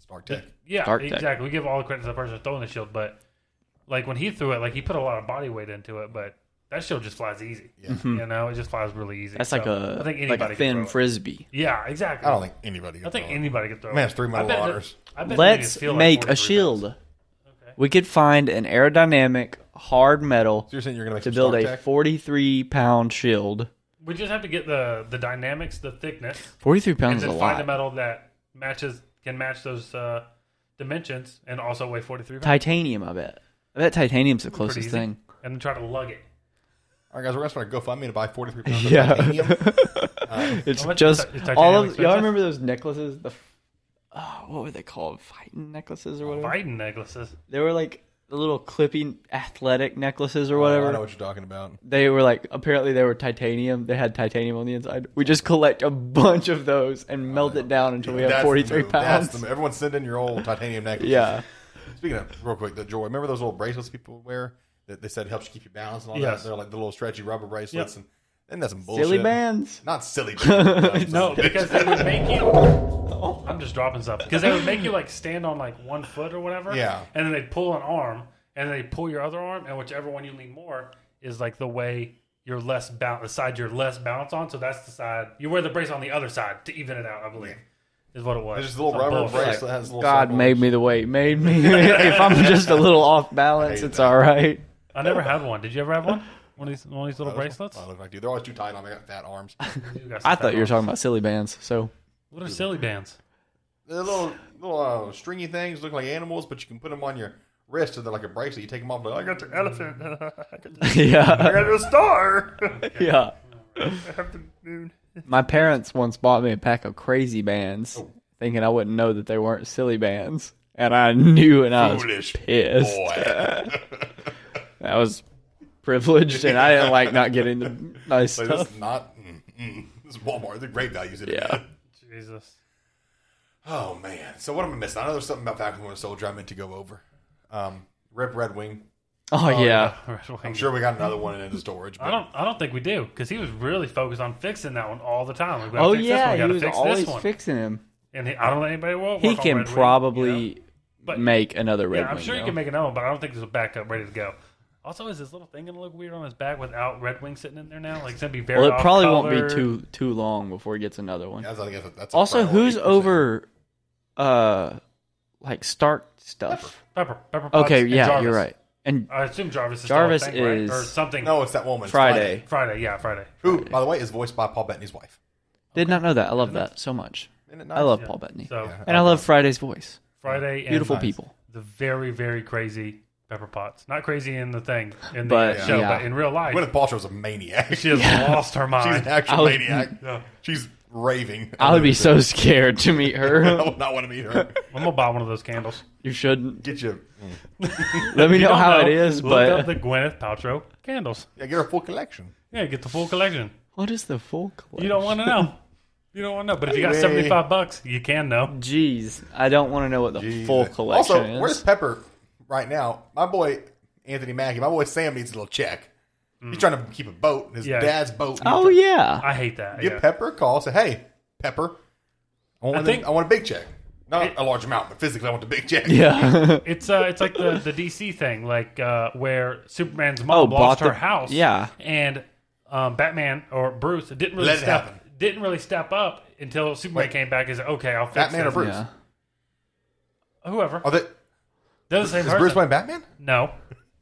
[SPEAKER 1] Stark Tech.
[SPEAKER 3] yeah
[SPEAKER 2] Dark Tech.
[SPEAKER 3] exactly we give all the credit to the person throwing the shield, but like when he threw it, like he put a lot of body weight into it, but that shield just flies easy.
[SPEAKER 1] Yeah.
[SPEAKER 3] You know, it just flies really
[SPEAKER 2] Mm-hmm.
[SPEAKER 3] easy.
[SPEAKER 2] that's
[SPEAKER 3] So,
[SPEAKER 2] like a
[SPEAKER 3] I think anybody
[SPEAKER 2] like a
[SPEAKER 3] can
[SPEAKER 2] thin
[SPEAKER 3] throw it.
[SPEAKER 2] frisbee.
[SPEAKER 3] Yeah, exactly.
[SPEAKER 1] I don't think anybody. Could
[SPEAKER 3] I think
[SPEAKER 1] throw it.
[SPEAKER 3] anybody could throw.
[SPEAKER 1] Man,
[SPEAKER 3] it.
[SPEAKER 1] it's three
[SPEAKER 3] I
[SPEAKER 1] mile
[SPEAKER 3] bet that-
[SPEAKER 1] waters.
[SPEAKER 3] I bet they
[SPEAKER 2] Let's
[SPEAKER 3] could feel like
[SPEAKER 2] make
[SPEAKER 3] 43
[SPEAKER 2] a
[SPEAKER 3] pounds.
[SPEAKER 2] shield.
[SPEAKER 3] Okay.
[SPEAKER 2] We could find an aerodynamic hard metal
[SPEAKER 1] So you're saying you're going
[SPEAKER 2] to build
[SPEAKER 1] Stark
[SPEAKER 2] a
[SPEAKER 1] Tech?
[SPEAKER 2] 43 pound shield.
[SPEAKER 3] We just have to get the the dynamics, the thickness,
[SPEAKER 2] 43
[SPEAKER 3] and
[SPEAKER 2] pounds is a
[SPEAKER 3] then find a
[SPEAKER 2] lot.
[SPEAKER 3] metal that matches can match those uh, dimensions and also weigh forty three pounds.
[SPEAKER 2] Titanium, I bet. I bet titanium's the
[SPEAKER 3] Pretty
[SPEAKER 2] closest
[SPEAKER 3] easy.
[SPEAKER 2] thing.
[SPEAKER 3] And then try to lug it.
[SPEAKER 1] All right, guys, we're going to start a GoFundMe to buy 43 pounds of
[SPEAKER 2] Yeah.
[SPEAKER 1] titanium. Uh,
[SPEAKER 2] It's
[SPEAKER 3] How much is
[SPEAKER 2] just
[SPEAKER 3] ti- is titanium
[SPEAKER 2] all of y'all
[SPEAKER 3] expensive?
[SPEAKER 2] remember those necklaces? The oh, what were they called? Fighting necklaces or whatever.
[SPEAKER 3] Fighting necklaces.
[SPEAKER 2] They were like the little clipping athletic necklaces or
[SPEAKER 1] I know
[SPEAKER 2] whatever.
[SPEAKER 1] what you're talking about.
[SPEAKER 2] They were like apparently they were titanium. They had titanium on the inside. We just collect a bunch of those and melt it down until we
[SPEAKER 1] That's
[SPEAKER 2] have
[SPEAKER 1] the
[SPEAKER 2] forty three
[SPEAKER 1] move. That's
[SPEAKER 2] pounds.
[SPEAKER 1] the move. Everyone send in your old titanium necklaces.
[SPEAKER 2] Yeah,
[SPEAKER 1] Speaking of, real quick, the joy. Remember those little bracelets people would wear that they said helps you keep you balanced and all
[SPEAKER 3] Yes.
[SPEAKER 1] that? They're like the little stretchy rubber bracelets.
[SPEAKER 3] Yep.
[SPEAKER 1] And, and that's some bullshit.
[SPEAKER 2] silly bands.
[SPEAKER 1] Not silly bands.
[SPEAKER 3] No, because they would make you.
[SPEAKER 1] Oh.
[SPEAKER 3] I'm just dropping stuff because they would make you like stand on like one foot or whatever.
[SPEAKER 1] Yeah.
[SPEAKER 3] And then they pull an arm, and then they pull your other arm, and whichever one you lean more is like the way you're less bound, the side you're less balanced on. So that's the side you wear the brace on the other side to even it out. I believe is what it was.
[SPEAKER 1] There's just a little
[SPEAKER 3] Some
[SPEAKER 1] rubber
[SPEAKER 3] bullshit.
[SPEAKER 1] bracelet that has little
[SPEAKER 2] God
[SPEAKER 1] circles.
[SPEAKER 2] made me the way He made me. if I'm just a little off balance,
[SPEAKER 1] hate
[SPEAKER 2] it's
[SPEAKER 1] that.
[SPEAKER 2] all right.
[SPEAKER 3] I never had one. Did you ever have one? One of these, one of these little bracelets.
[SPEAKER 1] I look like dude. They're always too tight on. me. I got fat arms.
[SPEAKER 3] You got some
[SPEAKER 2] I thought you were
[SPEAKER 3] arms.
[SPEAKER 2] talking about silly bands. So
[SPEAKER 3] What are silly bands?
[SPEAKER 1] They're little little uh, stringy things look like animals, but you can put them on your wrist, so they're like a bracelet. You take them off. Like, I got the elephant. I got
[SPEAKER 2] yeah,
[SPEAKER 1] the star.
[SPEAKER 2] yeah.
[SPEAKER 1] I have the moon.
[SPEAKER 2] My parents once bought me a pack of crazy bands,
[SPEAKER 1] Oh.
[SPEAKER 2] thinking I wouldn't know that they weren't silly bands, and I knew, and I was
[SPEAKER 1] Foolish
[SPEAKER 2] pissed.
[SPEAKER 1] boy.
[SPEAKER 2] I was privileged, and I didn't like not getting the nice
[SPEAKER 1] Like,
[SPEAKER 2] stuff.
[SPEAKER 1] this is not. Mm, mm, this is Walmart. They're great values. in it.
[SPEAKER 2] Yeah.
[SPEAKER 3] Jesus.
[SPEAKER 1] Oh man. So what am I missing? I know there's something about Falcon Winter Soldier I meant to go over. Um, Rip Red Wing.
[SPEAKER 2] Oh, yeah,
[SPEAKER 1] I'm sure we got another one in the storage. But
[SPEAKER 3] I don't. I don't think we do because he was really focused on fixing that one all the time. Like, we gotta
[SPEAKER 2] oh
[SPEAKER 3] fix this one,
[SPEAKER 2] yeah.
[SPEAKER 3] we
[SPEAKER 2] He
[SPEAKER 3] gotta
[SPEAKER 2] was
[SPEAKER 3] fix
[SPEAKER 2] always
[SPEAKER 3] this one.
[SPEAKER 2] fixing him.
[SPEAKER 3] and he, I don't know anybody will.
[SPEAKER 2] He can probably
[SPEAKER 3] But-
[SPEAKER 2] make another red
[SPEAKER 3] Yeah, I'm
[SPEAKER 2] wing.
[SPEAKER 3] sure he
[SPEAKER 2] though.
[SPEAKER 3] can make another one, but I don't think this will back up ready to go. Also, is this little thing gonna look weird on his back without Red Wing sitting in there now? Like it's gonna be very.
[SPEAKER 2] well, it probably won't
[SPEAKER 3] off-colored.
[SPEAKER 2] be too too long before he gets another one.
[SPEAKER 1] That's, I guess that's a
[SPEAKER 2] also,
[SPEAKER 1] priority
[SPEAKER 2] who's
[SPEAKER 1] for
[SPEAKER 2] over, uh, like Stark stuff?
[SPEAKER 3] Pepper, Pepper. Potts
[SPEAKER 2] Okay,
[SPEAKER 3] and
[SPEAKER 2] yeah,
[SPEAKER 3] Jarvis.
[SPEAKER 2] you're right. And
[SPEAKER 3] I assume Jarvis is
[SPEAKER 2] Jarvis
[SPEAKER 3] still a thing, right?
[SPEAKER 2] is-
[SPEAKER 3] or something.
[SPEAKER 1] saying. No, it's that woman. It's
[SPEAKER 2] Friday.
[SPEAKER 3] Friday. Yeah, Friday.
[SPEAKER 1] Who, by the way, is voiced by Paul Bettany's wife.
[SPEAKER 2] Did not know that. I love that so much.
[SPEAKER 1] Isn't it
[SPEAKER 2] I love
[SPEAKER 3] Yeah.
[SPEAKER 2] Paul Bettany.
[SPEAKER 3] So
[SPEAKER 1] Yeah.
[SPEAKER 2] and I love Friday's voice.
[SPEAKER 3] Friday. And
[SPEAKER 2] Beautiful
[SPEAKER 1] nice.
[SPEAKER 2] people.
[SPEAKER 3] The very very crazy Pepper Potts. Not crazy in the thing in the
[SPEAKER 2] But,
[SPEAKER 3] show,
[SPEAKER 2] yeah.
[SPEAKER 3] but in real life,
[SPEAKER 1] Gwyneth Paltrow's a maniac.
[SPEAKER 3] she has lost her
[SPEAKER 1] She's
[SPEAKER 3] mind.
[SPEAKER 1] an actual
[SPEAKER 2] I would-
[SPEAKER 1] maniac.
[SPEAKER 3] Yeah.
[SPEAKER 1] She's raving.
[SPEAKER 2] I would be so scared to meet
[SPEAKER 1] I
[SPEAKER 2] her.
[SPEAKER 1] would not want to meet her.
[SPEAKER 3] I'm gonna buy one of those candles.
[SPEAKER 2] You shouldn't.
[SPEAKER 1] Get you.
[SPEAKER 2] Let me know
[SPEAKER 3] don't
[SPEAKER 2] how it is,
[SPEAKER 3] look
[SPEAKER 2] but
[SPEAKER 3] up the Gwyneth Paltrow candles.
[SPEAKER 1] Yeah, get her full collection.
[SPEAKER 3] Yeah, get the full collection.
[SPEAKER 2] what is the full collection?
[SPEAKER 3] You don't want to know. You don't want to know. But if you got
[SPEAKER 1] Anyway.
[SPEAKER 3] seventy five bucks, you can know.
[SPEAKER 2] Jeez, I don't want to know what the full
[SPEAKER 1] Jesus.
[SPEAKER 2] collection
[SPEAKER 1] Also,
[SPEAKER 2] is.
[SPEAKER 1] where's Pepper right now? My boy Anthony Mackie, my boy Sam needs a little check. He's trying to keep a boat, his
[SPEAKER 3] Yeah.
[SPEAKER 1] dad's boat.
[SPEAKER 2] oh yeah,
[SPEAKER 3] I hate that.
[SPEAKER 1] Give
[SPEAKER 3] yeah.
[SPEAKER 1] Pepper a call. Say, hey, Pepper, I want,
[SPEAKER 3] I
[SPEAKER 1] the-
[SPEAKER 3] think-
[SPEAKER 1] I want a big check. Not a large amount, but physically I want the big check.
[SPEAKER 2] yeah.
[SPEAKER 3] It's uh, it's like the, the DC thing, like uh, where Superman's
[SPEAKER 2] Oh,
[SPEAKER 3] mom
[SPEAKER 2] bought
[SPEAKER 3] lost her
[SPEAKER 2] the-
[SPEAKER 3] house.
[SPEAKER 2] yeah.
[SPEAKER 3] and um, Batman or Bruce didn't really
[SPEAKER 1] Let it
[SPEAKER 3] step
[SPEAKER 1] happen.
[SPEAKER 3] didn't really step up until Superman
[SPEAKER 1] Wait.
[SPEAKER 3] came back. and said, okay, I'll fix
[SPEAKER 1] Batman or
[SPEAKER 3] this.
[SPEAKER 1] Bruce?
[SPEAKER 2] yeah.
[SPEAKER 3] Whoever
[SPEAKER 1] Are they, is
[SPEAKER 3] they're the same person.
[SPEAKER 1] Bruce Wayne Batman?
[SPEAKER 3] No,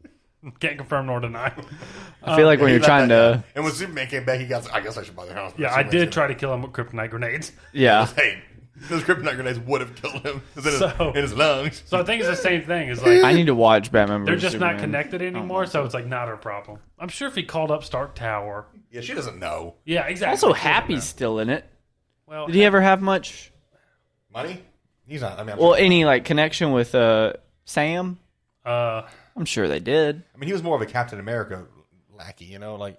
[SPEAKER 3] can't confirm nor deny. Oh,
[SPEAKER 2] I feel like when
[SPEAKER 1] He
[SPEAKER 2] you're
[SPEAKER 1] let
[SPEAKER 2] trying
[SPEAKER 1] that
[SPEAKER 2] to,
[SPEAKER 1] go. And when Superman came back, he got. I guess I should buy the house. but
[SPEAKER 3] Yeah, I
[SPEAKER 1] Superman's
[SPEAKER 3] did
[SPEAKER 1] gonna-
[SPEAKER 3] try to kill him with kryptonite grenades.
[SPEAKER 2] yeah,
[SPEAKER 1] Hey, those kryptonite grenades would have killed him. It's in,
[SPEAKER 3] So-
[SPEAKER 1] his, in his lungs.
[SPEAKER 3] So I think it's the same thing. It's like
[SPEAKER 2] I need to watch Batman.
[SPEAKER 3] they're just not connected
[SPEAKER 2] Oh,
[SPEAKER 3] anymore, so it's like not her problem. I'm sure if he called up Stark Tower.
[SPEAKER 1] Yeah, she doesn't know
[SPEAKER 3] Yeah, exactly.
[SPEAKER 2] Also,
[SPEAKER 3] She doesn't know.
[SPEAKER 2] Happy's still in it.
[SPEAKER 3] Well,
[SPEAKER 2] Did he ever have much?
[SPEAKER 1] money. He's not. I mean, I'm
[SPEAKER 2] Well,
[SPEAKER 1] sure-
[SPEAKER 2] any like connection with uh Sam?
[SPEAKER 3] uh,
[SPEAKER 2] I'm sure they did.
[SPEAKER 1] I mean, he was more of a Captain America lackey. You know, like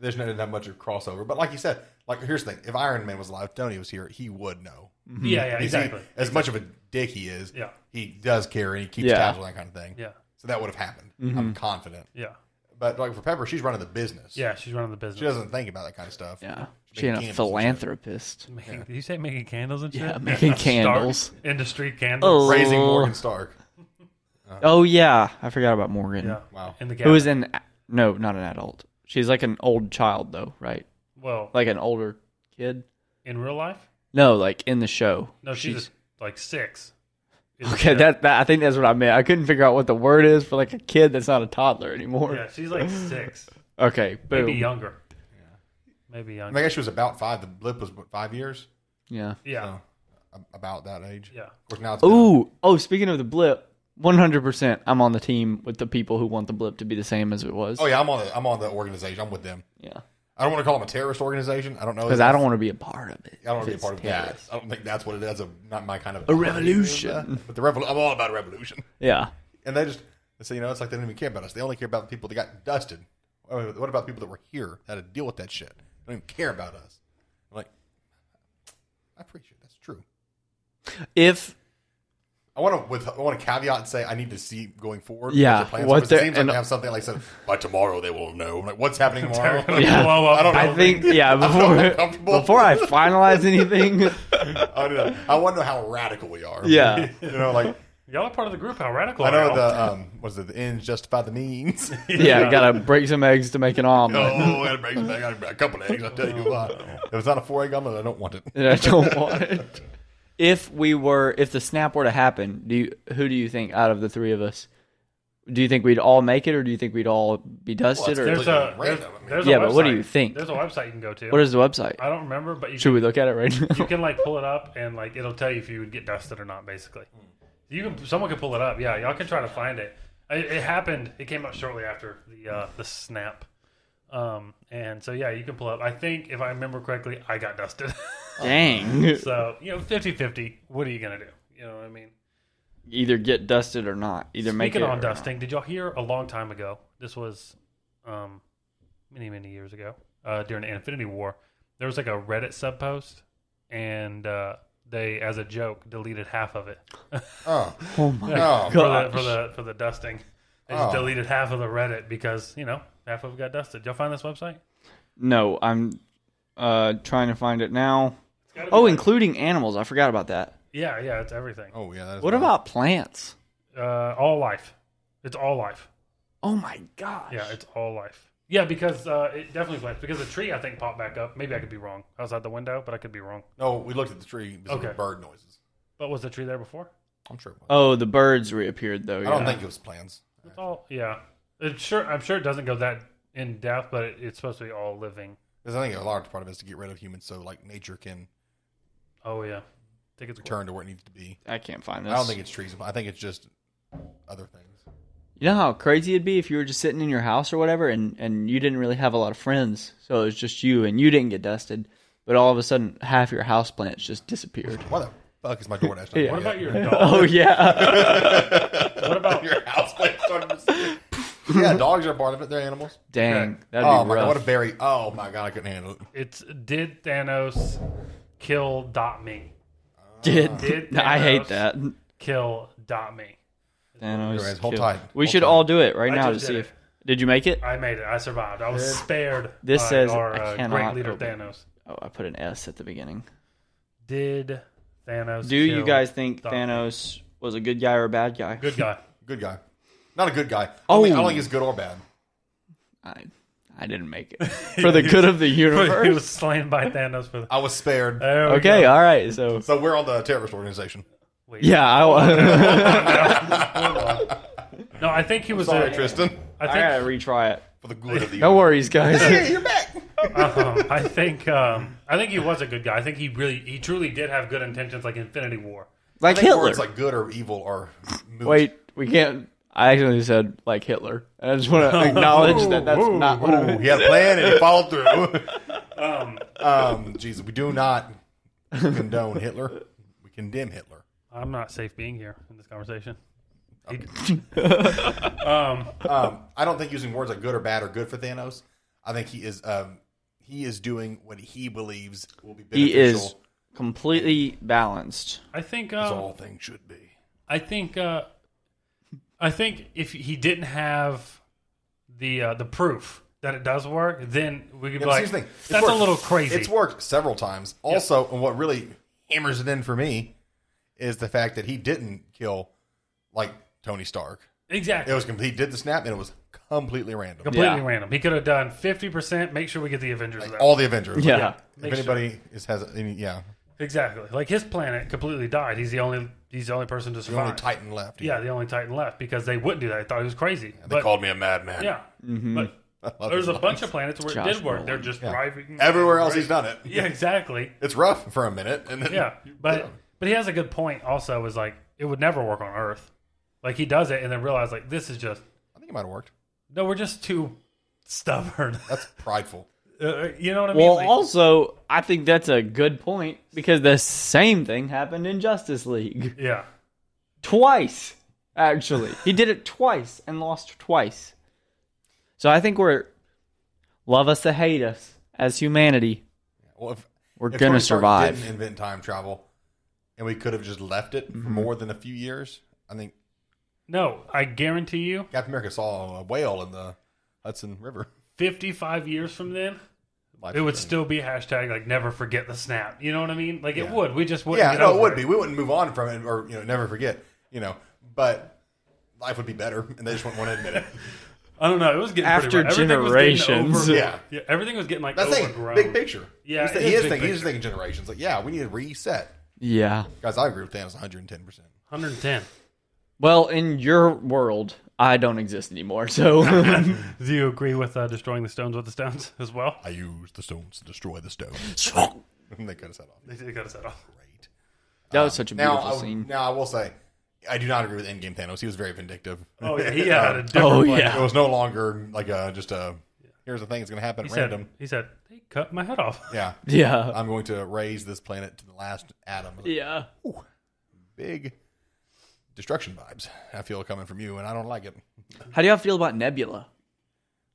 [SPEAKER 1] there's not that much of crossover. But like you said, like here's the thing: if Iron Man was alive, Tony was here, he would know.
[SPEAKER 2] Mhm.
[SPEAKER 3] yeah, yeah,
[SPEAKER 1] He's- he-
[SPEAKER 3] Mm-hmm. exactly.
[SPEAKER 1] as much of a dick he is,
[SPEAKER 3] Yeah.
[SPEAKER 1] he does care and he keeps
[SPEAKER 2] Yeah. Mm-hmm.
[SPEAKER 1] tabs on that kind of thing.
[SPEAKER 3] Yeah.
[SPEAKER 1] So that would have happened. I'm confident.
[SPEAKER 3] Yeah.
[SPEAKER 1] But like for Pepper, she's running the business.
[SPEAKER 3] Yeah, she's running the business.
[SPEAKER 1] She doesn't think about that kind of stuff.
[SPEAKER 2] Yeah.
[SPEAKER 1] She's
[SPEAKER 2] She
[SPEAKER 1] making candles
[SPEAKER 2] ain't a
[SPEAKER 1] and shit.
[SPEAKER 2] philanthropist.
[SPEAKER 3] Making, Did you say making candles and shit?
[SPEAKER 2] Yeah, making
[SPEAKER 3] Stark
[SPEAKER 2] candles.
[SPEAKER 3] industry candles.
[SPEAKER 1] Raising
[SPEAKER 2] Oh.
[SPEAKER 1] Morgan Stark.
[SPEAKER 2] Oh yeah, I forgot about Morgan.
[SPEAKER 3] Yeah.
[SPEAKER 1] Wow.
[SPEAKER 3] In the
[SPEAKER 2] Oh. Who is
[SPEAKER 3] cabinet.
[SPEAKER 2] an no, not an adult. She's like an old child though, right?
[SPEAKER 3] Well,
[SPEAKER 2] Like an older kid.
[SPEAKER 3] in real life?
[SPEAKER 2] No, like in the show.
[SPEAKER 3] No, she's, like six. Is
[SPEAKER 2] Okay,
[SPEAKER 3] it?
[SPEAKER 2] that, that I think that's what I meant. I couldn't figure out what the word is for like a kid that's not a toddler anymore.
[SPEAKER 3] Yeah, she's like six,
[SPEAKER 2] Okay, boom.
[SPEAKER 3] maybe younger. Maybe
[SPEAKER 1] I,
[SPEAKER 3] younger.
[SPEAKER 1] mean, I guess she was about five. The blip was what, five years.
[SPEAKER 2] Yeah.
[SPEAKER 3] Yeah,
[SPEAKER 1] A- about that age.
[SPEAKER 3] yeah.
[SPEAKER 1] Of course, now it's been-
[SPEAKER 2] Ooh. Oh, speaking of the blip, one hundred percent. I'm on the team with the people who want the blip to be the same as it was.
[SPEAKER 1] Oh yeah, I'm on. The, I'm on the organization. I'm with them.
[SPEAKER 2] yeah.
[SPEAKER 1] I don't want to call them a terrorist organization. I don't know
[SPEAKER 2] Because
[SPEAKER 1] if
[SPEAKER 2] I
[SPEAKER 1] that's-
[SPEAKER 2] don't want to be a part of it.
[SPEAKER 1] I don't want to
[SPEAKER 2] if
[SPEAKER 1] be a
[SPEAKER 2] it's
[SPEAKER 1] part of
[SPEAKER 2] terrorist.
[SPEAKER 1] that. I don't think that's what it is. A, not my kind of
[SPEAKER 2] A revolution.
[SPEAKER 1] But the revol- I'm all about revolution.
[SPEAKER 2] Yeah.
[SPEAKER 1] And they just they say, you know, it's like they don't even care about us. They only care about the people that got dusted. I mean, What about the people that were here that had to deal with that shit? They don't even care about us. I'm like, I appreciate that's true.
[SPEAKER 2] If
[SPEAKER 1] I want to with I want to caveat and say I need to see going forward.
[SPEAKER 2] Yeah,
[SPEAKER 1] what, their plans
[SPEAKER 2] what
[SPEAKER 1] are. 'Cause it
[SPEAKER 2] they're-
[SPEAKER 1] seems like
[SPEAKER 2] and-
[SPEAKER 1] they have something like said by tomorrow they will know. I'm like, what's happening tomorrow?
[SPEAKER 3] They're gonna
[SPEAKER 2] Oh, Yeah.
[SPEAKER 3] blow up.
[SPEAKER 1] I don't know.
[SPEAKER 2] I think yeah,
[SPEAKER 1] uncomfortable.
[SPEAKER 2] before before I finalize anything,
[SPEAKER 1] I, don't know. I want to know how radical we are.
[SPEAKER 2] Yeah.
[SPEAKER 1] you know, like
[SPEAKER 3] Y'all are part of the group. How radical!
[SPEAKER 1] I know
[SPEAKER 3] are y'all?
[SPEAKER 1] the um, was it the ends justify the means?
[SPEAKER 2] yeah, gotta break some eggs to make an omelet.
[SPEAKER 1] oh, I gotta break I gotta break a couple of eggs. I'll tell you what.
[SPEAKER 3] Oh.
[SPEAKER 1] If it's not a four egg omelet, I don't want it.
[SPEAKER 2] And I don't want it. If we were, if the snap were to happen, do you, who do you think out of the three of us? Do you think we'd all make it, or do you think we'd all be dusted?
[SPEAKER 1] it's
[SPEAKER 2] or
[SPEAKER 1] clear-
[SPEAKER 3] there's a
[SPEAKER 1] Random,
[SPEAKER 3] there's,
[SPEAKER 1] I mean.
[SPEAKER 3] there's a
[SPEAKER 2] Yeah, but what do
[SPEAKER 3] website-
[SPEAKER 2] you think?
[SPEAKER 3] There's a website you can go to.
[SPEAKER 2] what is the website?
[SPEAKER 3] I don't remember, but you
[SPEAKER 2] Should
[SPEAKER 3] can,
[SPEAKER 2] we look at it right
[SPEAKER 3] you
[SPEAKER 2] now?
[SPEAKER 3] can like pull it up and like it'll tell you if you would get dusted or not. Basically,
[SPEAKER 1] Hmm.
[SPEAKER 3] you can someone can pull it up. Yeah, y'all can try to find it. It, it happened. It came out shortly after the uh, the snap. Um, and so yeah, you can pull up. I think if I remember correctly, I got dusted.
[SPEAKER 2] Dang,
[SPEAKER 3] so you know, 50-50, What are you gonna do? You know what I mean?
[SPEAKER 2] either get dusted or not. Either make
[SPEAKER 3] Speaking
[SPEAKER 2] it
[SPEAKER 3] on
[SPEAKER 2] or
[SPEAKER 3] dusting, did y'all hear a long time ago? This was um, many, many years ago uh, during the Infinity War. There was like a Reddit sub post, and uh, they, as a joke, deleted half of it
[SPEAKER 1] Oh,
[SPEAKER 2] not. Oh my!
[SPEAKER 1] Oh,
[SPEAKER 3] for, the,
[SPEAKER 2] gosh.
[SPEAKER 3] for the for the dusting. They just
[SPEAKER 1] Oh.
[SPEAKER 3] deleted half of the Reddit because you know half of it got dusted. Y'all find this website?
[SPEAKER 2] No, I'm uh, trying to find it now.
[SPEAKER 3] It's gotta be
[SPEAKER 2] Oh,
[SPEAKER 3] like-
[SPEAKER 2] including animals. I forgot about that.
[SPEAKER 3] yeah, yeah, it's everything.
[SPEAKER 1] oh yeah. That is
[SPEAKER 2] What
[SPEAKER 1] nice.
[SPEAKER 2] about plants?
[SPEAKER 3] Uh, all life. It's all life.
[SPEAKER 2] Oh my gosh!
[SPEAKER 3] Yeah, it's all life. Yeah, because uh, it definitely flipped. Because the tree, I think, popped back up. Maybe I could be wrong. Outside the window, but I could be wrong.
[SPEAKER 1] No, we looked at the tree. It was
[SPEAKER 3] Okay.
[SPEAKER 1] bird noises.
[SPEAKER 3] But was the tree there before?
[SPEAKER 1] I'm sure. It was.
[SPEAKER 2] Oh, the birds reappeared though.
[SPEAKER 1] I
[SPEAKER 2] Oh, Yeah.
[SPEAKER 1] don't think it was plans.
[SPEAKER 3] It's all Oh, yeah. It's sure I'm sure it doesn't go that in depth, but it, it's supposed to be all living.
[SPEAKER 1] Because I think a large part of it is to get rid of humans, so like nature can
[SPEAKER 3] Oh yeah, I think it's
[SPEAKER 1] return to where it needs to be.
[SPEAKER 2] I can't find this.
[SPEAKER 1] I don't think it's trees. I think it's just other things.
[SPEAKER 2] You know how crazy it'd be if you were just sitting in your house or whatever and, and you didn't really have a lot of friends. So it was just you and you didn't get dusted. But all of a sudden, half your house plants just disappeared.
[SPEAKER 1] Why the fuck is my DoorDash? not
[SPEAKER 2] Yeah.
[SPEAKER 3] What about
[SPEAKER 1] yet?
[SPEAKER 3] your dog?
[SPEAKER 2] Oh, yeah.
[SPEAKER 3] what about
[SPEAKER 1] your house plant started to sink? Yeah, dogs are part of it. They're animals.
[SPEAKER 2] Dang. That'd
[SPEAKER 1] oh
[SPEAKER 2] be
[SPEAKER 1] my
[SPEAKER 2] rough.
[SPEAKER 1] god, what a berry! Oh my god, I couldn't handle it.
[SPEAKER 3] it's did Thanos kill dot me?
[SPEAKER 2] Did,
[SPEAKER 3] Did
[SPEAKER 2] I hate
[SPEAKER 3] Thanos
[SPEAKER 2] that.
[SPEAKER 3] Kill dot me.
[SPEAKER 2] Thanos
[SPEAKER 1] Anyways, hold
[SPEAKER 2] killed-
[SPEAKER 1] tight.
[SPEAKER 2] We
[SPEAKER 1] Hold
[SPEAKER 2] should
[SPEAKER 1] tight.
[SPEAKER 2] all do it right
[SPEAKER 3] I
[SPEAKER 2] now to
[SPEAKER 3] just
[SPEAKER 2] see
[SPEAKER 3] did
[SPEAKER 2] if. Did you make it?
[SPEAKER 3] I made it. I survived. I was spared.
[SPEAKER 2] This
[SPEAKER 3] by
[SPEAKER 2] says
[SPEAKER 3] our
[SPEAKER 2] I
[SPEAKER 3] uh, great
[SPEAKER 2] cannot
[SPEAKER 3] leader
[SPEAKER 2] open.
[SPEAKER 3] Thanos.
[SPEAKER 2] Oh, I put an S at the beginning.
[SPEAKER 3] Did Thanos?
[SPEAKER 2] Do you
[SPEAKER 3] kill
[SPEAKER 2] guys think
[SPEAKER 3] Dot?
[SPEAKER 2] Thanos was a good guy or a bad guy?
[SPEAKER 3] Good guy.
[SPEAKER 1] Good guy, not a good guy. Oh, I don't think- I
[SPEAKER 2] Oh.
[SPEAKER 1] don't think he's good or bad.
[SPEAKER 2] I, I didn't make it. For the good of the
[SPEAKER 3] he was
[SPEAKER 2] universe.
[SPEAKER 3] slain by Thanos for. The,
[SPEAKER 1] I was spared.
[SPEAKER 3] There we
[SPEAKER 2] Okay,
[SPEAKER 3] go.
[SPEAKER 2] all right. So,
[SPEAKER 1] so we're on the terrorist organization.
[SPEAKER 3] Wait.
[SPEAKER 2] yeah, I,
[SPEAKER 3] No, I think he was.
[SPEAKER 1] Sorry,
[SPEAKER 3] a,
[SPEAKER 1] Tristan,
[SPEAKER 2] I
[SPEAKER 3] I think
[SPEAKER 2] gotta retry it.
[SPEAKER 1] for the good of the.
[SPEAKER 2] No worries, guys.
[SPEAKER 1] Hey, you're back.
[SPEAKER 3] um, I think um, I think he was a good guy. I think he really he truly did have good intentions, like Infinity War.
[SPEAKER 2] Like
[SPEAKER 1] Hitler.
[SPEAKER 2] Hitler.
[SPEAKER 1] Words like good or evil or
[SPEAKER 2] Wait, we can't. I actually said like Hitler. I just want to acknowledge that that's not what I meant.
[SPEAKER 1] He had a plan and he followed through. um, Jesus, we do not condone Hitler. We condemn Hitler.
[SPEAKER 3] I'm not safe being here in this conversation. He-
[SPEAKER 1] Um, I don't think using words like good or bad are good for Thanos. I think he is um, he is doing what he believes will be beneficial.
[SPEAKER 2] He is completely balanced.
[SPEAKER 3] I think
[SPEAKER 1] as
[SPEAKER 3] um,
[SPEAKER 1] all things should be.
[SPEAKER 3] I think uh, I think if he didn't have the uh, the proof that it does work, then we could
[SPEAKER 1] Yeah,
[SPEAKER 3] be
[SPEAKER 1] but
[SPEAKER 3] like,
[SPEAKER 1] here's the thing. It's
[SPEAKER 3] that's a
[SPEAKER 1] worked.
[SPEAKER 3] little crazy.
[SPEAKER 1] It's worked several times. Also, and what really hammers it in for me is the fact that he didn't kill like Tony Stark. It
[SPEAKER 3] exactly.
[SPEAKER 1] was complete. He did the snap, and it was completely random.
[SPEAKER 3] Completely
[SPEAKER 2] Yeah.
[SPEAKER 3] random. He could have done fifty percent. Make sure we get the Avengers. out.
[SPEAKER 1] Like, all the Avengers.
[SPEAKER 2] Yeah.
[SPEAKER 1] Like,
[SPEAKER 3] Make
[SPEAKER 1] if
[SPEAKER 3] sure.
[SPEAKER 1] anybody is, has any, yeah,
[SPEAKER 3] Exactly. Like his planet completely died. He's the only. He's the only person to
[SPEAKER 1] the
[SPEAKER 3] survive.
[SPEAKER 1] only Titan left.
[SPEAKER 3] yeah, the only Titan left because they wouldn't do that. They thought he was crazy.
[SPEAKER 1] they
[SPEAKER 3] but,
[SPEAKER 1] called me a madman.
[SPEAKER 3] yeah, but
[SPEAKER 1] Mm-hmm. I love
[SPEAKER 3] there's
[SPEAKER 1] his
[SPEAKER 3] a
[SPEAKER 1] lines.
[SPEAKER 3] bunch of planets where it
[SPEAKER 2] Josh
[SPEAKER 3] did work. They're
[SPEAKER 2] Brolin.
[SPEAKER 3] just driving
[SPEAKER 1] Everywhere else,
[SPEAKER 3] Right.
[SPEAKER 1] he's done it.
[SPEAKER 3] Yeah, exactly.
[SPEAKER 1] It's rough for a minute, and then
[SPEAKER 3] Yeah, but
[SPEAKER 1] Yeah.
[SPEAKER 3] but he has a good point. Also, is like it would never work on Earth. Like he does it and then realize like this is just
[SPEAKER 1] I think it might have worked.
[SPEAKER 3] no, we're just too stubborn.
[SPEAKER 1] That's prideful.
[SPEAKER 3] Uh, you know what I mean?
[SPEAKER 2] Well,
[SPEAKER 3] Like,
[SPEAKER 2] also, I think that's a good point because the same thing happened in Justice League
[SPEAKER 3] yeah,
[SPEAKER 2] twice. Actually, he did it twice and lost twice. So I think we're love us to hate us as humanity.
[SPEAKER 1] Well, if,
[SPEAKER 2] We're
[SPEAKER 1] if
[SPEAKER 2] gonna
[SPEAKER 1] Tony Stark
[SPEAKER 2] survive.
[SPEAKER 1] Didn't invent time travel, and we could have just left it
[SPEAKER 2] Mm-hmm.
[SPEAKER 1] for more than a few years. I think
[SPEAKER 3] no, I guarantee you,
[SPEAKER 1] Captain America saw a whale in the Hudson River.
[SPEAKER 3] fifty-five years from then.
[SPEAKER 1] Life
[SPEAKER 3] It would
[SPEAKER 1] is-
[SPEAKER 3] still be hashtag like never forget the snap. You know what I mean? Like it
[SPEAKER 1] Yeah.
[SPEAKER 3] would. We just wouldn't.
[SPEAKER 1] yeah,
[SPEAKER 3] get
[SPEAKER 1] no,
[SPEAKER 3] over
[SPEAKER 1] it would be. We wouldn't move on from it, or you know, never forget. You know, but life would be better, and they just wouldn't want to admit it.
[SPEAKER 3] I don't know. It was getting
[SPEAKER 2] After
[SPEAKER 3] pretty rough. Everything was getting
[SPEAKER 2] generations.
[SPEAKER 3] over-
[SPEAKER 1] Yeah.
[SPEAKER 3] yeah, everything was getting like
[SPEAKER 1] That's the thing.
[SPEAKER 3] overgrown.
[SPEAKER 1] Big picture.
[SPEAKER 3] Yeah,
[SPEAKER 1] he's,
[SPEAKER 3] it
[SPEAKER 1] he
[SPEAKER 3] is
[SPEAKER 1] is
[SPEAKER 3] big
[SPEAKER 1] thinking. He's
[SPEAKER 3] picture.
[SPEAKER 1] thinking generations. Like, yeah, we need to reset,
[SPEAKER 2] Yeah.
[SPEAKER 1] guys. I agree with Thanos 110. percent
[SPEAKER 3] 110.
[SPEAKER 2] Well, in your world, I don't exist anymore. So
[SPEAKER 3] Do you agree with uh, destroying the stones with the stones as well?
[SPEAKER 1] I use the stones to destroy the stones. they cut us out off.
[SPEAKER 3] They did cut us out off.
[SPEAKER 1] Great.
[SPEAKER 2] that was such a
[SPEAKER 1] Now,
[SPEAKER 2] beautiful
[SPEAKER 1] I, would-
[SPEAKER 2] scene.
[SPEAKER 1] now I will say, I do not agree with Endgame Thanos. He was very vindictive.
[SPEAKER 3] Oh yeah, he had a different
[SPEAKER 2] Oh
[SPEAKER 3] plan.
[SPEAKER 1] It
[SPEAKER 2] yeah.
[SPEAKER 1] was no longer like a, just a here's the thing that's going to happen
[SPEAKER 3] He
[SPEAKER 1] at
[SPEAKER 3] said,
[SPEAKER 1] random.
[SPEAKER 3] he said, they cut my head off.
[SPEAKER 1] Yeah,
[SPEAKER 2] Yeah.
[SPEAKER 1] I'm going to raise this planet to the last atom.
[SPEAKER 2] Yeah.
[SPEAKER 1] Big destruction vibes. I feel coming from you, and I don't like it.
[SPEAKER 2] How do y'all feel about Nebula?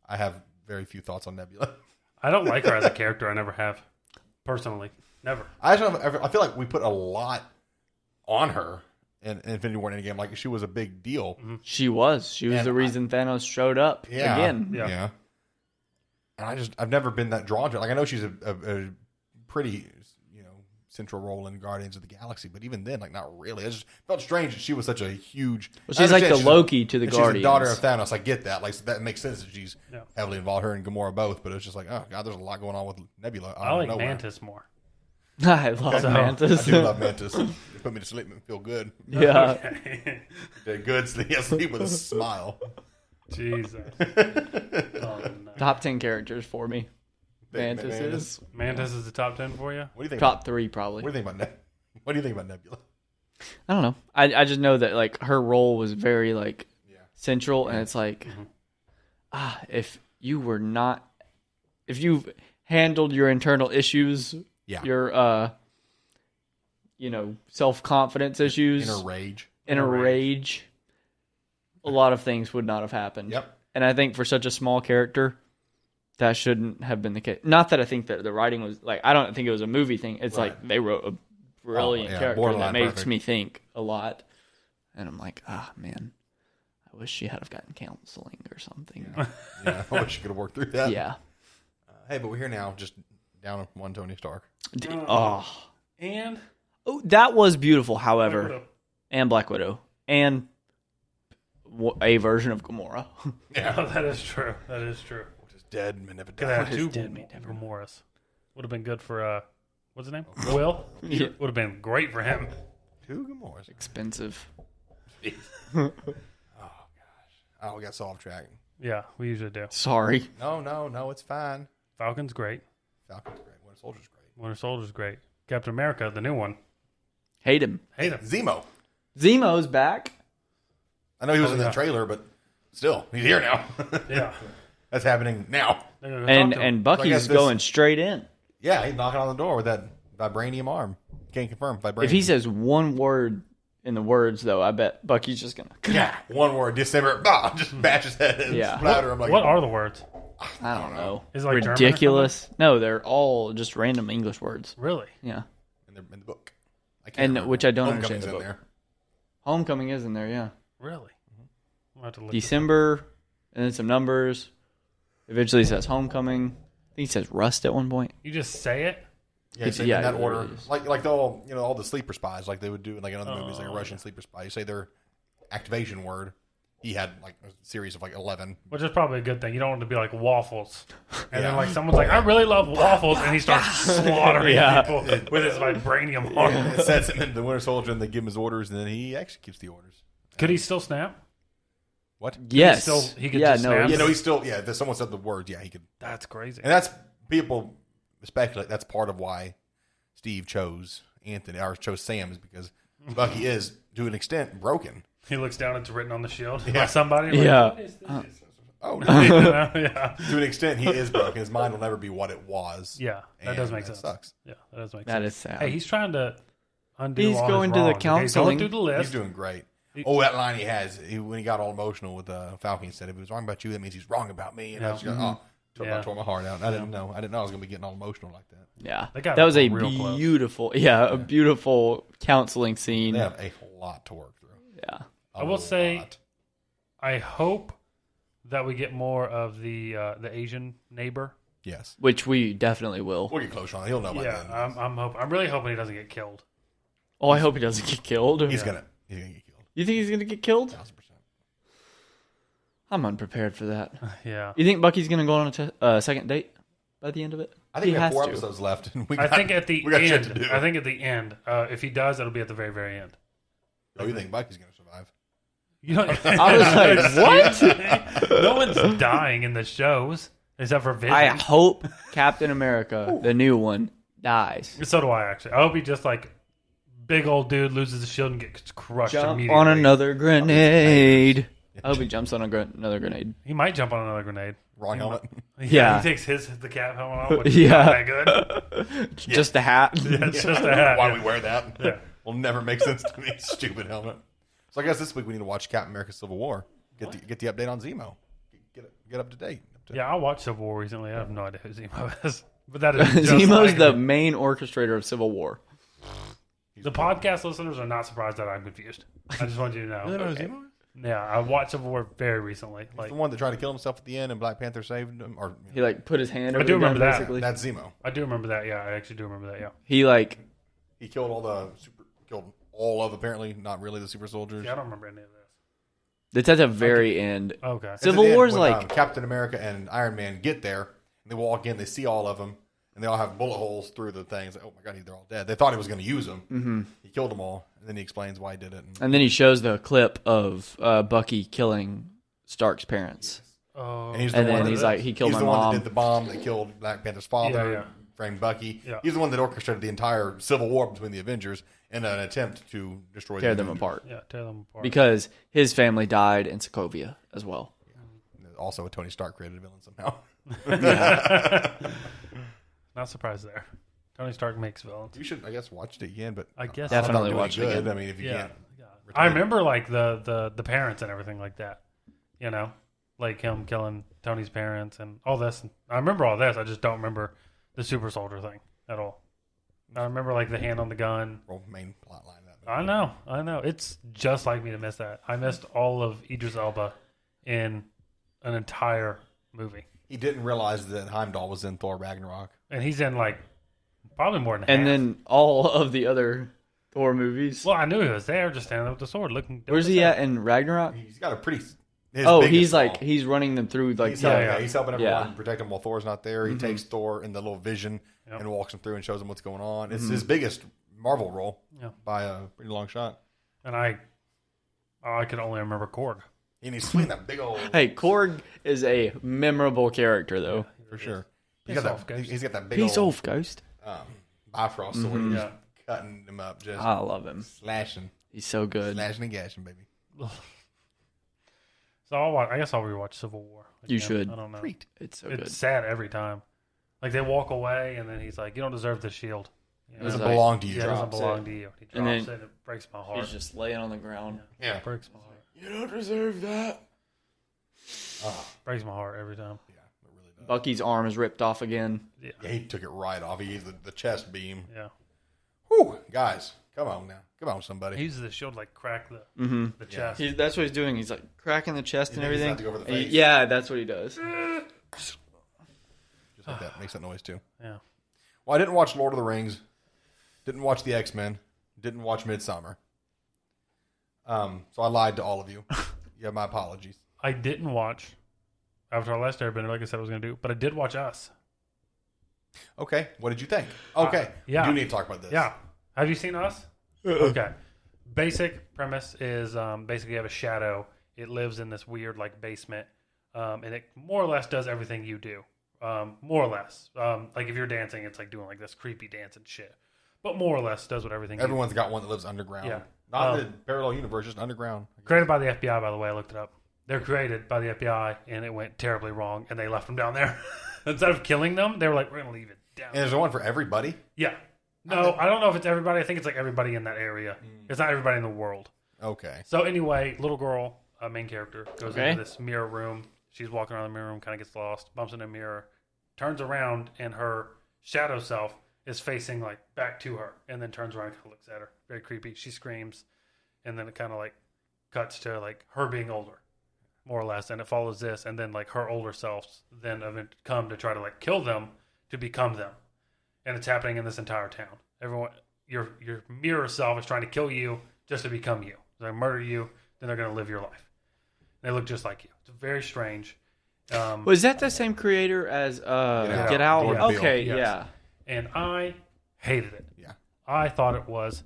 [SPEAKER 1] I have very few thoughts on Nebula.
[SPEAKER 3] I don't like her as a character. I never have, personally, never.
[SPEAKER 1] I just don't, I feel like we put a lot on her in, in Infinity War and Endgame. Like she was a big deal.
[SPEAKER 3] Mm-hmm.
[SPEAKER 2] She was. She was
[SPEAKER 1] And
[SPEAKER 2] the
[SPEAKER 1] I-
[SPEAKER 2] reason Thanos showed up
[SPEAKER 1] Yeah.
[SPEAKER 2] again.
[SPEAKER 3] Yeah.
[SPEAKER 1] Yeah. And I just I've never been that drawn to it. Like I know she's a, a, a pretty you know central role in Guardians of the Galaxy, but even then, like not really. It just felt strange that she was such a huge.
[SPEAKER 2] Well, she's like
[SPEAKER 1] I understand
[SPEAKER 2] the Loki to the
[SPEAKER 1] and she's the
[SPEAKER 2] Guardians.
[SPEAKER 1] daughter of Thanos. I get that. Like so that makes sense that she's
[SPEAKER 3] Yeah.
[SPEAKER 1] heavily involved. Her and Gamora both, but it's just like oh god, there's a lot going on with Nebula. out
[SPEAKER 3] I
[SPEAKER 1] of
[SPEAKER 3] like
[SPEAKER 1] nowhere.
[SPEAKER 3] Mantis more.
[SPEAKER 2] I love Mantis.
[SPEAKER 1] I do love Mantis. You put me to sleep and feel good.
[SPEAKER 2] yeah.
[SPEAKER 1] Did good sleep, yeah, sleep with a smile.
[SPEAKER 3] Jesus. Oh, no.
[SPEAKER 2] Top 10 characters for me. Mantis, is.
[SPEAKER 3] Mantis is the top ten for you.
[SPEAKER 1] What do you think?
[SPEAKER 2] Top 3
[SPEAKER 1] What do
[SPEAKER 2] probably.
[SPEAKER 1] you think about Neb- What do you think about Nebula?
[SPEAKER 2] I don't know. I I just know that like her role was very like
[SPEAKER 1] Yeah. Mm-hmm.
[SPEAKER 2] central and it's like ah if you were not if you've handled your internal issues,
[SPEAKER 1] Yeah.
[SPEAKER 2] your uh you know, self-confidence issues,
[SPEAKER 1] Inner rage.
[SPEAKER 2] inner rage, a lot of things would not have happened.
[SPEAKER 1] Yep.
[SPEAKER 2] And I think for such a small character, that shouldn't have been the case. Not that I think that the writing was like I don't think it was a movie thing. It's like they wrote a brilliant
[SPEAKER 1] Oh, yeah,
[SPEAKER 2] character
[SPEAKER 1] borderline
[SPEAKER 2] that makes
[SPEAKER 1] perfect.
[SPEAKER 2] me think a lot. And I'm like, ah man, I wish she had have gotten counseling or something. Yeah.
[SPEAKER 1] Yeah, I wish you could have worked through that. Uh, hey, but we're here now, just down one Tony Stark.
[SPEAKER 2] D- Oh.
[SPEAKER 3] And
[SPEAKER 2] Oh, that was beautiful, however. And Black Widow. And w- a version of Gamora.
[SPEAKER 3] Oh, that is true. That is true.
[SPEAKER 1] Just dead and never
[SPEAKER 3] Could
[SPEAKER 1] died.
[SPEAKER 3] have had two
[SPEAKER 2] dead meat never
[SPEAKER 3] Gamoras. Would have been good for uh, what's his name? Will. Would have been great for him.
[SPEAKER 1] Two Gamoras.
[SPEAKER 2] Expensive.
[SPEAKER 1] Oh, we got so off track.
[SPEAKER 3] Yeah, we usually do.
[SPEAKER 2] Sorry.
[SPEAKER 1] No, no, no, it's fine.
[SPEAKER 3] Falcon's great.
[SPEAKER 1] Falcon's great. Winter Soldier's great.
[SPEAKER 3] Winter Soldier's great. Captain America, the new one.
[SPEAKER 2] Hate him.
[SPEAKER 3] Hate him.
[SPEAKER 1] Zemo.
[SPEAKER 2] Zemo's back.
[SPEAKER 1] I know he was in the
[SPEAKER 3] Oh, yeah.
[SPEAKER 1] trailer, but still, he's here now.
[SPEAKER 3] Yeah.
[SPEAKER 1] That's happening now.
[SPEAKER 3] They're gonna go
[SPEAKER 2] And
[SPEAKER 3] talk to him.
[SPEAKER 2] and
[SPEAKER 1] So I
[SPEAKER 2] Bucky's
[SPEAKER 1] guess this-
[SPEAKER 2] going straight in.
[SPEAKER 1] Yeah, he's knocking on the door with that vibranium arm. Can't confirm vibranium.
[SPEAKER 2] If he says one word in the words though, I bet Bucky's just gonna
[SPEAKER 1] yeah, one word, December, bah, just bash his head in
[SPEAKER 2] Yeah.
[SPEAKER 1] splatter. I'm like,
[SPEAKER 3] what are the words?
[SPEAKER 2] I don't know.
[SPEAKER 3] Is it like German or
[SPEAKER 2] Ridiculous. No, they're all just random English words.
[SPEAKER 3] Really?
[SPEAKER 2] Yeah.
[SPEAKER 1] in the, in the book? I
[SPEAKER 2] And
[SPEAKER 1] remember.
[SPEAKER 2] which I don't
[SPEAKER 1] Homecoming's
[SPEAKER 2] understand the
[SPEAKER 1] in there.
[SPEAKER 2] Homecoming is in there, yeah.
[SPEAKER 3] Really? I'll have to look.
[SPEAKER 2] December, and then some numbers. Eventually, it says Homecoming. I think it says Rust at one point.
[SPEAKER 3] You just say it.
[SPEAKER 1] Yeah,
[SPEAKER 2] It's-
[SPEAKER 1] so
[SPEAKER 2] yeah,
[SPEAKER 1] in
[SPEAKER 2] it
[SPEAKER 1] that
[SPEAKER 2] really
[SPEAKER 1] order,
[SPEAKER 2] is.
[SPEAKER 1] like like all you know, all the sleeper spies, like they would do in like in other movies, like a
[SPEAKER 3] Oh,
[SPEAKER 1] Russian sleeper spy. You say their activation word. He had like a series of like eleven.
[SPEAKER 3] Which is probably a good thing. You don't want to be like waffles, and then
[SPEAKER 1] Yeah.
[SPEAKER 3] like someone's like, "I really love waffles," and he starts slaughtering
[SPEAKER 2] Yeah.
[SPEAKER 3] people with his vibranium arm.
[SPEAKER 1] It sets him into the Winter Soldier, and they give him his orders, and then he executes the orders.
[SPEAKER 3] Could he still snap?
[SPEAKER 1] What?
[SPEAKER 2] Yes.
[SPEAKER 3] still- he could
[SPEAKER 2] yeah.
[SPEAKER 3] just
[SPEAKER 2] No.
[SPEAKER 3] snap.
[SPEAKER 1] Yeah,
[SPEAKER 2] he's-
[SPEAKER 1] no, he's still yeah. If someone said the words, yeah, he could,
[SPEAKER 3] That's crazy.
[SPEAKER 1] and that's people speculate that's part of why Steve chose Anthony or chose Sam is because Bucky is to an extent broken.
[SPEAKER 3] He looks down; it's written on the shield by
[SPEAKER 1] Yeah.
[SPEAKER 3] somebody. like,
[SPEAKER 2] Yeah.
[SPEAKER 3] "What is this?"
[SPEAKER 1] Oh, no.
[SPEAKER 3] yeah,
[SPEAKER 1] to an extent, he is broken. His mind will never be what it was.
[SPEAKER 3] yeah. That
[SPEAKER 1] And
[SPEAKER 3] does make sense.
[SPEAKER 1] Sucks.
[SPEAKER 3] Yeah, that does make
[SPEAKER 2] that
[SPEAKER 3] sense.
[SPEAKER 2] is sad.
[SPEAKER 3] Hey, he's trying to undo.
[SPEAKER 2] He's
[SPEAKER 3] all his
[SPEAKER 2] going to the
[SPEAKER 3] wrongs, okay? Don't
[SPEAKER 2] counseling.
[SPEAKER 3] do the list.
[SPEAKER 1] He's doing great. oh, that line he has he, when he got all emotional with uh, Falcon. He said, "If he was wrong about you, that means he's wrong about me." And I
[SPEAKER 3] Yeah. Mm-hmm.
[SPEAKER 1] was going, "Oh, tore,
[SPEAKER 3] Yeah.
[SPEAKER 1] I tore my heart out." I didn't know. I didn't know I was going to be getting all emotional like that.
[SPEAKER 2] yeah.
[SPEAKER 3] They got
[SPEAKER 2] That was a
[SPEAKER 3] real close.
[SPEAKER 2] beautiful. Yeah, a beautiful counseling scene.
[SPEAKER 1] They have a lot to work through.
[SPEAKER 2] yeah.
[SPEAKER 1] I
[SPEAKER 3] I will say- I hope that we get more of the uh, the Asian neighbor.
[SPEAKER 1] yes.
[SPEAKER 2] Which we definitely will.
[SPEAKER 1] We'll get close on. it. He'll know by
[SPEAKER 3] Yeah,
[SPEAKER 1] then.
[SPEAKER 3] I'm I'm, hope, I'm really hoping he doesn't get killed.
[SPEAKER 2] Oh, I hope he doesn't get killed.
[SPEAKER 1] he's gonna. He's gonna get killed.
[SPEAKER 2] You think he's gonna get killed?
[SPEAKER 1] Thousand percent.
[SPEAKER 2] I'm unprepared for that.
[SPEAKER 3] Yeah,
[SPEAKER 2] You think Bucky's gonna go on a te- uh, second date by the end of it?
[SPEAKER 1] I think
[SPEAKER 2] He
[SPEAKER 1] we have
[SPEAKER 2] has
[SPEAKER 1] four
[SPEAKER 2] to.
[SPEAKER 1] episodes left, and we.
[SPEAKER 3] I
[SPEAKER 1] Got,
[SPEAKER 3] think at the
[SPEAKER 1] we got shit
[SPEAKER 3] end.
[SPEAKER 1] to do.
[SPEAKER 3] I think at the end, uh, if he does, it'll be at the very very end.
[SPEAKER 1] Oh, you think Bucky's gonna survive?
[SPEAKER 3] You know,
[SPEAKER 2] I was like, what?
[SPEAKER 3] no one's dying in the shows except for Vision.
[SPEAKER 2] I hope Captain America, the new one, dies.
[SPEAKER 3] so do I actually. I hope he just like big old dude loses the shield and gets crushed
[SPEAKER 2] Jump
[SPEAKER 3] immediately.
[SPEAKER 2] on another grenade. I hope he jumps on a gren another grenade.
[SPEAKER 3] He might jump on another grenade.
[SPEAKER 1] Wrong helmet.
[SPEAKER 2] Yeah.
[SPEAKER 3] he takes his the cap helmet off. Which
[SPEAKER 2] Yeah.
[SPEAKER 3] is not that good.
[SPEAKER 2] Just the hat.
[SPEAKER 3] It's just a hat.
[SPEAKER 1] Why
[SPEAKER 3] yeah.
[SPEAKER 1] we wear that?
[SPEAKER 3] Yeah.
[SPEAKER 1] will never make sense to me. Stupid helmet. So I guess this week we need to watch Captain America: Civil War. Get the, get the update on Zemo. Get get up to date. Up to-
[SPEAKER 3] Yeah, I watched Civil War recently. I have no idea who Zemo is, but that is just
[SPEAKER 2] Zemo's
[SPEAKER 3] like-
[SPEAKER 2] the main orchestrator of Civil War.
[SPEAKER 3] the podcast listeners are not surprised that I'm confused. I just want
[SPEAKER 1] You
[SPEAKER 3] you to know.
[SPEAKER 1] know who Zemo is?
[SPEAKER 3] yeah, I watched Civil War very recently. Like
[SPEAKER 1] The one that tried to kill himself at the end, and Black Panther saved him. Or
[SPEAKER 2] He like put his hand over
[SPEAKER 3] do
[SPEAKER 2] the gun,
[SPEAKER 3] remember that.
[SPEAKER 2] basically.
[SPEAKER 1] that's Zemo.
[SPEAKER 3] I do remember that. Yeah, I actually do remember that. Yeah,
[SPEAKER 2] He like
[SPEAKER 1] He killed all the super, killed all of apparently not really the super soldiers.
[SPEAKER 3] yeah I don't remember any of this.
[SPEAKER 2] it's at the very end.
[SPEAKER 3] Okay,
[SPEAKER 1] It's at
[SPEAKER 2] Civil
[SPEAKER 1] the end
[SPEAKER 2] War's
[SPEAKER 1] when,
[SPEAKER 2] like-
[SPEAKER 1] um, Captain America and Iron Man get there, and they walk in, they see all of them, and they all have bullet holes through the things. Like, oh my god, they're all dead. They thought he was going to use them. Mm-hmm. He killed them all, and then he explains why he did it. And,
[SPEAKER 2] And then he shows the clip of uh, Bucky killing Stark's parents.
[SPEAKER 3] oh,
[SPEAKER 1] and he's the
[SPEAKER 2] And
[SPEAKER 1] one
[SPEAKER 2] then
[SPEAKER 1] that-
[SPEAKER 2] he's like, he killed
[SPEAKER 1] he's
[SPEAKER 2] my
[SPEAKER 1] the one
[SPEAKER 2] mom.
[SPEAKER 1] that did the bomb that killed Black Panther's father,
[SPEAKER 3] Yeah, yeah.
[SPEAKER 1] framed Bucky.
[SPEAKER 3] Yeah.
[SPEAKER 1] He's the one that orchestrated the entire civil war between the Avengers in an attempt to destroy
[SPEAKER 2] Tear
[SPEAKER 1] the
[SPEAKER 2] them
[SPEAKER 1] Avengers.
[SPEAKER 2] apart.
[SPEAKER 3] yeah, tear them apart.
[SPEAKER 2] Because his family died in Sokovia as well.
[SPEAKER 1] Also, Tony Stark created a villain somehow.
[SPEAKER 3] not surprised there. Tony Stark makes villains.
[SPEAKER 1] you should, I guess, watch it again. But
[SPEAKER 3] I guess
[SPEAKER 1] it's not
[SPEAKER 2] Definitely
[SPEAKER 1] really
[SPEAKER 2] watch it
[SPEAKER 1] good.
[SPEAKER 2] again.
[SPEAKER 1] I mean, if you
[SPEAKER 3] Yeah.
[SPEAKER 1] can't,
[SPEAKER 3] I remember like the, the the parents and everything like that. You know, like him killing Tony's parents and all this. I remember all this. I just don't remember the super soldier thing at all. I remember like the hand on the gun.
[SPEAKER 1] roll main plot line. That
[SPEAKER 3] I know, I know. It's just like me to miss that. I missed all of Idris Elba in an entire movie,
[SPEAKER 1] He didn't realize that Heimdall was in Thor Ragnarok.
[SPEAKER 3] and he's in like probably more than.
[SPEAKER 2] And
[SPEAKER 3] half.
[SPEAKER 2] then all of the other Thor movies.
[SPEAKER 3] well, I knew he was there, just standing there with the sword, looking.
[SPEAKER 2] Where's he at in Ragnarok?
[SPEAKER 1] He's got a pretty. his
[SPEAKER 2] Oh,
[SPEAKER 1] biggest
[SPEAKER 2] he's like
[SPEAKER 1] flaw.
[SPEAKER 2] he's running them through like
[SPEAKER 1] he's
[SPEAKER 2] the-
[SPEAKER 1] helping, yeah,
[SPEAKER 3] yeah, yeah. Mm-hmm.
[SPEAKER 1] he's helping
[SPEAKER 2] Yeah.
[SPEAKER 1] everyone protect him while Thor's not there. He takes Thor in the little vision
[SPEAKER 3] Yep. Mm-hmm.
[SPEAKER 1] and walks him through and shows him what's going on. It's his biggest Marvel role
[SPEAKER 3] Yeah.
[SPEAKER 1] by a pretty long shot.
[SPEAKER 3] And I, oh, I could only remember Korg.
[SPEAKER 1] And he's swinging that big old
[SPEAKER 2] Hey, Korg is a memorable character though.
[SPEAKER 1] for sure. He's
[SPEAKER 3] Piss
[SPEAKER 1] got,
[SPEAKER 3] off,
[SPEAKER 1] that,
[SPEAKER 3] guys. Mm-hmm.
[SPEAKER 1] he's got that big
[SPEAKER 2] Peace
[SPEAKER 1] old
[SPEAKER 2] off, Ah. Ghost.
[SPEAKER 1] um, Bifrost sword. He's
[SPEAKER 3] Yeah.
[SPEAKER 1] cutting him up, just
[SPEAKER 2] I love him.
[SPEAKER 1] slashing,
[SPEAKER 2] He's so good.
[SPEAKER 1] slashing and gashing, baby.
[SPEAKER 3] So I'll watch, I guess I'll rewatch Civil War.
[SPEAKER 2] You should.
[SPEAKER 3] I don't know.
[SPEAKER 2] It's so
[SPEAKER 3] It's sad every time. Like they walk away, and then he's like, "You don't deserve this shield. You
[SPEAKER 1] It doesn't
[SPEAKER 2] like-
[SPEAKER 1] belong to you.
[SPEAKER 3] yeah, it doesn't
[SPEAKER 1] Drops it.
[SPEAKER 3] belong to you." He drops
[SPEAKER 2] And
[SPEAKER 3] it,
[SPEAKER 2] then-
[SPEAKER 3] and it breaks my
[SPEAKER 2] good.
[SPEAKER 3] heart.
[SPEAKER 2] He's just laying on the ground.
[SPEAKER 1] Yeah.
[SPEAKER 3] breaks my heart.
[SPEAKER 2] You don't deserve that.
[SPEAKER 3] Breaks my heart every time.
[SPEAKER 1] Yeah, it really does.
[SPEAKER 2] Bucky's arm is ripped off again.
[SPEAKER 1] Yeah, he took it right off. He used the, the chest beam.
[SPEAKER 3] Yeah.
[SPEAKER 1] Whew, guys, Come on now, come on, somebody.
[SPEAKER 3] He uses the shield to, like crack the,
[SPEAKER 2] Mm-hmm.
[SPEAKER 3] the chest.
[SPEAKER 2] He, that's what he's doing. He's like cracking the chest and
[SPEAKER 1] think he's
[SPEAKER 2] everything.
[SPEAKER 1] about to go over the
[SPEAKER 2] And he-
[SPEAKER 1] face?
[SPEAKER 2] yeah, that's what he does.
[SPEAKER 1] Just like that makes that noise too.
[SPEAKER 3] yeah.
[SPEAKER 1] Well, I didn't watch Lord of the Rings, didn't watch the X Men, didn't watch Midsummer. Um, so I lied to all of you. yeah, my apologies.
[SPEAKER 3] I didn't watch Avatar Last Airbender, like I said I was going to do, but I did watch Us.
[SPEAKER 1] Okay, what did you think? Okay,
[SPEAKER 3] Uh, yeah.
[SPEAKER 1] we do need to talk about this.
[SPEAKER 3] Yeah. Have you seen Us?
[SPEAKER 1] Uh-uh.
[SPEAKER 3] okay. Basic premise is um, basically you have a shadow. It lives in this weird like basement, um, and it more or less does everything you do. Um, more or less, um, like if you're dancing, it's like doing like this creepy dance and shit. But more or less does what everything. you
[SPEAKER 1] everyone's got one that lives underground.
[SPEAKER 3] Yeah.
[SPEAKER 1] not in
[SPEAKER 3] Um,
[SPEAKER 1] the parallel universe, just underground.
[SPEAKER 3] Created by the FBI, by the way. I looked it up. They're created by the FBI, and it went terribly wrong, and they left them down there. Instead of killing them, they were like, "We're gonna leave it down."
[SPEAKER 1] And there's one for everybody.
[SPEAKER 3] yeah. No, I don't know if it's everybody. I think it's like everybody in that area.
[SPEAKER 1] Mm.
[SPEAKER 3] It's not everybody in the world.
[SPEAKER 1] Okay,
[SPEAKER 3] So anyway, little girl, uh, main character, goes
[SPEAKER 2] Okay.
[SPEAKER 3] into this mirror room. She's walking around the mirror room, kind of gets lost, bumps into a mirror, turns around, and her shadow self is facing like back to her, and then turns around, and kind of looks at her, very creepy. She screams, and then it kind of like cuts to like her being older, more or less, and it follows this, and then like her older selves then event- come to try to like kill them to become them, and it's happening in this entire town. Everyone, your your mirror self is trying to kill you just to become you. They murder you, then they're going to live your life. They look just like you. It's very strange. Um,
[SPEAKER 2] Was that the same creator as uh,
[SPEAKER 1] Get Out.
[SPEAKER 2] Get Out?
[SPEAKER 1] Jordan Peele.
[SPEAKER 2] Okay,
[SPEAKER 3] Yes.
[SPEAKER 2] yeah.
[SPEAKER 3] and I hated it.
[SPEAKER 1] yeah.
[SPEAKER 3] I thought it was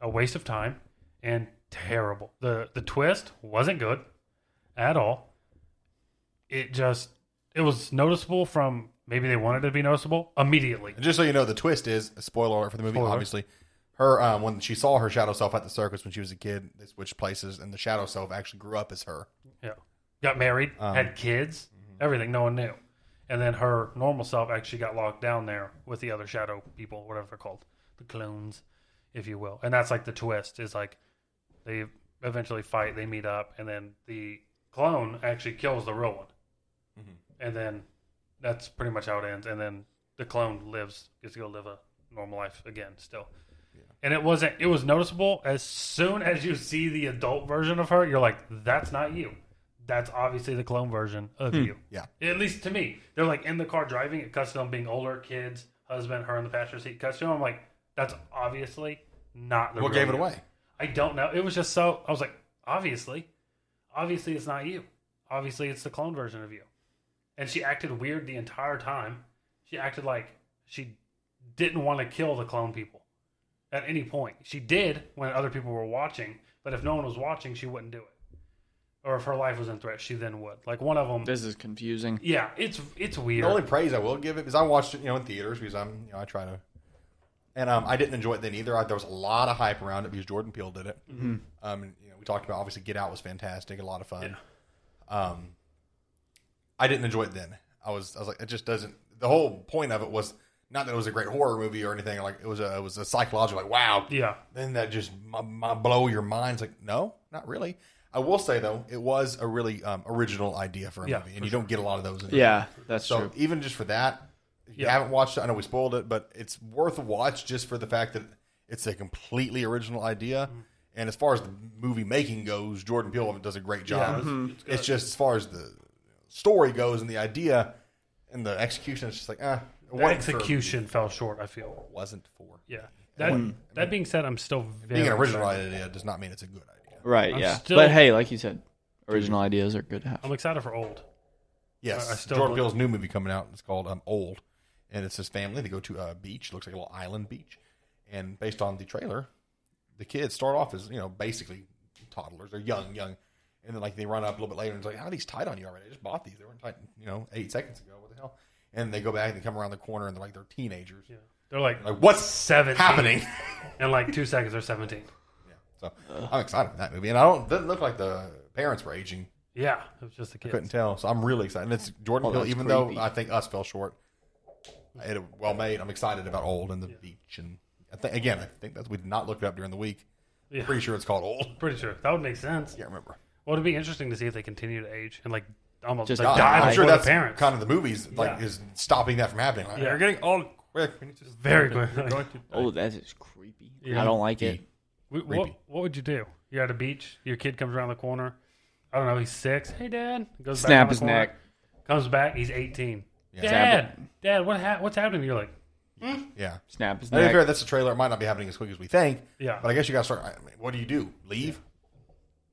[SPEAKER 3] a waste of time and terrible. The the twist wasn't good at all. It just it was noticeable from maybe they wanted it to be noticeable immediately.
[SPEAKER 1] And just so you know, the twist is a spoiler alert for the movie.
[SPEAKER 3] Spoiler.
[SPEAKER 1] Obviously, her um, when she saw her shadow self at the circus when she was a kid, they switched places, and the shadow self actually grew up as her.
[SPEAKER 3] Yeah. Got married,
[SPEAKER 1] Um,
[SPEAKER 3] had kids, everything. No one knew. And then her normal self actually got locked down there with the other shadow people, whatever they're called, the clones, if you will. And that's like the twist is like they eventually fight, they meet up, and then the clone actually kills the real one.
[SPEAKER 1] Mm-hmm.
[SPEAKER 3] And then that's pretty much how it ends. And then the clone lives, gets to go live a normal life again, still. And it wasn't, it was noticeable as soon as you see the adult version of her, you're like, that's not you. That's obviously the clone version of you.
[SPEAKER 1] Hmm. Yeah.
[SPEAKER 3] At least to me. They're like in the car driving, it cuts to them being older, kids, husband, her in the passenger seat, cuts to them. I'm like, that's obviously not the
[SPEAKER 1] What
[SPEAKER 3] real
[SPEAKER 1] gave it
[SPEAKER 3] you.
[SPEAKER 1] away?
[SPEAKER 3] I don't know. It was just so. I was like, obviously, obviously it's not you. Obviously it's the clone version of you. And she acted weird the entire time. She acted like she didn't want to kill the clone people at any point. She did when other people were watching, but if no one was watching, she wouldn't do it. Or if her life was in threat, she then would. Like one of them.
[SPEAKER 2] This is confusing.
[SPEAKER 3] Yeah, it's it's weird.
[SPEAKER 1] The only praise I will give it is I watched it, you know, in theaters because I'm, you know, I try to, and um, I didn't enjoy it then either. I, there was a lot of hype around it because Jordan Peele did it. Mm-hmm. Um, and, you know, we talked about obviously Get Out was fantastic, a lot of fun. Um, I didn't enjoy it then. I was, I was like, it just doesn't. The whole point of it was not that it was a great horror movie or anything. Like it was a, it was a psychological, like wow,
[SPEAKER 3] Yeah.
[SPEAKER 1] then that just my, my blow your mind's like no not really i will say though it was a really um, original idea for a
[SPEAKER 3] Yeah,
[SPEAKER 1] movie
[SPEAKER 3] for
[SPEAKER 1] and you don't get a lot of those in
[SPEAKER 2] Yeah, that's
[SPEAKER 1] so
[SPEAKER 2] true.
[SPEAKER 1] even just for that if you
[SPEAKER 3] Yeah.
[SPEAKER 1] haven't watched it i know we spoiled it but it's worth a watch just for the fact that it's a completely original idea
[SPEAKER 3] Mm-hmm.
[SPEAKER 1] and as far as the movie making goes jordan peele does a great
[SPEAKER 3] Yeah, Mm-hmm.
[SPEAKER 1] job
[SPEAKER 3] it's- it's good.
[SPEAKER 1] it's just as far as the story goes and the idea and the execution it's just like ah it
[SPEAKER 3] The
[SPEAKER 1] wasn't for-
[SPEAKER 3] execution fell short. I feel.
[SPEAKER 1] wasn't for
[SPEAKER 3] Yeah. That that being said, I'm still very
[SPEAKER 1] being an original idea does not mean it's a good idea
[SPEAKER 2] Right,
[SPEAKER 3] I'm
[SPEAKER 2] yeah.
[SPEAKER 3] still-
[SPEAKER 2] But hey, like you said, original ideas are good to have.
[SPEAKER 3] I'm excited for old.
[SPEAKER 1] Yes,
[SPEAKER 3] I- I still
[SPEAKER 1] Jordan
[SPEAKER 3] believe-
[SPEAKER 1] Peele's new movie coming out. It's called um, Old, and it's his family. They go to a beach. Looks like a little island beach, and based on the trailer, the kids start off as you know basically toddlers. They're young, young, and then like they run up a little bit later and it's like, how are these tied on you already? I just bought these. They weren't tied, you know, eight seconds ago. What the hell? And they go back and they come around the corner and they're like they're teenagers.
[SPEAKER 3] Yeah. They're like
[SPEAKER 1] Like what's
[SPEAKER 3] 17.
[SPEAKER 1] happening?
[SPEAKER 3] in like two seconds or 17.
[SPEAKER 1] so I'm excited for that movie, and I don't doesn't look like the parents were aging.
[SPEAKER 3] Yeah, it was just the kids.
[SPEAKER 1] couldn't tell. So I'm really excited. And it's Jordan
[SPEAKER 2] Oh,
[SPEAKER 1] Peele,
[SPEAKER 2] that's
[SPEAKER 1] even
[SPEAKER 2] creepy.
[SPEAKER 1] though I think us fell short. It well made. I'm excited about old and the beach and I think again I think that's we did not look it up during the week.
[SPEAKER 3] Yeah.
[SPEAKER 1] Pretty sure it's called old.
[SPEAKER 3] Pretty sure that would make sense.
[SPEAKER 1] Can't remember.
[SPEAKER 3] Well, it'd be interesting to see if they continue to age and like almost
[SPEAKER 2] Just
[SPEAKER 3] like,
[SPEAKER 2] die.
[SPEAKER 3] die
[SPEAKER 1] I'm
[SPEAKER 3] before
[SPEAKER 1] sure
[SPEAKER 3] the
[SPEAKER 1] that's
[SPEAKER 3] parents.
[SPEAKER 1] kind of the movies like
[SPEAKER 3] Yeah.
[SPEAKER 1] is stopping that from happening. Like,
[SPEAKER 3] Yeah.
[SPEAKER 1] You're getting old Rick, can you just
[SPEAKER 3] Very
[SPEAKER 1] You're
[SPEAKER 3] quickly.
[SPEAKER 1] going to-
[SPEAKER 2] Oh, that is creepy.
[SPEAKER 3] Yeah.
[SPEAKER 2] I don't like it.
[SPEAKER 3] We, what,
[SPEAKER 1] Creepy.
[SPEAKER 3] what would you do? You're at a beach. Your kid comes around the corner. I don't know. He's six. Hey, Dad. Goes back
[SPEAKER 2] Snap
[SPEAKER 3] around the
[SPEAKER 2] his
[SPEAKER 3] corner,
[SPEAKER 2] neck.
[SPEAKER 3] Comes back. He's 18.
[SPEAKER 2] Zap
[SPEAKER 3] Dad, Dad, what ha- what's happening? You're like,
[SPEAKER 1] Yeah.
[SPEAKER 2] Snap his
[SPEAKER 1] To be
[SPEAKER 2] neck.
[SPEAKER 1] fair, that's a trailer. It might not be happening as quick as we think.
[SPEAKER 3] Yeah.
[SPEAKER 1] But I guess you got to start. I mean, what do you do? Leave?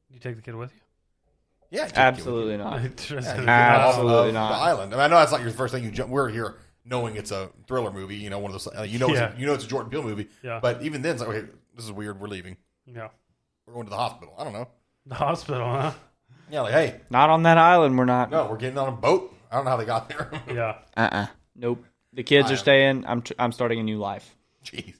[SPEAKER 3] you take the kid with you?
[SPEAKER 1] Yeah. take it with
[SPEAKER 2] Absolutely not.
[SPEAKER 1] you.
[SPEAKER 3] Interesting.
[SPEAKER 1] Yeah, you get off
[SPEAKER 2] Absolutely
[SPEAKER 1] of
[SPEAKER 2] not.
[SPEAKER 1] The island. I, mean, I know that's not your first thing you jump. We're here knowing it's a thriller movie. You know, one of those. Uh, you know, it's
[SPEAKER 3] Yeah.
[SPEAKER 1] a, you know, it's a Jordan Peele movie.
[SPEAKER 3] Yeah.
[SPEAKER 1] But even then, it's like, okay, this is weird. We're leaving.
[SPEAKER 3] Yeah.
[SPEAKER 1] We're going to the hospital. I don't know.
[SPEAKER 3] The hospital, huh?
[SPEAKER 1] Yeah. Like, hey,
[SPEAKER 2] Not on that island. We're not.
[SPEAKER 1] no, we're getting on a boat. I don't know how they got there.
[SPEAKER 3] Yeah.
[SPEAKER 2] Uh-uh. Nope. The kids are
[SPEAKER 1] Island.
[SPEAKER 2] staying. I'm tr- I'm starting a new life.
[SPEAKER 1] Jeez.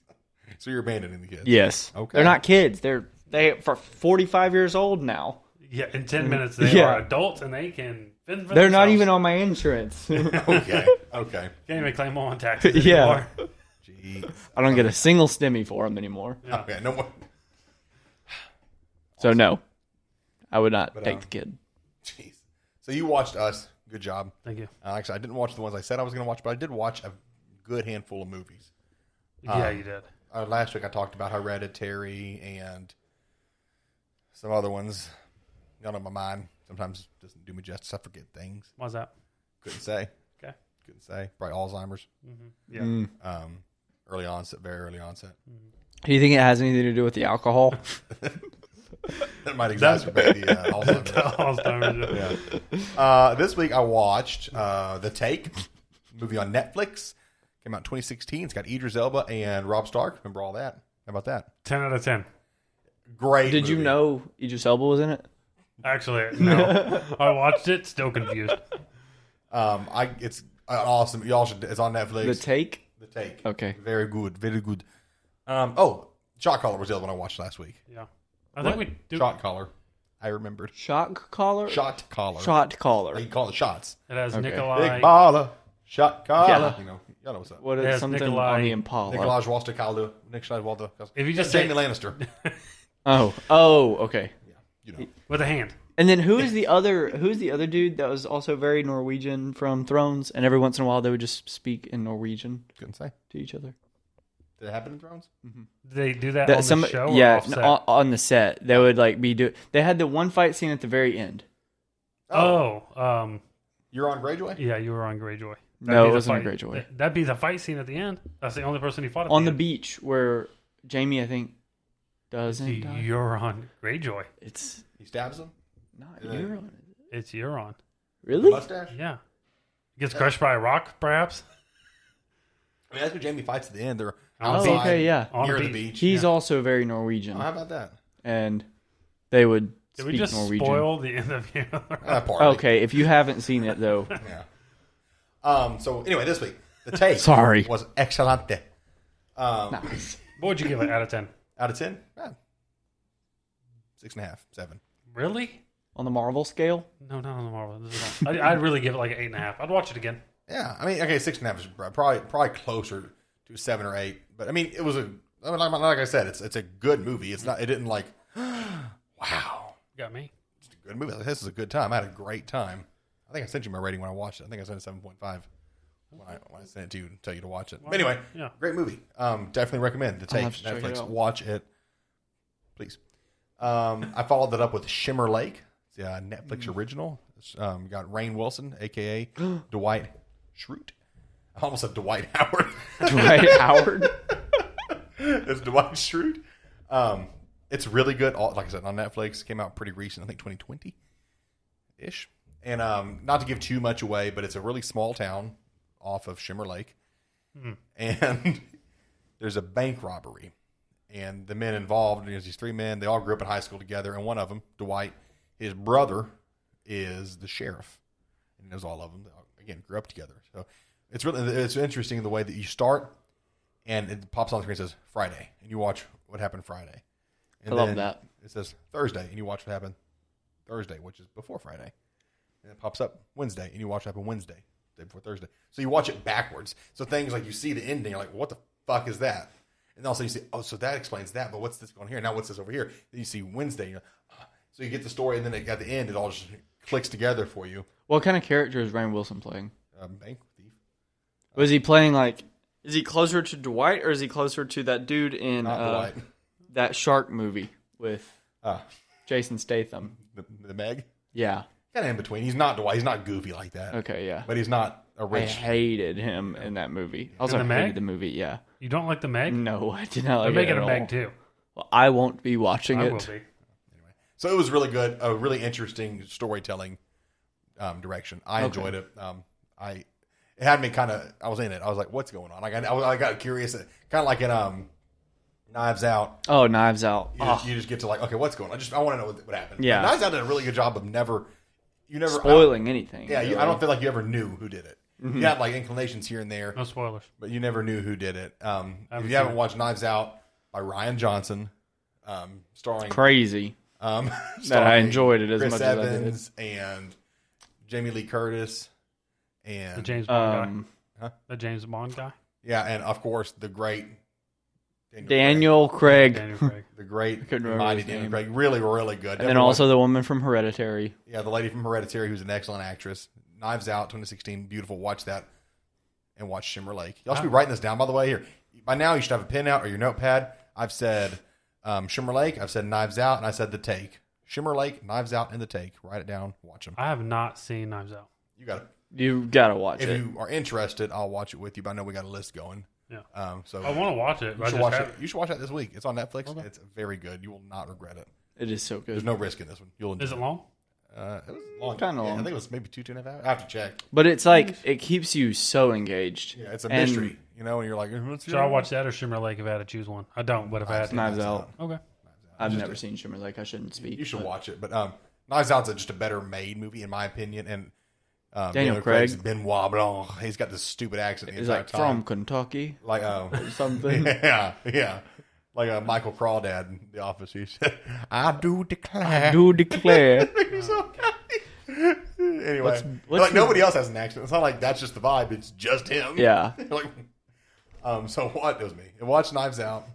[SPEAKER 1] So you're abandoning the kids.
[SPEAKER 2] Yes.
[SPEAKER 1] Okay.
[SPEAKER 2] They're not kids. They're they for 45 years old now.
[SPEAKER 3] Yeah. In 10 minutes, they
[SPEAKER 2] Mm. Yeah.
[SPEAKER 3] are adults and they can. fend for
[SPEAKER 2] They're not
[SPEAKER 3] themselves.
[SPEAKER 2] even on my insurance. I
[SPEAKER 1] Okay. Okay.
[SPEAKER 3] Can't even claim on taxes
[SPEAKER 2] Yeah.
[SPEAKER 3] anymore.
[SPEAKER 1] Jeez.
[SPEAKER 2] don't get a single stimmy for them anymore.
[SPEAKER 1] Okay. No more.
[SPEAKER 2] So no, I would not take
[SPEAKER 3] uh,
[SPEAKER 1] um,
[SPEAKER 2] the kid.
[SPEAKER 1] Jeez. So you watched us. Good job.
[SPEAKER 3] Thank you.
[SPEAKER 1] Uh, actually, I didn't watch the ones I said I was going to watch, but I did watch a good handful of movies.
[SPEAKER 3] yeah, you did.
[SPEAKER 1] Uh, last week I talked about Hereditary and some other ones. Y'all know my mind sometimes it doesn't do me justice. I forget things.
[SPEAKER 3] Why's that?
[SPEAKER 1] Couldn't say.
[SPEAKER 3] Okay.
[SPEAKER 1] Couldn't say. Probably Alzheimer's.
[SPEAKER 3] Yeah.
[SPEAKER 2] Mm.
[SPEAKER 1] Um, early onset, very early onset.
[SPEAKER 2] Do you think it has anything to do with the alcohol?
[SPEAKER 1] That might exacerbate the uh, Alzheimer's.
[SPEAKER 3] Alzheimer's, yeah.
[SPEAKER 1] Uh, this week I watched uh, The Take movie on Netflix. Came out in 2016. It's got Idris Elba and Rob Stark. Remember all that? How about that?
[SPEAKER 3] 10 out of 10.
[SPEAKER 1] Great.
[SPEAKER 2] Did you
[SPEAKER 1] movie.
[SPEAKER 2] know Idris Elba was in it?
[SPEAKER 3] Actually, no. I watched it, still confused.
[SPEAKER 1] Um, I it's uh, awesome. Y'all should. It's on Netflix.
[SPEAKER 2] The take.
[SPEAKER 1] The take.
[SPEAKER 2] Okay.
[SPEAKER 1] Very good. Very good. Um, oh, Shot Caller was the other one I watched last week.
[SPEAKER 3] Yeah. I think we do.
[SPEAKER 1] Shot Caller. I remembered.
[SPEAKER 2] Shock collar.
[SPEAKER 1] Shot Caller.
[SPEAKER 2] Shot collar.
[SPEAKER 1] He called the shots.
[SPEAKER 3] It has
[SPEAKER 1] Big
[SPEAKER 3] Nikolai.
[SPEAKER 1] baller. Shot Caller.
[SPEAKER 2] Yeah. uh,
[SPEAKER 1] You know, y'all know what's up.
[SPEAKER 2] What is
[SPEAKER 3] Yes,
[SPEAKER 2] something
[SPEAKER 3] Nikolai-
[SPEAKER 2] on the Impala?
[SPEAKER 1] Nikolaj Walter Kalu. Nick Schneid Walter.
[SPEAKER 3] If you just say
[SPEAKER 1] Jamie Lannister.
[SPEAKER 2] Oh, oh, okay.
[SPEAKER 1] You know.
[SPEAKER 3] with a hand,
[SPEAKER 2] And then who is the other? Who's the other dude that was also very Norwegian from Thrones? And every once in a while, they would just speak in Norwegian
[SPEAKER 1] Couldn't say.
[SPEAKER 2] to each other.
[SPEAKER 1] Did it happen in Thrones?
[SPEAKER 3] Did they do that,
[SPEAKER 2] That
[SPEAKER 3] on
[SPEAKER 2] some,
[SPEAKER 3] the show.
[SPEAKER 2] yeah, uh,
[SPEAKER 3] or offset?
[SPEAKER 2] on, on the set, they would like be do. They had the one fight scene at the very end.
[SPEAKER 3] oh, um,
[SPEAKER 1] You're on Greyjoy?
[SPEAKER 3] yeah, you were on Greyjoy.
[SPEAKER 2] No,
[SPEAKER 3] be
[SPEAKER 2] it
[SPEAKER 3] the
[SPEAKER 2] wasn't
[SPEAKER 3] fight-
[SPEAKER 2] Greyjoy.
[SPEAKER 3] th- That'd be the fight scene at the end. That's the only person he fought at
[SPEAKER 2] on the
[SPEAKER 3] end.
[SPEAKER 2] beach where Jamie, I think, doesn't.
[SPEAKER 3] Y-
[SPEAKER 2] Die.
[SPEAKER 3] Euron Greyjoy.
[SPEAKER 2] It's
[SPEAKER 1] He stabs him?
[SPEAKER 2] not
[SPEAKER 1] Yeah.
[SPEAKER 2] Euron.
[SPEAKER 3] It's Euron.
[SPEAKER 2] Really?
[SPEAKER 1] Mustache?
[SPEAKER 3] Yeah. Gets crushed by a rock, perhaps.
[SPEAKER 1] I mean, that's who Jamie fights at the end. They're
[SPEAKER 3] Oh,
[SPEAKER 1] outside.
[SPEAKER 2] okay, yeah.
[SPEAKER 3] On a
[SPEAKER 1] Near the
[SPEAKER 3] beach.
[SPEAKER 1] beach.
[SPEAKER 2] He's also very Norwegian,
[SPEAKER 1] Oh, how about that?
[SPEAKER 2] and they would
[SPEAKER 3] Uh-huh. Did
[SPEAKER 2] speak
[SPEAKER 3] we just
[SPEAKER 2] Norwegian.
[SPEAKER 3] spoil the end of Euron?
[SPEAKER 1] Uh, partly.
[SPEAKER 2] okay, if you haven't seen it though,
[SPEAKER 1] Yeah. Um. So anyway, this week the take
[SPEAKER 2] Sorry.
[SPEAKER 1] was excellente. Um,
[SPEAKER 2] nice.
[SPEAKER 3] What would you give it out of ten?
[SPEAKER 1] Out of ten, yeah. six and a half, seven.
[SPEAKER 3] Really?
[SPEAKER 2] on the Marvel scale.
[SPEAKER 3] No, not on the Marvel. This is wrong. I, I'd really give it like an eight and a half. I'd watch it again.
[SPEAKER 1] Yeah, I mean, okay, six and a half is probably probably closer to seven or eight. But I mean, it was a I mean, like, like I said, it's it's a good movie. It's not. It didn't like wow.
[SPEAKER 3] Got me.
[SPEAKER 1] It's a good movie. Like, this is a good time. I had a great time. I think I sent you my rating when I watched it. I think I sent it seven point five. When I, when I sent it to you and tell you to watch it. But anyway,
[SPEAKER 3] Yeah.
[SPEAKER 1] great movie. Um, definitely recommend the
[SPEAKER 2] I'll
[SPEAKER 1] take
[SPEAKER 2] have to check it
[SPEAKER 1] Netflix.
[SPEAKER 2] out.
[SPEAKER 1] watch it, please. Um, I followed that up with Shimmer Lake, the uh, Netflix original. It's, Um, got Rain Wilson, aka Dwight Schrute. I almost said Dwight Howard.
[SPEAKER 2] Dwight Howard.
[SPEAKER 1] it's Dwight Schrute. Um, it's really good. All, like I said, on Netflix, came out pretty recent. I think 2020 ish. And um, not to give too much away, but it's a really small town off of Shimmer Lake, and there's a bank robbery, and the men involved. There's these three men. They all grew up in high school together, and one of them, Dwight, his brother, is the sheriff, and he knows all of them. They all, again, grew up together, so it's really it's interesting the way that you start, and it pops on the screen and says Friday, and you watch what happened Friday. And
[SPEAKER 2] I love
[SPEAKER 1] then
[SPEAKER 2] that.
[SPEAKER 1] It says Thursday, and you watch what happened Thursday, which is before Friday. And it pops up Wednesday, and you watch it happen Wednesday, day before Thursday. So you watch it backwards. So things like you see the ending, you're like, what the fuck is that? And also you see, oh, so that explains that, but what's this going here? Now what's this over here? Then you see Wednesday. You're like, ah. So you get the story, and then at the end, it all just clicks together for you.
[SPEAKER 2] What kind of character is Ryan Wilson playing?
[SPEAKER 1] Um, bank thief.
[SPEAKER 2] Was he playing like Is he closer to Dwight or is he closer to that dude in
[SPEAKER 1] Not
[SPEAKER 2] uh,
[SPEAKER 1] Dwight.
[SPEAKER 2] that shark movie with
[SPEAKER 1] Uh,
[SPEAKER 3] Ah.
[SPEAKER 2] Jason Statham?
[SPEAKER 1] the, the Meg.
[SPEAKER 2] Yeah.
[SPEAKER 1] Kind of in between. He's not Dwight. He's not goofy like that.
[SPEAKER 2] Okay. Yeah.
[SPEAKER 1] But he's not a
[SPEAKER 2] I
[SPEAKER 1] rich.
[SPEAKER 2] hated him in that movie. I also
[SPEAKER 3] the
[SPEAKER 2] hated
[SPEAKER 3] Meg?
[SPEAKER 2] the movie. Yeah.
[SPEAKER 3] You don't like the Meg?
[SPEAKER 2] Mm, No, I did not like
[SPEAKER 3] They're
[SPEAKER 2] it
[SPEAKER 3] making
[SPEAKER 2] at
[SPEAKER 3] a
[SPEAKER 2] all.
[SPEAKER 3] Meg too.
[SPEAKER 2] Well, I won't be watching
[SPEAKER 3] I
[SPEAKER 2] it.
[SPEAKER 3] will be.
[SPEAKER 1] So it was really good. A really interesting storytelling um, direction. I enjoyed it. Um, I it had me kind of. I was in it. I was like, "What's going on?" Like I, I, was, I got curious. Kind of like in um, Knives Out.
[SPEAKER 2] Oh, Knives Out.
[SPEAKER 1] You,
[SPEAKER 2] Oh,
[SPEAKER 1] just, you just get to like, okay, what's going on? I just I want to know what, what happened.
[SPEAKER 2] Yeah.
[SPEAKER 1] Knives Out did a really good job of never. You never
[SPEAKER 2] spoiling anything.
[SPEAKER 1] Yeah, you, I
[SPEAKER 2] really.
[SPEAKER 1] don't feel like you ever knew who did it.
[SPEAKER 2] Mm-hmm.
[SPEAKER 1] You have like inclinations here and there,
[SPEAKER 3] No spoilers.
[SPEAKER 1] but you never knew who did it. Um, if
[SPEAKER 3] haven't
[SPEAKER 1] you haven't
[SPEAKER 3] seen
[SPEAKER 1] watched Knives Out by Ryan Johnson, um, starring
[SPEAKER 2] Crazy.
[SPEAKER 1] um,
[SPEAKER 2] That I
[SPEAKER 1] starring
[SPEAKER 2] enjoyed it as
[SPEAKER 1] Chris
[SPEAKER 2] much as I did.
[SPEAKER 1] Evans and Jamie Lee Curtis,
[SPEAKER 3] The
[SPEAKER 1] and
[SPEAKER 3] James Bond
[SPEAKER 2] Um,
[SPEAKER 3] guy. The James Bond guy.
[SPEAKER 1] yeah, and of course the great Daniel,
[SPEAKER 2] Daniel Craig.
[SPEAKER 3] Daniel Craig.
[SPEAKER 1] Craig, the great
[SPEAKER 2] couldn't remember
[SPEAKER 1] mighty
[SPEAKER 2] his
[SPEAKER 1] Daniel
[SPEAKER 2] name.
[SPEAKER 1] Craig, really, really good.
[SPEAKER 2] And then also the woman from Hereditary.
[SPEAKER 1] yeah, the lady from Hereditary, who's an excellent actress. Knives Out, 2016, beautiful. Watch that, and watch Shimmer Lake. Y'all should be writing this down, by the way. Here by now, you should have a pen out or your notepad. I've said um, Shimmer Lake, I've said Knives Out, and I said The Take. Shimmer Lake, Knives Out, and The Take. Write it down. Watch them.
[SPEAKER 3] I have not seen Knives Out.
[SPEAKER 1] You got it.
[SPEAKER 2] You gotta watch
[SPEAKER 1] if
[SPEAKER 2] it.
[SPEAKER 1] you are interested, I'll watch it with you. But I know we got a list going.
[SPEAKER 3] Yeah.
[SPEAKER 1] Um. So
[SPEAKER 3] I want to watch it.
[SPEAKER 1] you
[SPEAKER 3] but I
[SPEAKER 1] should
[SPEAKER 3] just
[SPEAKER 1] watch it.
[SPEAKER 3] haven't.
[SPEAKER 1] You should watch that this week. It's on Netflix. It's very good. You will not regret it.
[SPEAKER 2] It is so
[SPEAKER 1] There's
[SPEAKER 2] good.
[SPEAKER 1] no risk in this one. You'll enjoy
[SPEAKER 3] Is it long?
[SPEAKER 1] Uh, it was long.
[SPEAKER 2] Kinda
[SPEAKER 1] Yeah, I
[SPEAKER 2] long.
[SPEAKER 1] think it was maybe two two and a half hours. I have to check.
[SPEAKER 2] But it's like it keeps you so engaged.
[SPEAKER 1] Yeah, it's a
[SPEAKER 2] And
[SPEAKER 1] mystery. You know, and you're like, "Mm, what's
[SPEAKER 3] Should I watch that or Shimmer Lake if I had to choose one? I don't, but if I had to.
[SPEAKER 2] Knives Out.
[SPEAKER 3] Okay.
[SPEAKER 2] I've never seen Shimmer Lake. I shouldn't speak.
[SPEAKER 1] You should watch it. But um, Knives Out's just a better made movie in my opinion. And um,
[SPEAKER 2] Daniel
[SPEAKER 1] Craig's
[SPEAKER 2] Craig.
[SPEAKER 1] Benoit Blanc. He's got this stupid accent. the
[SPEAKER 2] It's
[SPEAKER 1] entire
[SPEAKER 2] like
[SPEAKER 1] time.
[SPEAKER 2] from Kentucky
[SPEAKER 1] like um,
[SPEAKER 2] or something.
[SPEAKER 1] yeah, yeah, like a Michael Crawdad in The Office. He said, "I do declare."
[SPEAKER 2] Do declare.
[SPEAKER 1] He's so funny. anyway,
[SPEAKER 2] What's- what's
[SPEAKER 1] like
[SPEAKER 2] your-
[SPEAKER 1] nobody else has an accent. It's not like that's just the vibe. It's just him.
[SPEAKER 2] Yeah.
[SPEAKER 1] like, um. So what? It was me. And watch Knives Out.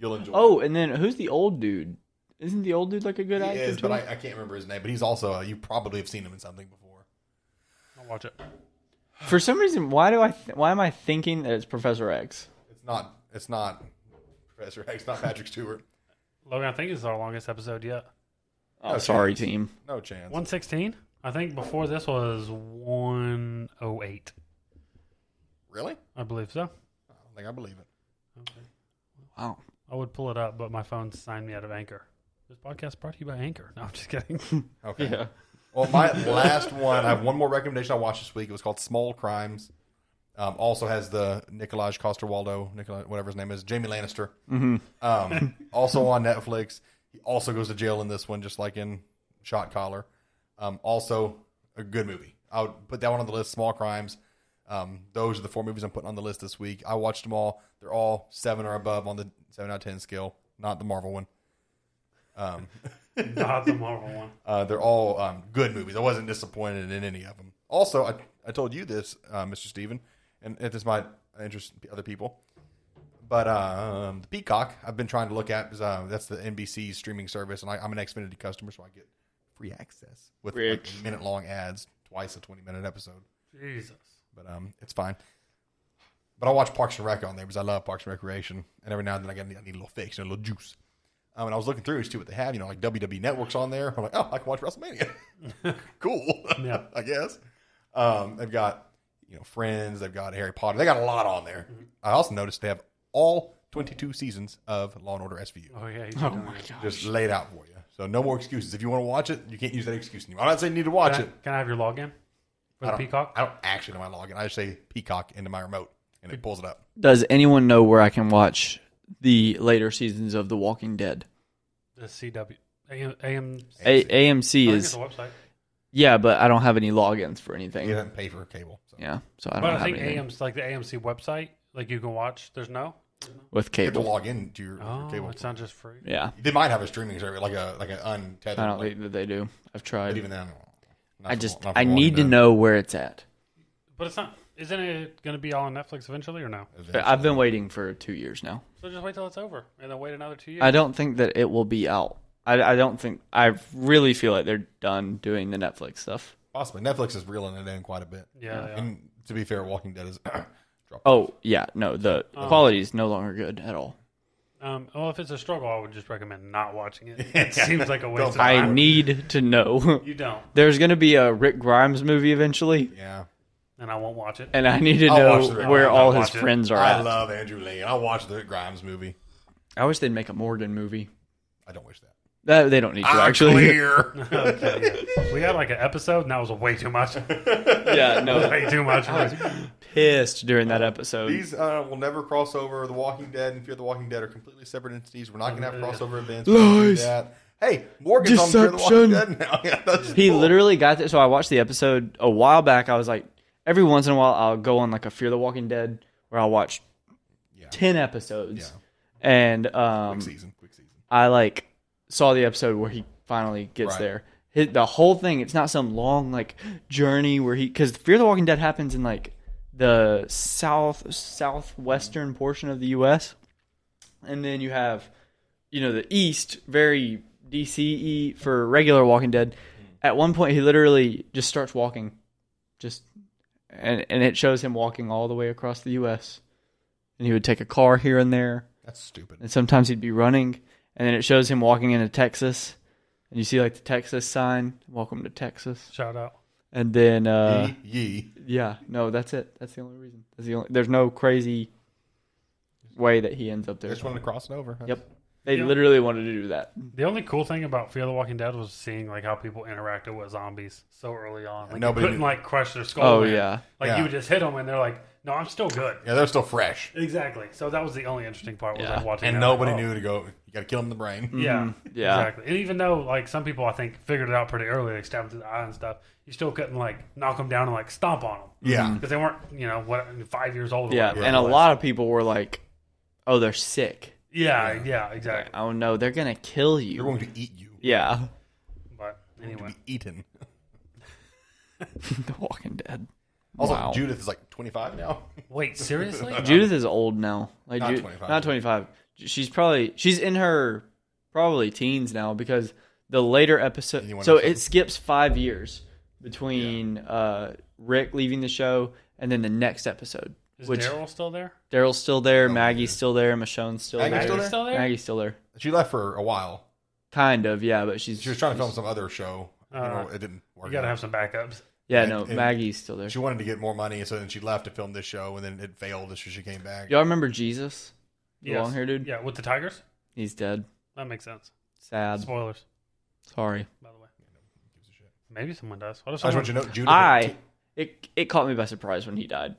[SPEAKER 1] You'll enjoy. it.
[SPEAKER 2] Oh, and then who's the old dude? Isn't the old dude like a good
[SPEAKER 1] he
[SPEAKER 2] actor
[SPEAKER 1] is,
[SPEAKER 2] too?
[SPEAKER 1] but I, I can't remember his name. But he's also uh, you probably have seen him in something before.
[SPEAKER 3] I'll watch it.
[SPEAKER 2] For some reason, why do I? Th- why am I thinking that it's Professor X?
[SPEAKER 1] It's not. It's not Professor X. Not Patrick Stewart.
[SPEAKER 3] Logan, I think it's our longest episode yet.
[SPEAKER 2] Oh, sorry, team.
[SPEAKER 1] No chance.
[SPEAKER 3] 116? I think before this was 108.
[SPEAKER 1] Really?
[SPEAKER 3] I believe so.
[SPEAKER 1] I don't think I believe it.
[SPEAKER 2] Wow.
[SPEAKER 3] I would pull it up, but my phone signed me out of Anchor. This podcast brought to you by Anchor. No, I'm just kidding.
[SPEAKER 1] Okay.
[SPEAKER 2] Yeah.
[SPEAKER 1] Well, my last one, I have one more recommendation I watched this week. It was called Small Crimes. Um, also has the Nicolaj Coster Waldo, Nicolaj, whatever his name is, Jamie Lannister. Um, also on Netflix. He also goes to jail in this one, just like in Shot Collar. Um, also a good movie. I would put that one on the list. Small Crimes. Um, those are the four movies I'm putting on the list this week. I watched them all. They're all seven or above on the seven out of ten scale, not the Marvel one.
[SPEAKER 3] Not the Marvel one.
[SPEAKER 1] Uh, they're all um, good movies. I wasn't disappointed in any of them. Also, I, I told you this, uh, Mr. Steven, and if this might interest other people. But um, the Peacock, I've been trying to look at. Is, uh, that's the NBC streaming service, and I, I'm an Xfinity customer, so I get free access with like,
[SPEAKER 2] Rich.
[SPEAKER 1] minute long ads, twice a 20 minute episode.
[SPEAKER 3] Jesus.
[SPEAKER 1] But um, it's fine. But I watch Parks and Rec on there because I love Parks and Recreation, and every now and then I get I need a little fix, you know, a little juice. Um, and I was looking through to see what they have, you know, like WWE Network's on there. I'm like, oh, I can watch WrestleMania. cool,
[SPEAKER 3] Yeah.
[SPEAKER 1] I guess. Um, they've got you know Friends, they've got Harry Potter, they got a lot on there. I also noticed they have all 22 seasons of Law and Order SVU
[SPEAKER 3] Oh, yeah. he's
[SPEAKER 2] Oh
[SPEAKER 3] done
[SPEAKER 2] my
[SPEAKER 3] it.
[SPEAKER 2] god.
[SPEAKER 1] just laid out for you. So no more excuses. If you want to watch it, you can't use that excuse anymore. I'm not saying you need to watch
[SPEAKER 3] Can I,
[SPEAKER 1] it.
[SPEAKER 3] can I have your login for
[SPEAKER 1] I
[SPEAKER 3] the
[SPEAKER 1] don't-
[SPEAKER 3] Peacock?
[SPEAKER 1] I don't actually know my login. I just say Peacock into my remote, and it pulls it up.
[SPEAKER 2] Does anyone know where I can watch the later seasons of The Walking Dead?
[SPEAKER 3] The CW. AM, AM,
[SPEAKER 2] A-
[SPEAKER 1] AMC.
[SPEAKER 2] AMC
[SPEAKER 3] I think it's
[SPEAKER 2] is
[SPEAKER 3] a website.
[SPEAKER 2] yeah, but I don't have any logins for anything.
[SPEAKER 1] You
[SPEAKER 2] Yeah,
[SPEAKER 1] didn't pay for cable. So.
[SPEAKER 2] so I don't
[SPEAKER 3] But I
[SPEAKER 2] have
[SPEAKER 3] think
[SPEAKER 2] anything
[SPEAKER 3] AM's like the AMC website. Like you can watch. There's no.
[SPEAKER 2] with
[SPEAKER 1] You have to
[SPEAKER 2] cable.
[SPEAKER 1] log in to your, your
[SPEAKER 3] Oh,
[SPEAKER 1] cable.
[SPEAKER 3] it's not just free.
[SPEAKER 2] Yeah,
[SPEAKER 1] They might have a streaming service, like a like an untethered.
[SPEAKER 2] I don't
[SPEAKER 1] like,
[SPEAKER 2] think that they do. I've
[SPEAKER 1] but
[SPEAKER 2] tried.
[SPEAKER 1] even then, not
[SPEAKER 2] I
[SPEAKER 1] for-
[SPEAKER 2] just
[SPEAKER 1] not for
[SPEAKER 2] I
[SPEAKER 1] long
[SPEAKER 2] need to
[SPEAKER 1] enough.
[SPEAKER 2] know where it's at.
[SPEAKER 3] But it's not. Isn't it going to be all on Netflix eventually or no?
[SPEAKER 2] I've been waiting for two years now.
[SPEAKER 3] So just wait till it's over and then wait another two years.
[SPEAKER 2] I don't think that it will be out. I, I don't think. I really feel like they're done doing the Netflix stuff.
[SPEAKER 1] Possibly Netflix is reeling it in quite a bit.
[SPEAKER 3] Yeah, they are.
[SPEAKER 1] and to be fair, Walking Dead is drop.
[SPEAKER 2] Oh yeah, no, the
[SPEAKER 3] Um,
[SPEAKER 2] quality is no longer good at all.
[SPEAKER 3] Um, well, if it's a struggle, I would just recommend not watching it. It seems like a waste of
[SPEAKER 1] Don't
[SPEAKER 3] time.
[SPEAKER 2] I need to know.
[SPEAKER 3] you don't,
[SPEAKER 2] There's going to be a Rick Grimes movie eventually,
[SPEAKER 1] Yeah,
[SPEAKER 3] and I won't watch it.
[SPEAKER 2] and I need to
[SPEAKER 1] I'll
[SPEAKER 2] know
[SPEAKER 1] watch the Rick
[SPEAKER 2] where
[SPEAKER 1] Grimes.
[SPEAKER 2] all
[SPEAKER 3] I'll
[SPEAKER 2] his
[SPEAKER 3] watch it.
[SPEAKER 2] friends are
[SPEAKER 1] I
[SPEAKER 2] at.
[SPEAKER 1] love Andrew Lee. I watched the Grimes movie.
[SPEAKER 2] I wish they'd make a Morgan movie.
[SPEAKER 1] I don't wish that.
[SPEAKER 2] That, they don't need to actually.
[SPEAKER 1] clear.
[SPEAKER 3] Okay, yeah. We had like an episode, and that was way too much.
[SPEAKER 2] yeah, no,
[SPEAKER 3] way too much.
[SPEAKER 2] pissed during that episode.
[SPEAKER 1] These uh, will never cross over. The Walking Dead and Fear the Walking Dead are completely separate entities. We're not going to have crossover events. We're not gonna do
[SPEAKER 2] Lies.
[SPEAKER 1] that. Hey, Morgan's on Fear the Walking
[SPEAKER 2] Deception.
[SPEAKER 1] Dead now. Yeah, that's
[SPEAKER 2] He
[SPEAKER 1] cool.
[SPEAKER 2] literally got this. So I watched the episode a while back. I was like, every once in a while, I'll go on like a Fear the Walking Dead where I'll watch
[SPEAKER 1] Yeah.
[SPEAKER 2] 10 episodes. And um,
[SPEAKER 1] Quick season. Quick season.
[SPEAKER 2] I like saw the episode where he finally gets
[SPEAKER 1] Right.
[SPEAKER 2] there. Hit the whole thing. It's not some long like journey where he because Fear the Walking Dead happens in like the south southwestern portion of the U.S. and then you have you know the east very DCE for regular Walking Dead. At one point, he literally just starts walking, just and and it shows him walking all the way across the U.S. and he would take a car here and there
[SPEAKER 1] That's stupid.
[SPEAKER 2] and sometimes he'd be running and then it shows him walking into texas and you see like the texas sign welcome to texas
[SPEAKER 3] Shout out.
[SPEAKER 2] and then uh
[SPEAKER 1] Ye- Ye.
[SPEAKER 2] yeah no that's it that's the only reason that's the only there's no crazy way that he ends up
[SPEAKER 1] They
[SPEAKER 2] there
[SPEAKER 1] just wanted to cross it over.
[SPEAKER 2] yep they
[SPEAKER 3] Yeah.
[SPEAKER 2] literally wanted to do that
[SPEAKER 3] The only cool thing about Fear the Walking Dead was seeing like how people interacted with zombies so early on. Like
[SPEAKER 1] Nobody
[SPEAKER 3] you couldn't
[SPEAKER 1] knew.
[SPEAKER 3] like crush their skull.
[SPEAKER 2] oh
[SPEAKER 3] in.
[SPEAKER 2] yeah
[SPEAKER 3] like
[SPEAKER 1] Yeah.
[SPEAKER 3] you would just hit them, and they're like, "No, I'm still good."
[SPEAKER 1] Yeah, they're still fresh.
[SPEAKER 3] Exactly. So that was the only interesting part was
[SPEAKER 2] Yeah.
[SPEAKER 3] like watching.
[SPEAKER 1] And
[SPEAKER 3] that, like,
[SPEAKER 1] nobody
[SPEAKER 3] oh.
[SPEAKER 1] knew to go. You got to kill him in the brain.
[SPEAKER 2] Mm.
[SPEAKER 3] Yeah.
[SPEAKER 1] Mm-hmm.
[SPEAKER 2] Yeah.
[SPEAKER 3] Exactly. And even though like some people I think figured it out pretty early, like stabbed through the eye and stuff, you still couldn't like knock them down and like stomp on them
[SPEAKER 1] Yeah.
[SPEAKER 3] because they weren't you know what five years old. or
[SPEAKER 2] Mm-hmm. yeah
[SPEAKER 3] whatever
[SPEAKER 2] and
[SPEAKER 3] it
[SPEAKER 2] a
[SPEAKER 3] was.
[SPEAKER 2] lot of people were like oh they're sick
[SPEAKER 3] Yeah. Yeah. exactly.
[SPEAKER 2] oh no they're gonna kill
[SPEAKER 1] They're
[SPEAKER 2] you
[SPEAKER 1] going to eat you.
[SPEAKER 2] yeah
[SPEAKER 3] But anyway,
[SPEAKER 1] Be eaten.
[SPEAKER 2] the walking dead
[SPEAKER 1] Also,
[SPEAKER 2] Wow.
[SPEAKER 1] Judith is like 25 now.
[SPEAKER 3] wait, seriously?
[SPEAKER 2] Judith is old now. Like
[SPEAKER 1] Not
[SPEAKER 2] Ju-
[SPEAKER 1] 25.
[SPEAKER 2] Not 25. She's probably she's in her probably teens now because the later episode
[SPEAKER 1] Anyone
[SPEAKER 2] so
[SPEAKER 1] else?
[SPEAKER 2] it skips 5 years between uh Rick leaving the show and then the next episode.
[SPEAKER 3] Is
[SPEAKER 2] which
[SPEAKER 3] Daryl still there?
[SPEAKER 2] Daryl's still there, Maggie's still there, Michonne's still
[SPEAKER 1] Oh, Maggie's still
[SPEAKER 2] there.
[SPEAKER 1] there?
[SPEAKER 3] Maggie's still there?
[SPEAKER 2] Maggie's still there.
[SPEAKER 1] She left for a while.
[SPEAKER 2] Kind of, yeah, but she's
[SPEAKER 1] She was trying to film some other show. You
[SPEAKER 3] Uh,
[SPEAKER 1] know, it didn't work.
[SPEAKER 3] You gotta
[SPEAKER 1] out.
[SPEAKER 3] have some backups.
[SPEAKER 2] Yeah,
[SPEAKER 1] and-
[SPEAKER 2] no,
[SPEAKER 1] and-
[SPEAKER 2] Maggie's still there.
[SPEAKER 1] She wanted to get more money, so then she left to film this show, and then it failed. So she came back.
[SPEAKER 2] Y'all remember Jesus? The
[SPEAKER 3] Yes.
[SPEAKER 2] long hair dude?
[SPEAKER 3] Yeah, with the tigers.
[SPEAKER 2] He's dead.
[SPEAKER 3] That makes sense.
[SPEAKER 2] Sad.
[SPEAKER 3] Spoilers,
[SPEAKER 2] Sorry.
[SPEAKER 3] by the way. Maybe someone does. What if
[SPEAKER 1] I just
[SPEAKER 3] someone?
[SPEAKER 1] want you to know, Judith.
[SPEAKER 2] I it it caught me by surprise when he died.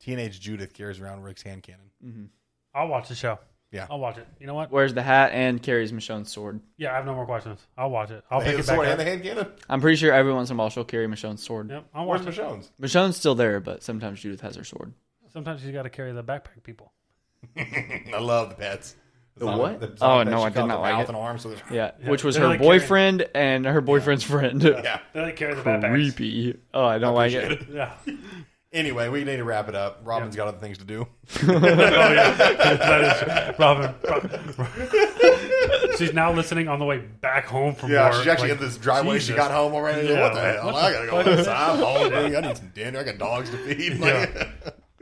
[SPEAKER 1] teenage Judith carries around Rick's hand cannon.
[SPEAKER 2] Mm.
[SPEAKER 3] I'll watch the show.
[SPEAKER 1] Yeah.
[SPEAKER 3] I'll watch it. You know what?
[SPEAKER 2] wears the hat and carries Michonne's sword.
[SPEAKER 3] Yeah, I have no more questions. I'll watch it. I'll
[SPEAKER 1] Hey,
[SPEAKER 3] pick
[SPEAKER 1] the
[SPEAKER 3] it back
[SPEAKER 1] sword and
[SPEAKER 3] up.
[SPEAKER 1] the hand cannon.
[SPEAKER 2] I'm pretty sure every once in a while she'll carry Michonne's sword.
[SPEAKER 3] Yep, I'll
[SPEAKER 1] Where's
[SPEAKER 3] watch it.
[SPEAKER 1] Michonne's?
[SPEAKER 2] Michonne's still there, but sometimes Judith has her sword.
[SPEAKER 3] Sometimes you got to carry the backpack people.
[SPEAKER 1] I love the pets. The zombie-
[SPEAKER 2] what?
[SPEAKER 1] the zombie
[SPEAKER 2] Oh, no,
[SPEAKER 1] pets, she
[SPEAKER 2] I did
[SPEAKER 1] got
[SPEAKER 2] not
[SPEAKER 1] the
[SPEAKER 2] like
[SPEAKER 1] mouth
[SPEAKER 2] it.
[SPEAKER 1] And arms, so there's-
[SPEAKER 2] Yeah, which was
[SPEAKER 3] they're
[SPEAKER 2] her
[SPEAKER 3] like carrying-
[SPEAKER 2] boyfriend and her boyfriend's friend.
[SPEAKER 1] yeah.
[SPEAKER 3] They carry the backpack.
[SPEAKER 2] Creepy. Oh, I don't like it.
[SPEAKER 3] Yeah.
[SPEAKER 1] Anyway, we need to wrap it up. Robin's got other things to do.
[SPEAKER 3] Oh, yeah. that is Robin. Ro- She's now listening on the way back home from
[SPEAKER 1] Yeah,
[SPEAKER 3] work.
[SPEAKER 1] she's actually
[SPEAKER 3] like,
[SPEAKER 1] in this driveway. She
[SPEAKER 3] Jesus.
[SPEAKER 1] got home already.
[SPEAKER 3] Yeah,
[SPEAKER 1] what the
[SPEAKER 3] man,
[SPEAKER 1] hell?
[SPEAKER 3] what
[SPEAKER 1] I
[SPEAKER 3] the
[SPEAKER 1] gotta go
[SPEAKER 3] fuck?
[SPEAKER 1] outside. I'm hungry. I need some dinner. I got dogs to feed. Like,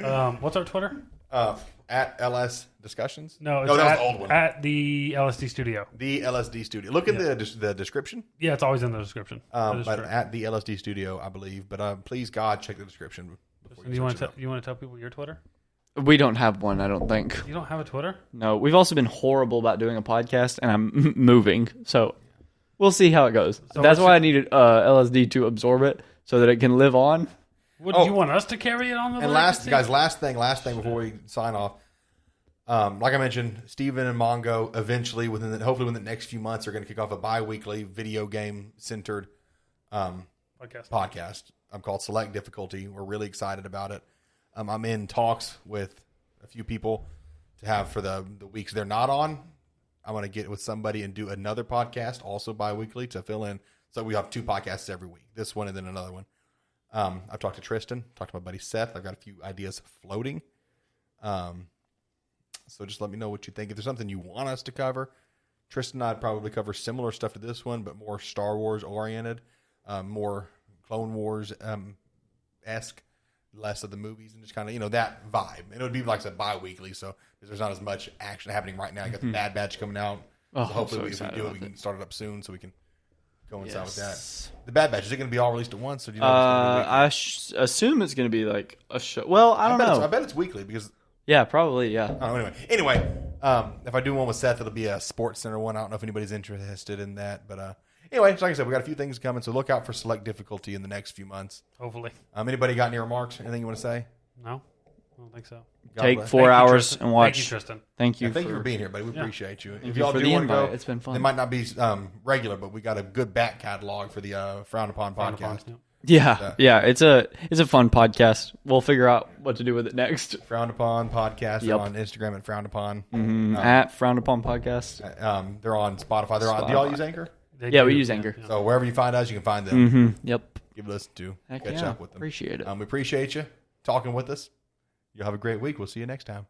[SPEAKER 3] Um, what's our Twitter?
[SPEAKER 1] uh, at LS discussions.
[SPEAKER 3] No, it's
[SPEAKER 1] no, that
[SPEAKER 3] at,
[SPEAKER 1] was the old one.
[SPEAKER 3] at the LSD studio.
[SPEAKER 1] the LSD studio. Look in the des- the description.
[SPEAKER 3] Yeah, it's always in the description.
[SPEAKER 1] Um,
[SPEAKER 3] That is
[SPEAKER 1] but
[SPEAKER 3] true.
[SPEAKER 1] at the LSD studio, I believe. But uh, please, God, check the description. before
[SPEAKER 3] do you want
[SPEAKER 1] search it
[SPEAKER 3] to you want to tell people your Twitter?
[SPEAKER 2] We don't have one, I don't think.
[SPEAKER 3] You don't have a Twitter?
[SPEAKER 2] No, we've also been horrible about doing a podcast, and I'm m- moving, so we'll see how it goes. That's
[SPEAKER 3] what's
[SPEAKER 2] why I needed uh, LSD to absorb it so that it can live on.
[SPEAKER 3] Would
[SPEAKER 1] Oh.
[SPEAKER 3] you want us to carry it on the?
[SPEAKER 1] And
[SPEAKER 3] way?
[SPEAKER 1] last, guys, last thing, last thing before we sign off. Um, like I mentioned, Steven and Mongo eventually, within the, hopefully within the next few months, are going to kick off a bi-weekly video game centered um,
[SPEAKER 3] Podcast.
[SPEAKER 1] podcast. I'm called Select Difficulty. We're really excited about it. Um, I'm in talks with a few people to have for the the weeks they're not on. I'm going to get with somebody and do another podcast also bi-weekly to fill in. So we have two podcasts every week. This one and then another one. Um, I've talked to Tristan, talked to my buddy Seth. I've got a few ideas floating. Um, so just let me know what you think. If there's something you want us to cover, Tristan and I'd probably cover similar stuff to this one, but more Star Wars oriented, um, more Clone Wars um, esque, less of the movies and just kind of you know that vibe. And it would be like I said bi-weekly, so there's not as much action happening right now. I got the Bad Batch coming out.
[SPEAKER 2] Mm-hmm. Oh, I'm
[SPEAKER 1] so
[SPEAKER 2] so
[SPEAKER 1] hopefully, if
[SPEAKER 2] excited
[SPEAKER 1] we do it,
[SPEAKER 2] about
[SPEAKER 1] we can start it up soon so we can coincide with that.
[SPEAKER 2] Yes.
[SPEAKER 1] The Bad Batch is it going to be all released at once? Or do you know? it's gonna be
[SPEAKER 2] Uh,
[SPEAKER 1] weekly?
[SPEAKER 2] I sh- assume it's going to be like a show. Well, I don't
[SPEAKER 1] bet it's-
[SPEAKER 2] know.
[SPEAKER 1] I bet it's weekly because
[SPEAKER 2] Yeah, probably. Yeah.
[SPEAKER 1] I don't know. Oh, Anyway, anyway, um, if I do one with Seth, it'll be a Sports Center one. I don't know if anybody's interested in that, but uh, anyway, like I said, we got a few things coming, so look out for select difficulty in the next few months.
[SPEAKER 3] Hopefully,
[SPEAKER 1] Um, anybody got any remarks? Anything you want to say?
[SPEAKER 3] no, I don't think so.
[SPEAKER 1] God
[SPEAKER 2] Take
[SPEAKER 1] bless.
[SPEAKER 2] four
[SPEAKER 3] Thank you,
[SPEAKER 2] hours
[SPEAKER 3] Tristan.
[SPEAKER 2] and watch.
[SPEAKER 3] Thank you, Tristan.
[SPEAKER 2] Thank you,
[SPEAKER 1] Yeah, thank
[SPEAKER 2] for,
[SPEAKER 1] you for being here, buddy. We appreciate you. If
[SPEAKER 2] you
[SPEAKER 1] y'all
[SPEAKER 2] for
[SPEAKER 1] do
[SPEAKER 2] the
[SPEAKER 1] want to go,
[SPEAKER 2] invite. It's been fun.
[SPEAKER 1] It might not be um, regular, but we got a good back catalog for the uh, Frowned Upon
[SPEAKER 3] Frowned
[SPEAKER 1] podcast.
[SPEAKER 3] upon, yeah.
[SPEAKER 2] Yeah, yeah. It's a it's a fun podcast. We'll figure out what to do with it next.
[SPEAKER 1] Frowned Upon podcast
[SPEAKER 2] Yep. Mm-hmm.
[SPEAKER 1] on Instagram at Frowned Upon.
[SPEAKER 2] At frowned upon podcast.
[SPEAKER 1] Um, they're on Spotify. They're on. Do y'all
[SPEAKER 2] Spotify.
[SPEAKER 1] use Anchor?
[SPEAKER 3] They
[SPEAKER 2] Yeah, we
[SPEAKER 3] do,
[SPEAKER 2] use Anchor.
[SPEAKER 3] yeah.
[SPEAKER 1] So wherever you find us, you can find them.
[SPEAKER 2] Mm-hmm. Yep.
[SPEAKER 1] Give a listen to.
[SPEAKER 2] Heck
[SPEAKER 1] catch
[SPEAKER 2] yeah.
[SPEAKER 1] up with them.
[SPEAKER 2] Appreciate it.
[SPEAKER 1] Um, we appreciate you talking with us. You'll have a great week. We'll see you next time.